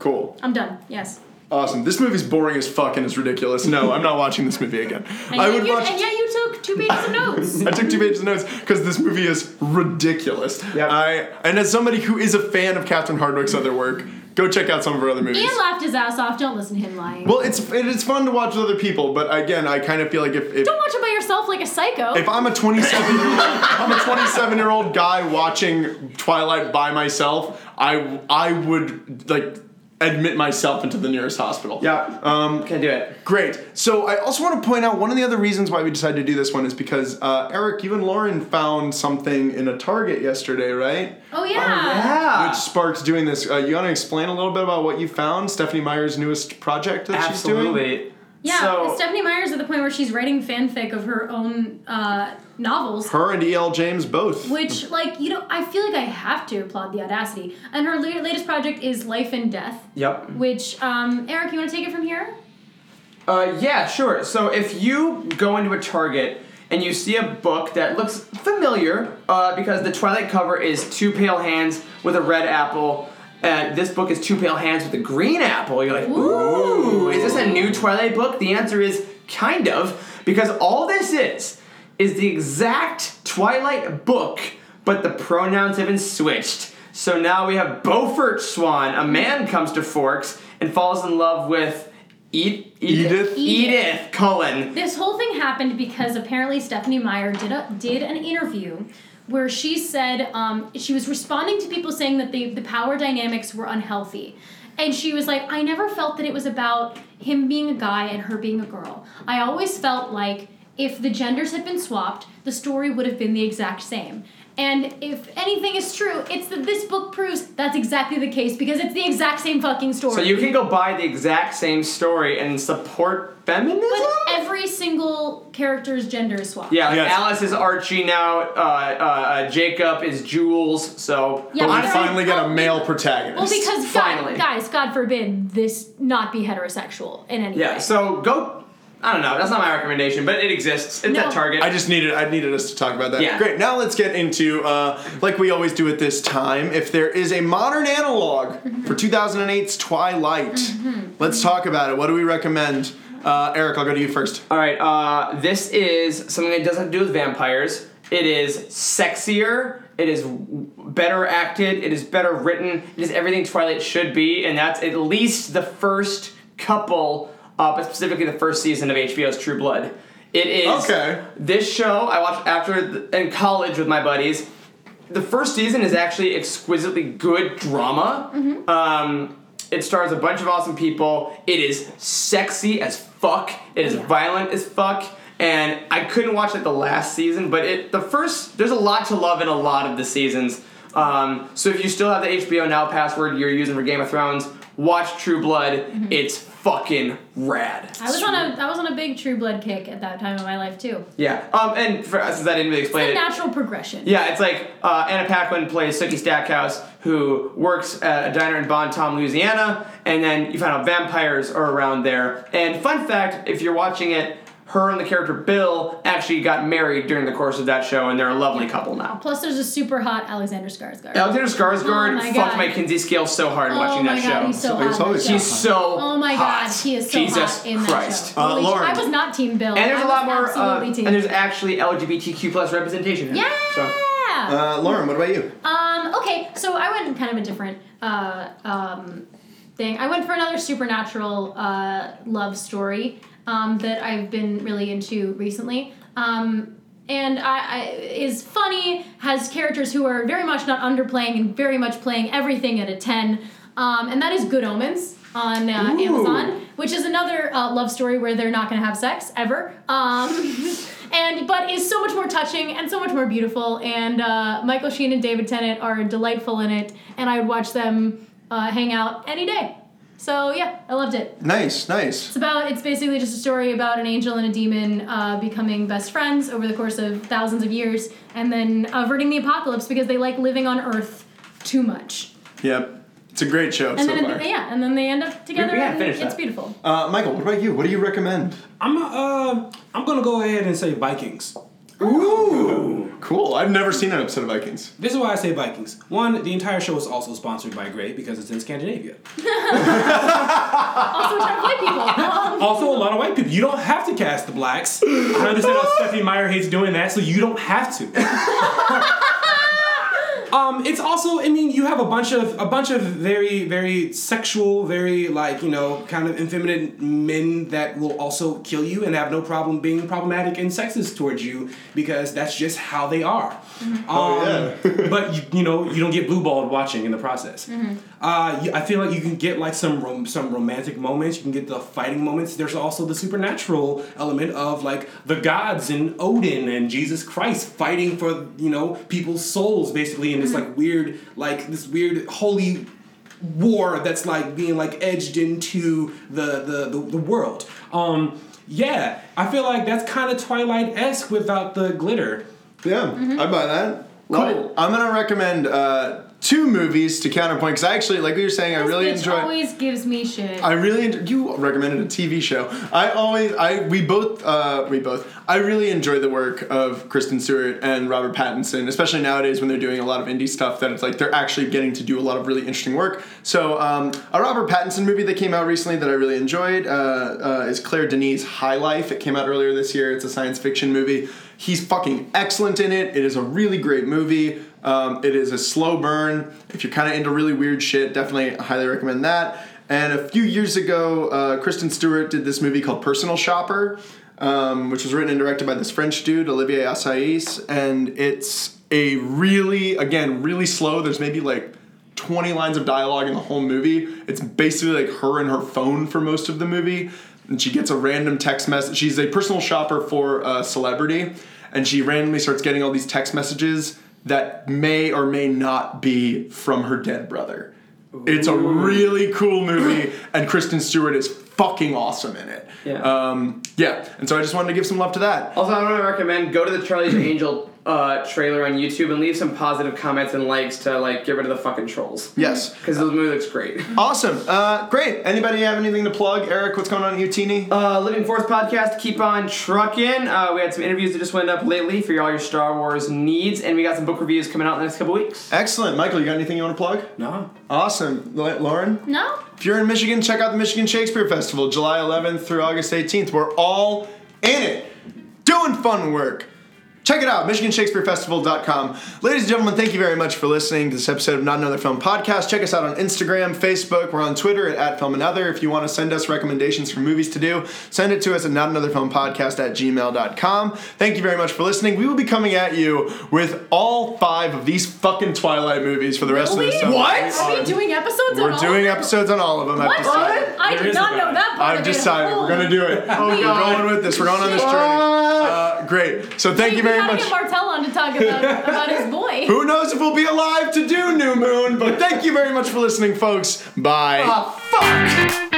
Cool.
I'm done. Yes.
Awesome. This movie's boring as fuck and it's ridiculous. No, I'm not watching this movie again.
And
I
yet
would
you,
watch.
And yet you took two pages of notes.
I took two pages of notes because this movie is ridiculous.
Yep.
I and as somebody who is a fan of Catherine Hardwicke's other work, go check out some of her other movies.
Ian laughed his ass off. Don't listen to him lying.
well, it's it is fun to watch with other people, but again, I kind of feel like if, if
Don't watch it by yourself like a psycho.
if I'm a 27 year old, I'm a 27 year old guy watching Twilight by myself. I I would like admit myself into the nearest hospital.
Yeah. Um, Can't do it.
Great. So I also want to point out one of the other reasons why we decided to do this one is because uh, Eric, you and Lauren found something in a Target yesterday, right?
oh, yeah.
Yeah.
Which sparked doing this. Uh, you want to explain a little bit about what you found? Stephanie Meyer's newest project that she's doing.
Absolutely.
Yeah,
So,
Stephanie Meyer's at the point where she's writing fanfic of her own uh, novels.
Her and E.L. James both.
which, like, you know, I feel like I have to applaud the audacity. And her la- latest project is Life and Death,
yep.
which, um, Eric, you want to take it from here?
Uh, yeah, sure. So if you go into a Target and you see a book that looks familiar, uh, because the Twilight cover is Two Pale Hands with a red apple, uh, this book is Two Pale Hands with a green apple, you're like, ooh, is this a new Twilight book? The answer is kind of, because all this is, is the exact Twilight book, but the pronouns have been switched. So now we have Beaufort Swan, a man comes to Forks and falls in love with Ed-
Edith?
Edith. Edith Cullen.
This whole thing happened because apparently Stephanie Meyer did a, did an interview where she said um, she was responding to people saying that the, the power dynamics were unhealthy. And she was like, I never felt that it was about him being a guy and her being a girl. I always felt like if the genders had been swapped, the story would have been the exact same. And if anything is true, it's that this book proves that's exactly the case because it's the exact same fucking story.
So you can go buy the exact same story and support feminism.
But every single character's gender is swapped.
yeah, like
Yes.
Alice is Archie now. Uh, uh, uh, Jacob is Jules. So
Yeah,
But we
because-
finally get a
well,
male
be-
protagonist.
Well, because
Finally.
God, guys, God forbid this not be heterosexual in any
yeah.
way.
So go. I don't know. That's not my recommendation, but it exists. It's
No.
at Target.
I just needed I needed us to talk about that.
Yeah.
Great. Now let's get into uh, like we always do at this time. If there is a modern analog for 2008's Twilight,
Mm-hmm.
let's talk about it. What do we recommend? Uh, Eric, I'll go to you first.
All right, uh, this is something that doesn't have to do with vampires. It is sexier. It is w- better acted. It is better written. It is everything Twilight should be, and that's at least the first couple, uh, but specifically the first season of HBO's True Blood. It is
Okay.
This show I watched after th- in college with my buddies. The first season is actually exquisitely good drama. Um, it stars a bunch of awesome people. It is sexy as fuck. It is violent as fuck. And I couldn't watch it the last season, but it the first there's a lot to love in a lot of the seasons. Um, so if you still have the HBO Now password you're using for Game of Thrones, watch True Blood. It's fucking rad.
I was on a I was on a big True Blood kick at that time of my life too.
Yeah. Um, and for, since I didn't really explain
It's a
it,
natural progression.
Yeah, it's like uh, Anna Paquin plays Sookie Stackhouse, who works at a diner in Bon Tom, Louisiana, and then you find out vampires are around there. And fun fact, if you're watching it, her and the character Bill actually got married during the course of that show, and they're a lovely couple now.
Plus, there's a super hot Alexander Skarsgård.
Alexander Skarsgård
Oh my
fucked
God.
my Kinsey scale so hard
oh
watching
my
that
god,
show.
he's so
He's
hot. in
always
that
hot.
He's
show.
so
Oh my
hot.
god, he is so
Jesus
hot in
Christ.
that show. Holy
Uh, Lauren.
shit, I was not Team Bill.
And there's
I
a lot
was
more, uh,
absolutely team.
and there's actually LGBTQ plus representation. in it,
yeah.
so.
Uh, Lauren, what about you?
Um, okay, so I went kind of a different uh, um, thing. I went for another supernatural uh, love story um, that I've been really into recently. Um, and I, I is funny, has characters who are very much not underplaying and very much playing everything at a 10. Um, and that is Good Omens on uh, Amazon, which is another uh, love story where they're not going to have sex ever. Um, and but is so much more touching and so much more beautiful. And uh, Michael Sheen and David Tennant are delightful in it, and I would watch them uh, hang out any day. So yeah, I loved it.
Nice, nice.
It's about it's basically just a story about an angel and a demon uh, becoming best friends over the course of thousands of years, and then averting the apocalypse because they like living on Earth too much.
Yep. It's a great show
And
so
then
far.
yeah, and then they end up together.
yeah,
and
finish
it's
that.
beautiful.
Uh, Michael, what about you? What do you recommend?
I'm uh, I'm gonna go ahead and say Vikings.
Ooh, cool. I've never seen an episode of Vikings.
This is why I say Vikings. One, the entire show is also sponsored by Grey because it's in Scandinavia.
also, trying to play people. Um,
Also, a lot of white people. You don't have to cast the blacks.
I understand how Stephanie Meyer hates doing that, so you don't have to.
Um, it's also, I mean, you have a bunch of a bunch of very, very sexual, very like you know, kind of effeminate men that will also kill you and have no problem being problematic and sexist towards you because that's just how they are. Um,
but you, you know, you don't get blue balled watching in the process.
Uh, you- I feel like you can get like some rom- some romantic moments. You can get the fighting moments. There's also the supernatural element of like the gods and Odin and Jesus Christ fighting for you know people's souls basically in this like weird like this weird holy war that's like being like edged into the the the, the world. Um, yeah, I feel like that's kind of Twilight esque without the glitter.
Yeah,
Mm-hmm.
I buy that. cool. I'm gonna recommend uh, two movies to counterpoint because I actually, like you were saying, I really
this bitch
enjoy.
Always gives me shit.
I really en- you recommended a TV show. I always I we both uh, we both I really enjoy the work of Kristen Stewart and Robert Pattinson, especially nowadays when they're doing a lot of indie stuff. That it's like they're actually getting to do a lot of really interesting work. So um, a Robert Pattinson movie that came out recently that I really enjoyed uh, uh, is Claire Denis' High Life. It came out earlier this year. It's a science fiction movie. He's fucking excellent in it. It is a really great movie. Um, it is a slow burn. If you're kind of into really weird shit, definitely highly recommend that. And a few years ago, uh, Kristen Stewart did this movie called Personal Shopper, um, which was written and directed by this French dude, Olivier Assayas. And it's a really, again, really slow. There's maybe like 20 lines of dialogue in the whole movie. It's basically like her and her phone for most of the movie. And she gets a random text message. She's a personal shopper for a celebrity. And she randomly starts getting all these text messages that may or may not be from her dead brother. It's a really cool movie, and Kristen Stewart is fucking awesome in it.
Yeah.
Um, yeah. And so I just wanted to give some love to that.
Also, I want to recommend go to the Charlie's Angel uh, trailer on YouTube and leave some positive comments and likes to like get rid of the fucking trolls.
Yes.
Because the movie looks great.
Awesome. Uh, great. Anybody have anything to plug? Eric, what's going on at Utini?
Uh, Living Forth podcast, keep on trucking. Uh, we had some interviews that just went up lately for all your Star Wars needs, and we got some book reviews coming out in the next couple weeks.
Excellent. Michael, you got anything you want to plug?
Nah.
Awesome. La- Lauren?
No?
If you're in Michigan, check out the Michigan Shakespeare Festival, July 11th through August 18th. We're all in it, doing fun work. Check it out, MichiganShakespeareFestival.com. Ladies and gentlemen, thank you very much for listening to this episode of Not Another Film Podcast. Check us out on Instagram, Facebook. We're on Twitter at, at Film Another. If you want to send us recommendations for movies to do, send it to us at notanotherfilmpodcast at gmail.com. Thank you very much for listening. We will be coming at you with all five of these fucking Twilight movies for the rest of
We-
this summer.
Are we doing episodes on
We're
all
doing
of them?
episodes on all of them. I've
What?
decided.
I
There
did
is a
not
guy.
know that part.
I've
of it.
decided
Holy
we're gonna do it. Oh
God.
We're going with this. We're going on this journey. Uh, great. So thank
Wait,
you very
we gotta
much.
get Martell on to talk about, about his boy.
Who knows if we'll be alive to do New Moon? But thank you very much for listening, folks. Bye.
fuck!